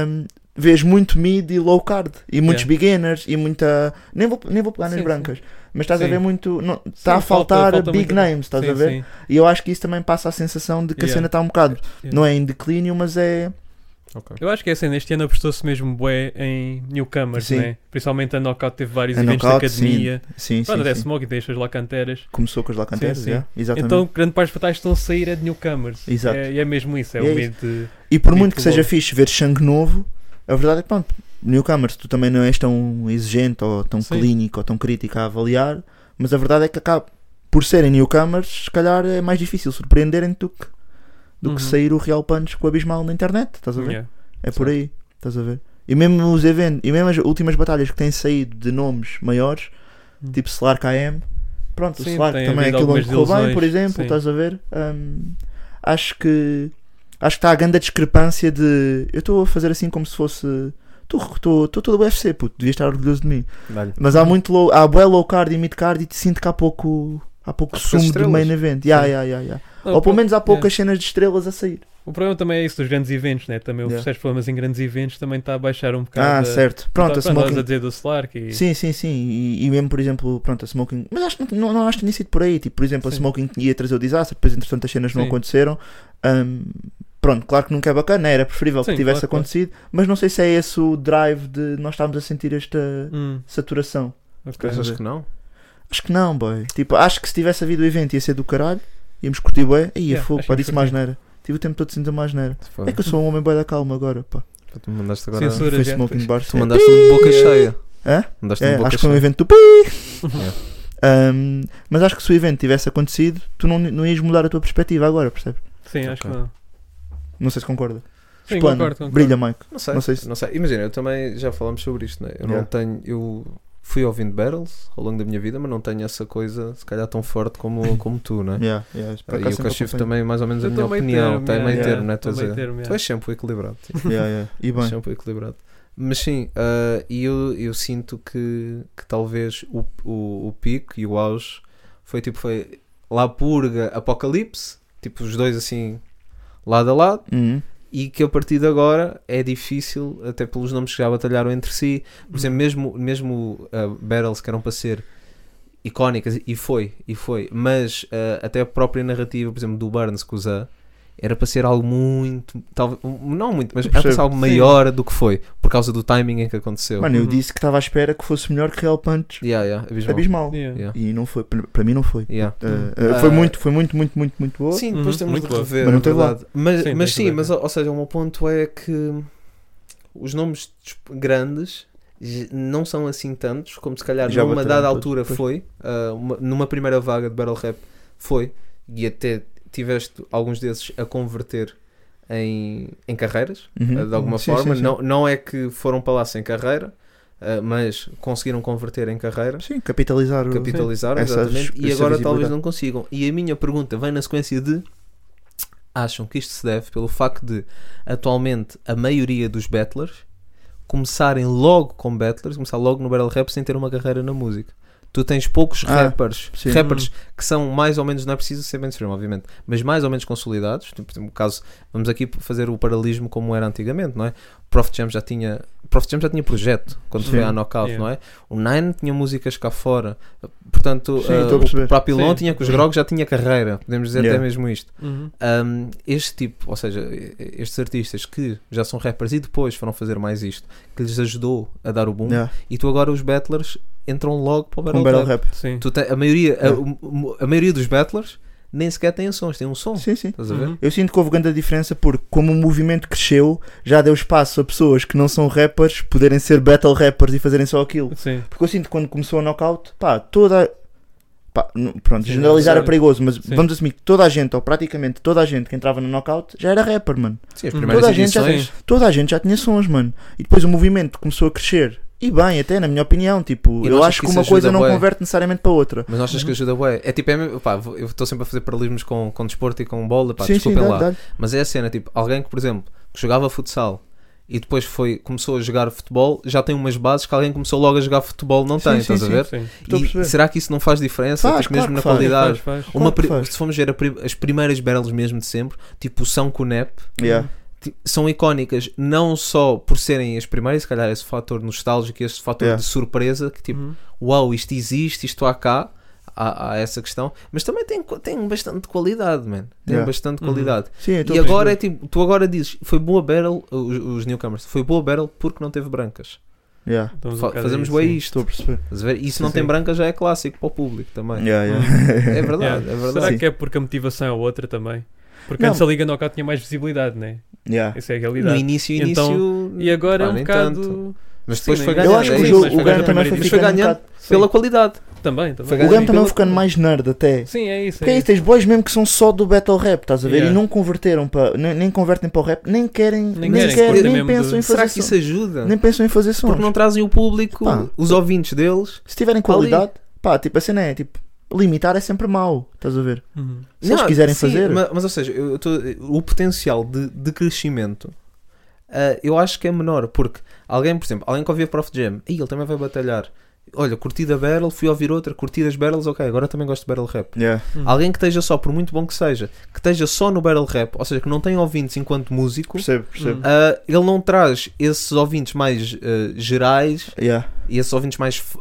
Speaker 5: hum, vês muito mid e low card. E muitos beginners e muita. Nem vou, nem vou pegar nas
Speaker 2: Sim,
Speaker 5: brancas. Mas estás a
Speaker 2: Sim.
Speaker 5: ver muito. não-
Speaker 2: Sim,
Speaker 5: Está a
Speaker 2: falta-
Speaker 5: faltar
Speaker 2: falta
Speaker 5: big
Speaker 2: muita-
Speaker 5: names, estás
Speaker 2: sim,
Speaker 5: a ver?
Speaker 2: sim.
Speaker 5: E eu acho que isso também passa a sensação de que
Speaker 2: Yeah.
Speaker 5: a cena está um bocado.
Speaker 2: Yeah.
Speaker 5: Não é em declínio, mas é.
Speaker 6: Ok.
Speaker 2: Eu acho que é assim, este ano apostou-se mesmo bué em newcomers,
Speaker 5: Sim.
Speaker 2: né? principalmente a Knockout teve vários
Speaker 5: A
Speaker 2: eventos de
Speaker 5: Knockout,
Speaker 2: academia.
Speaker 5: Sim,
Speaker 2: Pronto,
Speaker 5: sim.
Speaker 2: até
Speaker 5: sim.
Speaker 2: Smog e deixa as lá canteiras.
Speaker 5: Começou com as Lacanteras,
Speaker 2: Sim, sim.
Speaker 5: yeah, exatamente.
Speaker 2: Então, grande parte dos batalhas que estão a sair é de newcomers.
Speaker 5: Exato.
Speaker 2: É, e é mesmo isso, é,
Speaker 5: E é
Speaker 2: o medo de.
Speaker 5: e por muito
Speaker 2: e
Speaker 5: que seja
Speaker 2: logo-
Speaker 5: fixe ver Shang novo, a verdade é que, pronto, Newcomers, tu também não és tão exigente ou tão
Speaker 2: Sim.
Speaker 5: clínico ou tão crítico a avaliar, mas a verdade é que acaba. Por serem newcomers, se calhar é mais difícil surpreenderem-te do que, do
Speaker 2: Uhum.
Speaker 5: que sair o Real Punch com o Abismal na internet, estás a ver?
Speaker 2: Yeah.
Speaker 5: É por aí, estás a ver? E mesmo os eventos, e mesmo as últimas batalhas que têm saído de nomes maiores,
Speaker 2: Hum.
Speaker 5: tipo Solar KM, pronto, o
Speaker 2: Sim,
Speaker 5: Solar
Speaker 2: tem
Speaker 5: também é
Speaker 2: havido
Speaker 5: aquilo onde
Speaker 2: algumas
Speaker 5: correu bem, por
Speaker 2: desilusões,
Speaker 5: exemplo,
Speaker 2: sim.
Speaker 5: estás a ver? Hum, acho que acho que está a grande discrepância de eu estou a fazer assim como se fosse. Estou todo o UFC, puto, devias estar orgulhoso de mim.
Speaker 6: Dá-lhe.
Speaker 5: Mas há muito low, há bué low card e mid card e te sinto que há pouco, há pouco
Speaker 6: Há poucas
Speaker 5: sumo de
Speaker 6: estrelas.
Speaker 5: main event. Yeah, yeah, yeah, yeah.
Speaker 2: Não, é.
Speaker 5: Ou pelo
Speaker 2: o-
Speaker 5: menos há poucas cenas de estrelas a sair.
Speaker 2: O problema também é isso dos grandes eventos, né? Também
Speaker 5: Yeah.
Speaker 2: os sérios problemas em grandes eventos também está a baixar um bocado.
Speaker 5: Ah,
Speaker 2: a-
Speaker 5: certo. Pronto,
Speaker 2: tá-
Speaker 5: a
Speaker 2: estavas
Speaker 5: Smoking
Speaker 2: a dizer do Slark e.
Speaker 5: Sim, sim, sim. E, e mesmo, por exemplo, pronto, a Smoking. Mas acho, que não, não acho que tenha sido por aí. Tipo, por exemplo,
Speaker 2: Sim.
Speaker 5: a Smoking ia trazer o desastre, depois, entretanto, as cenas não
Speaker 2: Sim.
Speaker 5: aconteceram. Ahm, pronto, claro que nunca é bacana, era preferível
Speaker 2: Sim,
Speaker 5: que tivesse
Speaker 2: claro, claro.
Speaker 5: acontecido, mas não sei se é esse o drive de nós estarmos a sentir esta
Speaker 2: Hum,
Speaker 5: saturação.
Speaker 2: ok.
Speaker 5: Estás a
Speaker 6: Achas
Speaker 5: ver?
Speaker 6: que não?
Speaker 5: Acho que não, boy. Tipo, acho que se tivesse havido o evento ia ser do caralho, íamos curtir bué, e ia
Speaker 2: Yeah,
Speaker 5: fogo,
Speaker 2: acho
Speaker 5: pá,
Speaker 2: que
Speaker 5: disse
Speaker 2: curti.
Speaker 5: mais neira. Tive o tempo todo sentindo mais neira.
Speaker 6: Foi.
Speaker 5: É que eu sou um homem bué da calma agora, pá.
Speaker 6: Tu me mandaste agora.
Speaker 2: Censura.
Speaker 5: Foi
Speaker 2: já,
Speaker 5: Smoking
Speaker 2: pois.
Speaker 5: Bar.
Speaker 6: Tu um mandaste-me de boca cheia.
Speaker 5: Hã?
Speaker 6: Mandaste-me
Speaker 5: Eh, É,
Speaker 6: de boca
Speaker 5: acho que foi um
Speaker 6: cheia.
Speaker 5: evento do pi. Um, mas acho que se o evento tivesse acontecido, tu não, não ias mudar a tua perspectiva agora, percebes?
Speaker 2: Sim, acho
Speaker 6: Ok.
Speaker 2: que não.
Speaker 5: Não sei se concorda.
Speaker 2: Sim,
Speaker 5: Explana.
Speaker 2: concordo, concordo.
Speaker 5: Brilha, Mike.
Speaker 6: Não sei.
Speaker 5: é Não sei se-
Speaker 6: Imagina, eu também já falamos sobre isto, né? Eu não
Speaker 5: Yeah.
Speaker 6: tenho. Eu fui ouvindo battles ao longo da minha vida, mas não tenho essa coisa, se calhar, tão forte como, como tu, né?
Speaker 5: Yeah, yeah, isso por
Speaker 6: e
Speaker 5: acaso
Speaker 6: o
Speaker 5: sempre
Speaker 6: cachifo
Speaker 5: acompanho.
Speaker 6: também, é mais ou menos, a
Speaker 2: Eu
Speaker 6: minha
Speaker 2: tô meio
Speaker 6: opinião.
Speaker 2: termo,
Speaker 6: Tem
Speaker 2: yeah,
Speaker 6: meio
Speaker 5: yeah.
Speaker 6: termo, né?
Speaker 2: Tô
Speaker 6: Estás
Speaker 2: meio
Speaker 6: a-
Speaker 2: termo,
Speaker 6: Tu
Speaker 2: yeah.
Speaker 6: és sempre o equilibrado. tipo,
Speaker 5: Yeah, yeah. E
Speaker 6: és
Speaker 5: bem,
Speaker 6: sempre o equilibrado. Mas sim, ah, e eu, eu sinto que, que talvez o, o, o pico e o auge foi tipo, foi La Purga, Apocalipse, tipo os dois assim, lado a lado
Speaker 5: Uhum.
Speaker 6: e que a partir de agora é difícil, até pelos nomes que já batalharam entre si,
Speaker 5: Uhum.
Speaker 6: por exemplo, mesmo, mesmo uh, battles que eram para ser icónicas, e foi, e foi, mas uh, até a própria narrativa, por exemplo, do Burns com o Zé, era para ser algo muito. Talvez, um, não muito, mas
Speaker 5: Eu
Speaker 6: era para ser
Speaker 5: percebo.
Speaker 6: algo
Speaker 5: Sim.
Speaker 6: maior do que foi, por causa do timing em que aconteceu.
Speaker 5: Mano, eu
Speaker 2: Uhum.
Speaker 5: disse que estava à espera que fosse melhor que Real Punch
Speaker 6: Yeah, yeah, abismal.
Speaker 5: Abismal.
Speaker 2: Yeah.
Speaker 6: Yeah.
Speaker 5: E não foi, para para mim não foi.
Speaker 6: Yeah.
Speaker 5: Uh, uh, foi
Speaker 6: Ah.
Speaker 5: muito, foi muito, muito, muito, muito boa.
Speaker 6: Sim,
Speaker 2: Uhum,
Speaker 6: depois temos
Speaker 2: muito
Speaker 6: de
Speaker 2: boa.
Speaker 6: rever,
Speaker 5: Mas não
Speaker 6: é
Speaker 5: teve lá.
Speaker 6: verdade. Mas
Speaker 2: Sim,
Speaker 6: sim,
Speaker 2: tens
Speaker 6: mas,
Speaker 2: de
Speaker 6: sim,
Speaker 2: ver,
Speaker 6: mas, ou ou seja, o meu ponto é que os nomes disp- grandes j- não são assim tantos, como se calhar
Speaker 5: Já
Speaker 6: numa
Speaker 5: bateram
Speaker 6: dada
Speaker 5: todos,
Speaker 6: altura
Speaker 5: pois.
Speaker 6: foi, ah, uma- numa primeira vaga de Battle Rap foi, e até tiveste alguns desses a converter em, em carreiras, ah,
Speaker 5: Uhum.
Speaker 6: de alguma
Speaker 5: Sim, sim,
Speaker 6: forma.
Speaker 5: sim.
Speaker 6: Não, não é que foram para lá sem carreira, ah, mas conseguiram converter em carreira
Speaker 5: Sim, capitalizar. o-
Speaker 6: capitalizaram,
Speaker 5: Essa vis-
Speaker 6: exatamente, e
Speaker 5: essa
Speaker 6: agora
Speaker 5: visibilidade.
Speaker 6: talvez não consigam. E a minha pergunta vem na sequência de acham que isto se deve pelo facto de atualmente a maioria dos battlers começarem logo com battlers, começar logo no battle rap sem ter uma carreira na música. Tu tens poucos
Speaker 5: Ah,
Speaker 6: rappers,
Speaker 5: sim.
Speaker 6: rappers que são mais ou menos, não é preciso ser mainstream, obviamente, mas mais ou menos consolidados. Tipo, no caso, vamos aqui fazer o paralelismo como era antigamente, não é? Prof Jam já tinha, Prof Jam já tinha projeto quando
Speaker 5: Sim.
Speaker 6: foi à Knockout,
Speaker 2: Yeah.
Speaker 6: não é? O Nine tinha músicas cá fora, portanto,
Speaker 5: Sim,
Speaker 6: eh,
Speaker 5: estou a perceber. Uhum.
Speaker 6: o próprio Lon
Speaker 2: Sim.
Speaker 6: tinha com os Grog já tinha carreira, podemos dizer
Speaker 5: Yeah.
Speaker 6: até mesmo isto.
Speaker 2: Uhum.
Speaker 6: Um, este tipo, ou seja, e- e- estes artistas que já são rappers e depois foram fazer mais isto, que lhes ajudou a dar o boom,
Speaker 5: Yeah,
Speaker 6: e tu agora os battlers entram logo para o
Speaker 5: Com
Speaker 6: battle,
Speaker 5: battle
Speaker 6: rap.
Speaker 5: rap.
Speaker 2: Sim.
Speaker 6: Tu te- a, maioria, a-
Speaker 5: Yeah.
Speaker 6: o- a, maioria dos battlers nem sequer têm sons, têm um som.
Speaker 5: Sim, sim.
Speaker 6: Estás a ver?
Speaker 2: Uhum.
Speaker 5: Eu sinto que houve grande diferença porque, como o movimento cresceu, já deu espaço a pessoas que não são rappers poderem ser battle rappers e fazerem só aquilo.
Speaker 6: tipo,
Speaker 2: Sim.
Speaker 5: Porque eu sinto que quando começou a knockout, pá, toda. a- Pá, n- pronto,
Speaker 2: Sim,
Speaker 5: generalizar
Speaker 2: sim.
Speaker 5: é perigoso, mas
Speaker 2: Sim.
Speaker 5: vamos assumir que toda a gente, ou praticamente toda a gente que entrava no knockout, já era rapper, mano.
Speaker 6: Sim, as
Speaker 2: Uhum.
Speaker 6: primeiras
Speaker 5: Toda a gente já
Speaker 6: edições.
Speaker 5: Toda a gente já tinha sons, mano. E depois o movimento começou a crescer. E bem, até na minha opinião, tipo,
Speaker 6: E
Speaker 5: eu
Speaker 6: não achas
Speaker 5: acho
Speaker 6: que
Speaker 5: que
Speaker 6: isso
Speaker 5: uma coisa
Speaker 6: ajuda
Speaker 5: não
Speaker 6: bué?
Speaker 5: converte necessariamente para outra.
Speaker 6: Mas não
Speaker 2: Uhum.
Speaker 6: achas que ajuda bué? É tipo, é, mesmo- pá, vou- eu estou sempre a fazer paralelismos com, com desporto e com bola, pá,
Speaker 5: sim, sim,
Speaker 6: desculpem
Speaker 5: dá,
Speaker 6: lá.
Speaker 5: dá.
Speaker 6: Mas é a cena, tipo, alguém que, por exemplo, que jogava futsal e depois foi, começou a jogar futebol, já tem umas bases que alguém começou logo a jogar futebol não
Speaker 5: Sim,
Speaker 6: tem,
Speaker 5: sim,
Speaker 6: estás a
Speaker 5: sim.
Speaker 6: ver?
Speaker 2: Sim.
Speaker 5: Estou a
Speaker 6: E
Speaker 5: perceber.
Speaker 6: será que isso não faz diferença?
Speaker 5: Faz,
Speaker 6: tipo,
Speaker 5: claro
Speaker 6: mesmo
Speaker 5: que
Speaker 6: na
Speaker 5: faz.
Speaker 2: Faz,
Speaker 6: qualidade.
Speaker 2: faz.
Speaker 5: Claro
Speaker 6: Uma
Speaker 5: que
Speaker 6: pri-
Speaker 5: faz.
Speaker 6: Se formos ver a pri- as primeiras battles mesmo de sempre, tipo o São com o Nep,
Speaker 5: Yeah.
Speaker 6: ti- são icónicas não só por serem as primeiras, se calhar esse fator nostálgico, este fator
Speaker 5: Yeah.
Speaker 6: de surpresa, que tipo,
Speaker 2: Uhum.
Speaker 6: uau, isto existe, isto há cá, há, há essa questão, mas também tem, co- tem bastante qualidade, man. Tem
Speaker 5: Yeah.
Speaker 6: bastante
Speaker 2: Uhum.
Speaker 6: qualidade.
Speaker 5: Sim, eu estou
Speaker 6: E
Speaker 5: a
Speaker 6: agora é
Speaker 5: perceber.
Speaker 6: tipo, tu agora dizes, foi boa battle, os, os newcomers, foi boa battle porque não teve brancas.
Speaker 5: Yeah,
Speaker 2: Estamos um
Speaker 6: Fa-
Speaker 2: bocado
Speaker 6: fazemos
Speaker 2: aí,
Speaker 6: bem
Speaker 2: sim.
Speaker 5: Estou a
Speaker 6: isto.
Speaker 5: perceber.
Speaker 6: Estás a ver? E se
Speaker 2: Sim,
Speaker 6: não tem
Speaker 2: sim.
Speaker 6: branca já é clássico para o público também.
Speaker 5: Yeah, yeah.
Speaker 6: É verdade,
Speaker 2: Yeah.
Speaker 6: é verdade.
Speaker 2: Será
Speaker 5: Sim.
Speaker 2: que é porque a motivação é outra também? Porque
Speaker 5: Não.
Speaker 2: antes a Liga Knockout tinha mais visibilidade, né?
Speaker 5: Yeah.
Speaker 2: Isso é a
Speaker 6: No
Speaker 2: realidade.
Speaker 6: início, início.
Speaker 2: Então, E agora
Speaker 6: Pá,
Speaker 2: é um
Speaker 6: nem
Speaker 2: bocado.
Speaker 6: Mas depois
Speaker 2: Sim,
Speaker 6: foi
Speaker 2: nem-
Speaker 5: Eu
Speaker 6: ganhando.
Speaker 5: acho que
Speaker 6: é
Speaker 5: o
Speaker 6: isso,
Speaker 5: jogo,
Speaker 6: mas
Speaker 5: o
Speaker 2: ganhar
Speaker 5: Graham
Speaker 6: foi ganhando.
Speaker 5: também
Speaker 2: primeira
Speaker 5: foi
Speaker 6: Mas foi
Speaker 5: ficando um
Speaker 6: ganhando
Speaker 5: bocado-
Speaker 6: pela qualidade.
Speaker 2: Também, também.
Speaker 6: Foi
Speaker 5: O Graham
Speaker 6: ganhando
Speaker 5: também é
Speaker 6: pela-
Speaker 5: foi ficando mais nerd até.
Speaker 2: Sim, é isso.
Speaker 5: Porque
Speaker 2: É
Speaker 5: aí
Speaker 2: isso.
Speaker 5: tens boys mesmo que são só do battle rap, estás a ver?
Speaker 2: Yeah.
Speaker 5: E não converteram para. Nem, nem convertem para o rap, nem querem,
Speaker 2: Nem
Speaker 5: nem,
Speaker 2: querem,
Speaker 5: querem,
Speaker 2: curtem
Speaker 5: nem
Speaker 2: mesmo
Speaker 5: pensam
Speaker 2: do-
Speaker 5: em
Speaker 6: Será
Speaker 5: fazer
Speaker 6: que isso
Speaker 5: som.
Speaker 6: ajuda?
Speaker 5: Nem pensam em fazer sons.
Speaker 6: Porque não trazem o público,
Speaker 5: Pá.
Speaker 6: os ouvintes deles.
Speaker 5: Se tiverem qualidade, pá, tipo, a cena é tipo, limitar é sempre mau, estás a ver?
Speaker 2: Uhum.
Speaker 5: Se eles quisererem
Speaker 6: sim,
Speaker 5: fazer.
Speaker 6: Mas, mas, ou seja, eu- eu tô- o potencial de, de crescimento ah, eu acho que é menor. Porque alguém, por exemplo, alguém que ouvia Prof Jam, "Ih, ele também vai batalhar. Olha, curti da Battle, fui ouvir outra, curti das Battles, ok, agora também gosto de Battle Rap.
Speaker 5: Yeah.
Speaker 2: Hum.
Speaker 6: Alguém que esteja só, por muito bom que seja, que esteja só no Battle Rap, ou seja, que não tem ouvintes enquanto músico,
Speaker 5: Percebo, percebo.
Speaker 2: Hum.
Speaker 6: ah, ele não traz esses ouvintes mais ah, gerais
Speaker 5: Yeah.
Speaker 6: e esses ouvintes mais, f-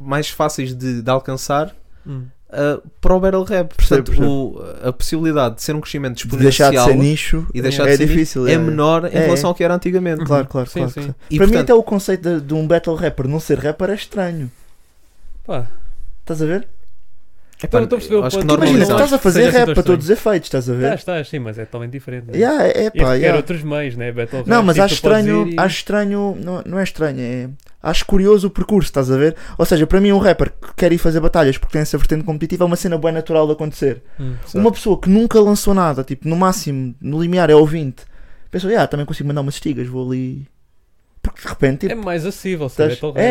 Speaker 6: mais fáceis de, de alcançar
Speaker 2: Hum.
Speaker 6: ah, para o Battle Rap.
Speaker 5: Percebo,
Speaker 6: Portanto, o- a possibilidade de ser um crescimento
Speaker 5: De deixar
Speaker 6: exponencial
Speaker 5: de ser nicho
Speaker 6: e deixar
Speaker 5: é,
Speaker 6: de ser
Speaker 5: difícil.
Speaker 6: nicho é menor em
Speaker 5: É,
Speaker 6: relação ao que era antigamente.
Speaker 5: Claro, claro,
Speaker 2: Sim,
Speaker 5: claro.
Speaker 2: sim.
Speaker 5: claro.
Speaker 6: E,
Speaker 5: Para mim,
Speaker 6: portanto-
Speaker 5: até o conceito de, de um battle rapper não ser rapper é estranho. Tá
Speaker 2: Pá,
Speaker 5: Estás a ver?
Speaker 6: Epá,
Speaker 2: Então, estou a perceber o
Speaker 6: acho que
Speaker 2: ponto.
Speaker 5: Imagina, tu
Speaker 2: não,
Speaker 5: estás
Speaker 6: normalizar.
Speaker 5: a fazer
Speaker 2: seja assim tão
Speaker 5: rap para
Speaker 2: estranho.
Speaker 5: todos os efeitos, estás a ver?
Speaker 2: estás, estás, sim, mas é totalmente diferente. Né?
Speaker 5: Yeah, é, é
Speaker 2: E
Speaker 5: pá,
Speaker 2: requer
Speaker 5: yeah.
Speaker 2: outros meios, né? Battle
Speaker 5: Não,
Speaker 2: rap,
Speaker 5: mas
Speaker 2: e
Speaker 5: acho
Speaker 2: tu podes
Speaker 5: estranho,
Speaker 2: ir e-
Speaker 5: acho estranho, não, não é estranho, é, acho curioso o percurso, estás a ver? Ou seja, para mim um rapper que quer ir fazer batalhas porque tem essa vertente competitiva é uma cena bem natural de acontecer.
Speaker 2: Hum.
Speaker 5: Uma pessoa que nunca lançou nada, tipo, no máximo, no limiar é ouvinte, pensou, ah, também consigo mandar umas estigas, vou ali... Porque de repente,
Speaker 2: É
Speaker 5: tipo,
Speaker 2: mais acessível,
Speaker 5: Estás-
Speaker 2: sabe? Battle rap,
Speaker 5: É,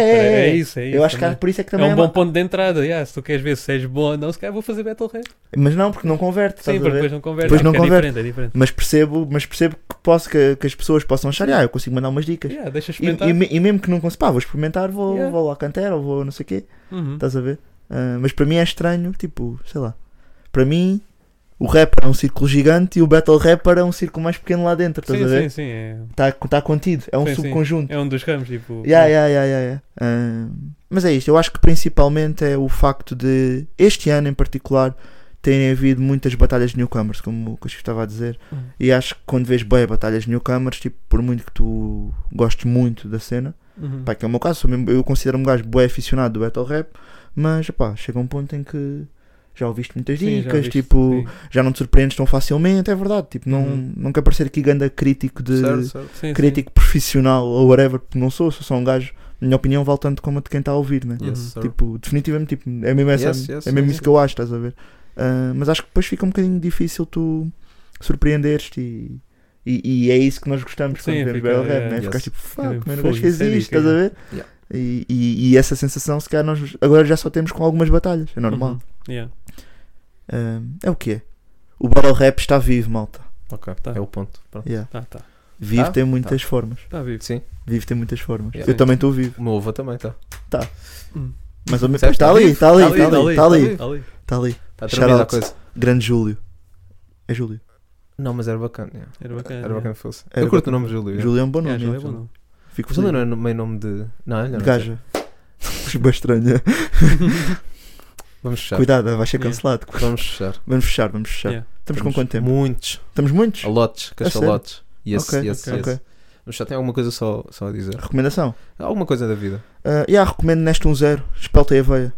Speaker 2: é,
Speaker 5: é, é.
Speaker 2: isso, é isso.
Speaker 5: eu acho que há-
Speaker 2: também.
Speaker 5: por isso é que
Speaker 2: é
Speaker 5: também
Speaker 2: um
Speaker 5: é
Speaker 2: bom
Speaker 5: ma-
Speaker 2: ponto de entrada. yeah, se tu queres ver se és bom ou não, se calhar vou fazer Battle Rap.
Speaker 5: Mas não, porque não converte,
Speaker 2: Sim,
Speaker 5: estás
Speaker 2: porque
Speaker 5: a ver?
Speaker 2: depois não converte.
Speaker 5: Depois
Speaker 2: Ah,
Speaker 5: não
Speaker 2: porque
Speaker 5: converte.
Speaker 2: É diferente, é diferente.
Speaker 5: Mas percebo, mas percebo que, posso, que, que as pessoas possam achar, ah, eu consigo mandar umas dicas.
Speaker 2: Yeah, deixa
Speaker 5: E,
Speaker 2: experimentar.
Speaker 5: e me- e mesmo que não consiga, pá, vou experimentar, vou,
Speaker 2: Yeah.
Speaker 5: vou lá cantar, ou vou não sei o quê.
Speaker 2: Uhum.
Speaker 5: Estás a ver? Ah, mas para mim é estranho, tipo, sei lá. Para mim, o rapper é um círculo gigante e o battle rapper é um círculo mais pequeno lá dentro, estás
Speaker 2: Sim,
Speaker 5: a
Speaker 2: sim,
Speaker 5: ver?
Speaker 2: sim. É,
Speaker 5: Está tá contido, é um
Speaker 2: Sim, sim.
Speaker 5: subconjunto.
Speaker 2: é um dos ramos, tipo.
Speaker 5: Yeah, yeah, yeah, yeah, yeah. Ah, mas é isto, eu acho que principalmente é o facto de este ano em particular terem havido muitas batalhas de newcomers, como o que eu estava a dizer.
Speaker 2: Hum.
Speaker 5: E acho que quando vês bem batalhas de newcomers, tipo, por muito que tu gostes muito da cena,
Speaker 2: Uhum.
Speaker 5: Pá, que é o meu caso, sou mesmo- eu considero-me um gajo bué aficionado do battle rap, mas pá, chega um ponto em que já ouviste muitas
Speaker 2: Sim, já
Speaker 5: dicas,
Speaker 2: viste,
Speaker 5: tipo,
Speaker 2: sim.
Speaker 5: já não te surpreendes tão facilmente, é verdade, tipo, não,
Speaker 2: Uhum.
Speaker 5: não quero parecer aqui ganda crítico de
Speaker 6: Certo, certo.
Speaker 2: Sim, sim.
Speaker 5: crítico profissional ou whatever, porque não sou, sou só um gajo, na minha opinião vale tanto como a de quem está a ouvir, né?
Speaker 6: Yes,
Speaker 2: Uhum.
Speaker 6: sir.
Speaker 5: Tipo, definitivamente, tipo, é mesmo, essa,
Speaker 6: Ah. Yes, yes,
Speaker 5: é mesmo
Speaker 6: yes.
Speaker 5: isso que eu acho, estás a ver? Ah, mas acho que depois fica um bocadinho difícil tu surpreenderes-te e, e, e é isso que nós gostamos
Speaker 2: Sim,
Speaker 5: quando vemos
Speaker 2: fica-
Speaker 5: Battle Rap,
Speaker 2: é,
Speaker 5: né?
Speaker 6: yes.
Speaker 5: Ficas tipo, fuck,
Speaker 2: Fica
Speaker 5: mano, o
Speaker 2: fogo,
Speaker 5: gajo fez
Speaker 2: isso é
Speaker 5: isto,
Speaker 2: dica,
Speaker 5: estás a ver?
Speaker 6: Yeah.
Speaker 5: E, e- e essa sensação, se calhar, nós agora já só temos com algumas batalhas, é normal.
Speaker 2: Uhum. Yeah.
Speaker 5: Ah,
Speaker 6: Uhum.
Speaker 5: é o que é. O Battle Rap está vivo, malta.
Speaker 6: Ok,
Speaker 2: Tá.
Speaker 6: é o ponto. Pronto.
Speaker 5: Yeah.
Speaker 2: Tá, tá.
Speaker 5: Vivo
Speaker 6: Tá?
Speaker 5: tem muitas formas.
Speaker 2: Tá vivo.
Speaker 6: Tipo, Sim,
Speaker 5: Vivo tem muitas formas.
Speaker 6: Yeah.
Speaker 5: Eu também estou vivo.
Speaker 6: o meu avô também tá. está.
Speaker 5: Mas ao mesmo
Speaker 6: Certo,
Speaker 5: está
Speaker 6: tá
Speaker 5: ali,
Speaker 6: vivo,
Speaker 5: está ali, está ali, está ali,
Speaker 2: tá ali.
Speaker 5: está ali.
Speaker 6: Está a
Speaker 5: Shout
Speaker 6: terminar a
Speaker 5: out.
Speaker 6: coisa.
Speaker 5: Grande Júlio. É Júlio.
Speaker 6: Não, mas era bacana. yeah.
Speaker 2: Era bacana.
Speaker 6: Era bacana que fosse.
Speaker 5: É, Era
Speaker 6: eu curto o
Speaker 5: bacana.
Speaker 6: nome de Júlio. yeah.
Speaker 5: Júlio é um bom
Speaker 2: Yeah,
Speaker 5: nome.
Speaker 2: Júlio
Speaker 5: é,
Speaker 2: é bom nome.
Speaker 5: Fico
Speaker 6: Júlio
Speaker 5: feliz.
Speaker 6: não é no- meio nome de. Não, ele não
Speaker 5: De
Speaker 6: é.
Speaker 5: gaja. Bem estranha.
Speaker 6: Vamos fechar.
Speaker 5: Cuidado, vai ser
Speaker 2: Yeah.
Speaker 5: cancelado.
Speaker 6: Vamos fechar.
Speaker 5: Vamos fechar, vamos fechar.
Speaker 2: Yeah.
Speaker 5: Estamos com quanto tempo?
Speaker 6: Muitos.
Speaker 5: Estamos muitos?
Speaker 6: Alotes, cachalotes. Yes,
Speaker 5: Ok,
Speaker 6: yes,
Speaker 2: ok,
Speaker 6: yes.
Speaker 5: ok.
Speaker 6: Mas já tem alguma coisa só, só a dizer?
Speaker 5: Recomendação?
Speaker 6: Alguma coisa da vida.
Speaker 5: Ah, yeah, recomendo neste um zero. Espelta e aveia.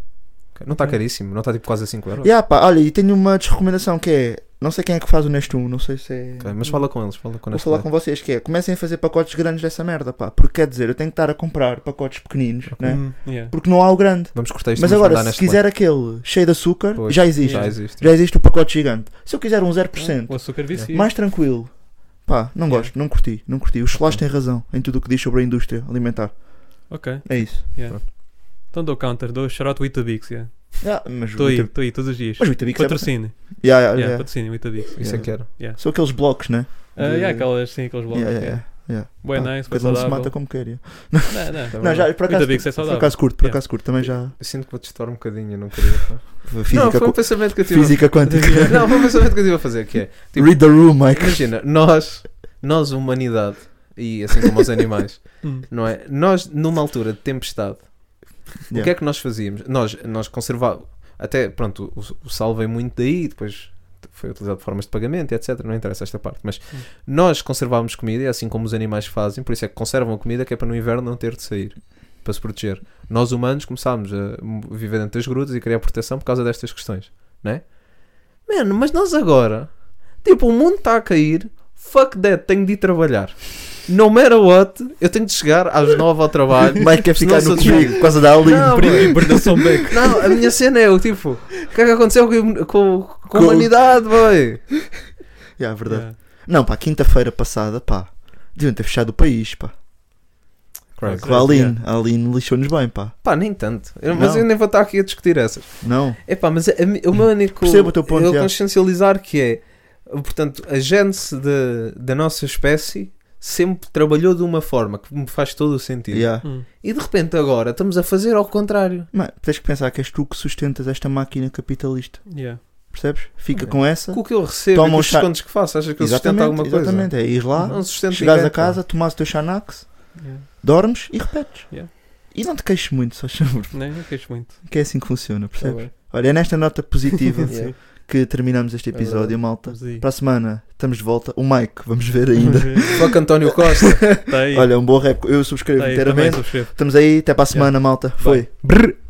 Speaker 6: Ok. Não está caríssimo, não está tipo quase a 5 euros.
Speaker 5: É. Yeah, pá, olha, e tenho uma desrecomendação que é... Não sei quem é que faz o neste um, não sei se é...
Speaker 6: Ok, mas fala um. com eles, fala com
Speaker 5: Vou
Speaker 6: eles.
Speaker 5: falar com vocês que é, comecem a fazer pacotes grandes dessa merda, pá. Porque quer dizer, eu tenho que estar a comprar pacotes pequeninos, né?
Speaker 2: Uhum. Yeah.
Speaker 5: Porque não há o grande.
Speaker 6: Vamos cortar isto
Speaker 5: Mas
Speaker 6: vamos
Speaker 5: agora,
Speaker 6: mandar
Speaker 5: se
Speaker 6: neste lado.
Speaker 5: quiser aquele cheio de açúcar,
Speaker 6: Pois,
Speaker 5: já existe.
Speaker 6: Já
Speaker 2: Yeah.
Speaker 6: existe.
Speaker 5: Já existe o pacote gigante. Se eu quiser um 0%,
Speaker 2: O açúcar vicia.
Speaker 5: mais tranquilo. Pá,
Speaker 2: É.
Speaker 5: não gosto, não curti, não curti. Os Solas têm razão em tudo o que diz sobre a indústria alimentar.
Speaker 2: Ok.
Speaker 5: É isso.
Speaker 2: Então dou counter, dou shoutout Witabix. yeah.
Speaker 6: Ah,
Speaker 5: Yeah, mas
Speaker 2: Estou
Speaker 5: o
Speaker 2: aí,
Speaker 5: Itab-
Speaker 2: estou aí todos os dias.
Speaker 5: mas o Itabix é- Ah,
Speaker 2: Patrocínio.
Speaker 5: Yeah, yeah,
Speaker 2: Yeah,
Speaker 5: yeah.
Speaker 2: Patrocínio, Witabix.
Speaker 6: Isso é
Speaker 5: Yeah.
Speaker 6: que era.
Speaker 5: São aqueles blocos, né?
Speaker 2: Ah,
Speaker 5: De-
Speaker 2: yeah, aquelas, sim, aqueles blocos.
Speaker 5: Yeah,
Speaker 2: Yeah,
Speaker 5: yeah, yeah.
Speaker 2: Bué
Speaker 5: Pá,
Speaker 2: nice, bué
Speaker 5: cada um se
Speaker 2: saudável.
Speaker 5: mata como quer. yeah.
Speaker 2: Não, não.
Speaker 6: Tá
Speaker 5: Não,
Speaker 6: bem.
Speaker 5: já, por acaso,
Speaker 2: Itabix é
Speaker 5: por
Speaker 2: saudável.
Speaker 5: acaso curto, por
Speaker 2: Yeah.
Speaker 5: acaso curto. Também já.
Speaker 6: Eu sinto que vou testar um bocadinho, não queria. pá.
Speaker 5: Física,
Speaker 6: não, foi um
Speaker 5: qu-
Speaker 6: pensamento que eu tive.
Speaker 5: física quântica.
Speaker 6: Não, foi um pensamento que eu tive a fazer, que é. Tipo,
Speaker 5: Read the room, Mike.
Speaker 6: Imagina, nós, nós, humanidade, e assim como os animais,
Speaker 2: Hum.
Speaker 6: não é? Nós, numa altura de tempestade, o que
Speaker 5: Yeah.
Speaker 6: é que nós fazíamos? Nós, nós conservávamos, até, pronto, o, o sal veio muito daí, depois foi utilizado de formas de pagamento, etc. Não interessa esta parte, mas
Speaker 2: Hum.
Speaker 6: nós conservávamos comida, assim como os animais fazem, por isso é que conservam a comida, que é para no inverno não ter de sair, para se proteger. Nós, humanos, começámos a viver dentro das grutas e criar proteção por causa destas questões, não é? Mano, mas nós agora, tipo, o mundo está a cair, fuck that, tenho de ir trabalhar. No matter what, eu tenho de chegar às nove ao trabalho.
Speaker 5: Mike quer ficar
Speaker 6: Senão
Speaker 5: no
Speaker 6: sou de-
Speaker 5: comigo por causa da Aline.
Speaker 6: Não,
Speaker 5: Primo.
Speaker 6: mano.
Speaker 2: Bernardo Beck.
Speaker 6: Não, a minha cena é o tipo, o que é que aconteceu com, com, com a humanidade, boy?
Speaker 5: Yeah, é verdade.
Speaker 2: Yeah.
Speaker 5: Não, pá, quinta-feira passada, pá. Deviam ter fechado o país, pá.
Speaker 2: Crazy.
Speaker 5: Com a Aline. A Aline lixou-nos bem, pá.
Speaker 6: Pá, nem tanto. Eu- mas
Speaker 5: Não.
Speaker 6: eu nem vou estar aqui a discutir essas.
Speaker 5: Não.
Speaker 6: É pá, mas a- a- o meu único.
Speaker 5: Percebo o teu ponto,
Speaker 6: Eu
Speaker 5: já.
Speaker 6: consciencializar que é, portanto, a gênese de- da nossa espécie sempre trabalhou de uma forma que me faz todo o sentido.
Speaker 5: Yeah.
Speaker 2: Hum.
Speaker 6: E de repente agora estamos a fazer ao contrário.
Speaker 5: Mano, tens que pensar que és tu que sustentas esta máquina capitalista.
Speaker 2: Yeah.
Speaker 5: Percebes? Fica
Speaker 6: Ok.
Speaker 5: com essa.
Speaker 6: Com o que eu recebo
Speaker 5: Toma
Speaker 6: e com
Speaker 5: um
Speaker 6: os
Speaker 5: chá-
Speaker 6: descontos que faço, achas que eu sustento
Speaker 5: exatamente,
Speaker 6: alguma coisa?
Speaker 5: exatamente. É ir lá,
Speaker 6: Não sustento
Speaker 5: chegares
Speaker 6: ninguém,
Speaker 5: a
Speaker 6: pá.
Speaker 5: casa, tomas o teu Xanax,
Speaker 2: Yeah.
Speaker 5: dormes e repetes.
Speaker 2: Yeah.
Speaker 5: E não te queixes muito, só chamar.
Speaker 2: Não, não queixo muito.
Speaker 5: Que é assim que funciona,
Speaker 6: Tá
Speaker 5: percebes?
Speaker 6: bem.
Speaker 5: Olha, é nesta nota positiva
Speaker 6: Yeah.
Speaker 5: que terminamos este
Speaker 6: É verdade.
Speaker 5: episódio, malta.
Speaker 2: Vamos aí.
Speaker 5: Para a semana estamos de volta. O Mike, vamos ver ainda.
Speaker 6: Fuck António Costa.
Speaker 2: Tá aí.
Speaker 5: Olha, um bom rap. Eu subscrevo
Speaker 2: tá aí, também
Speaker 5: inteiramente.
Speaker 2: subscrevo.
Speaker 5: Estamos aí. Até para a semana, malta. Foi.
Speaker 2: Brr.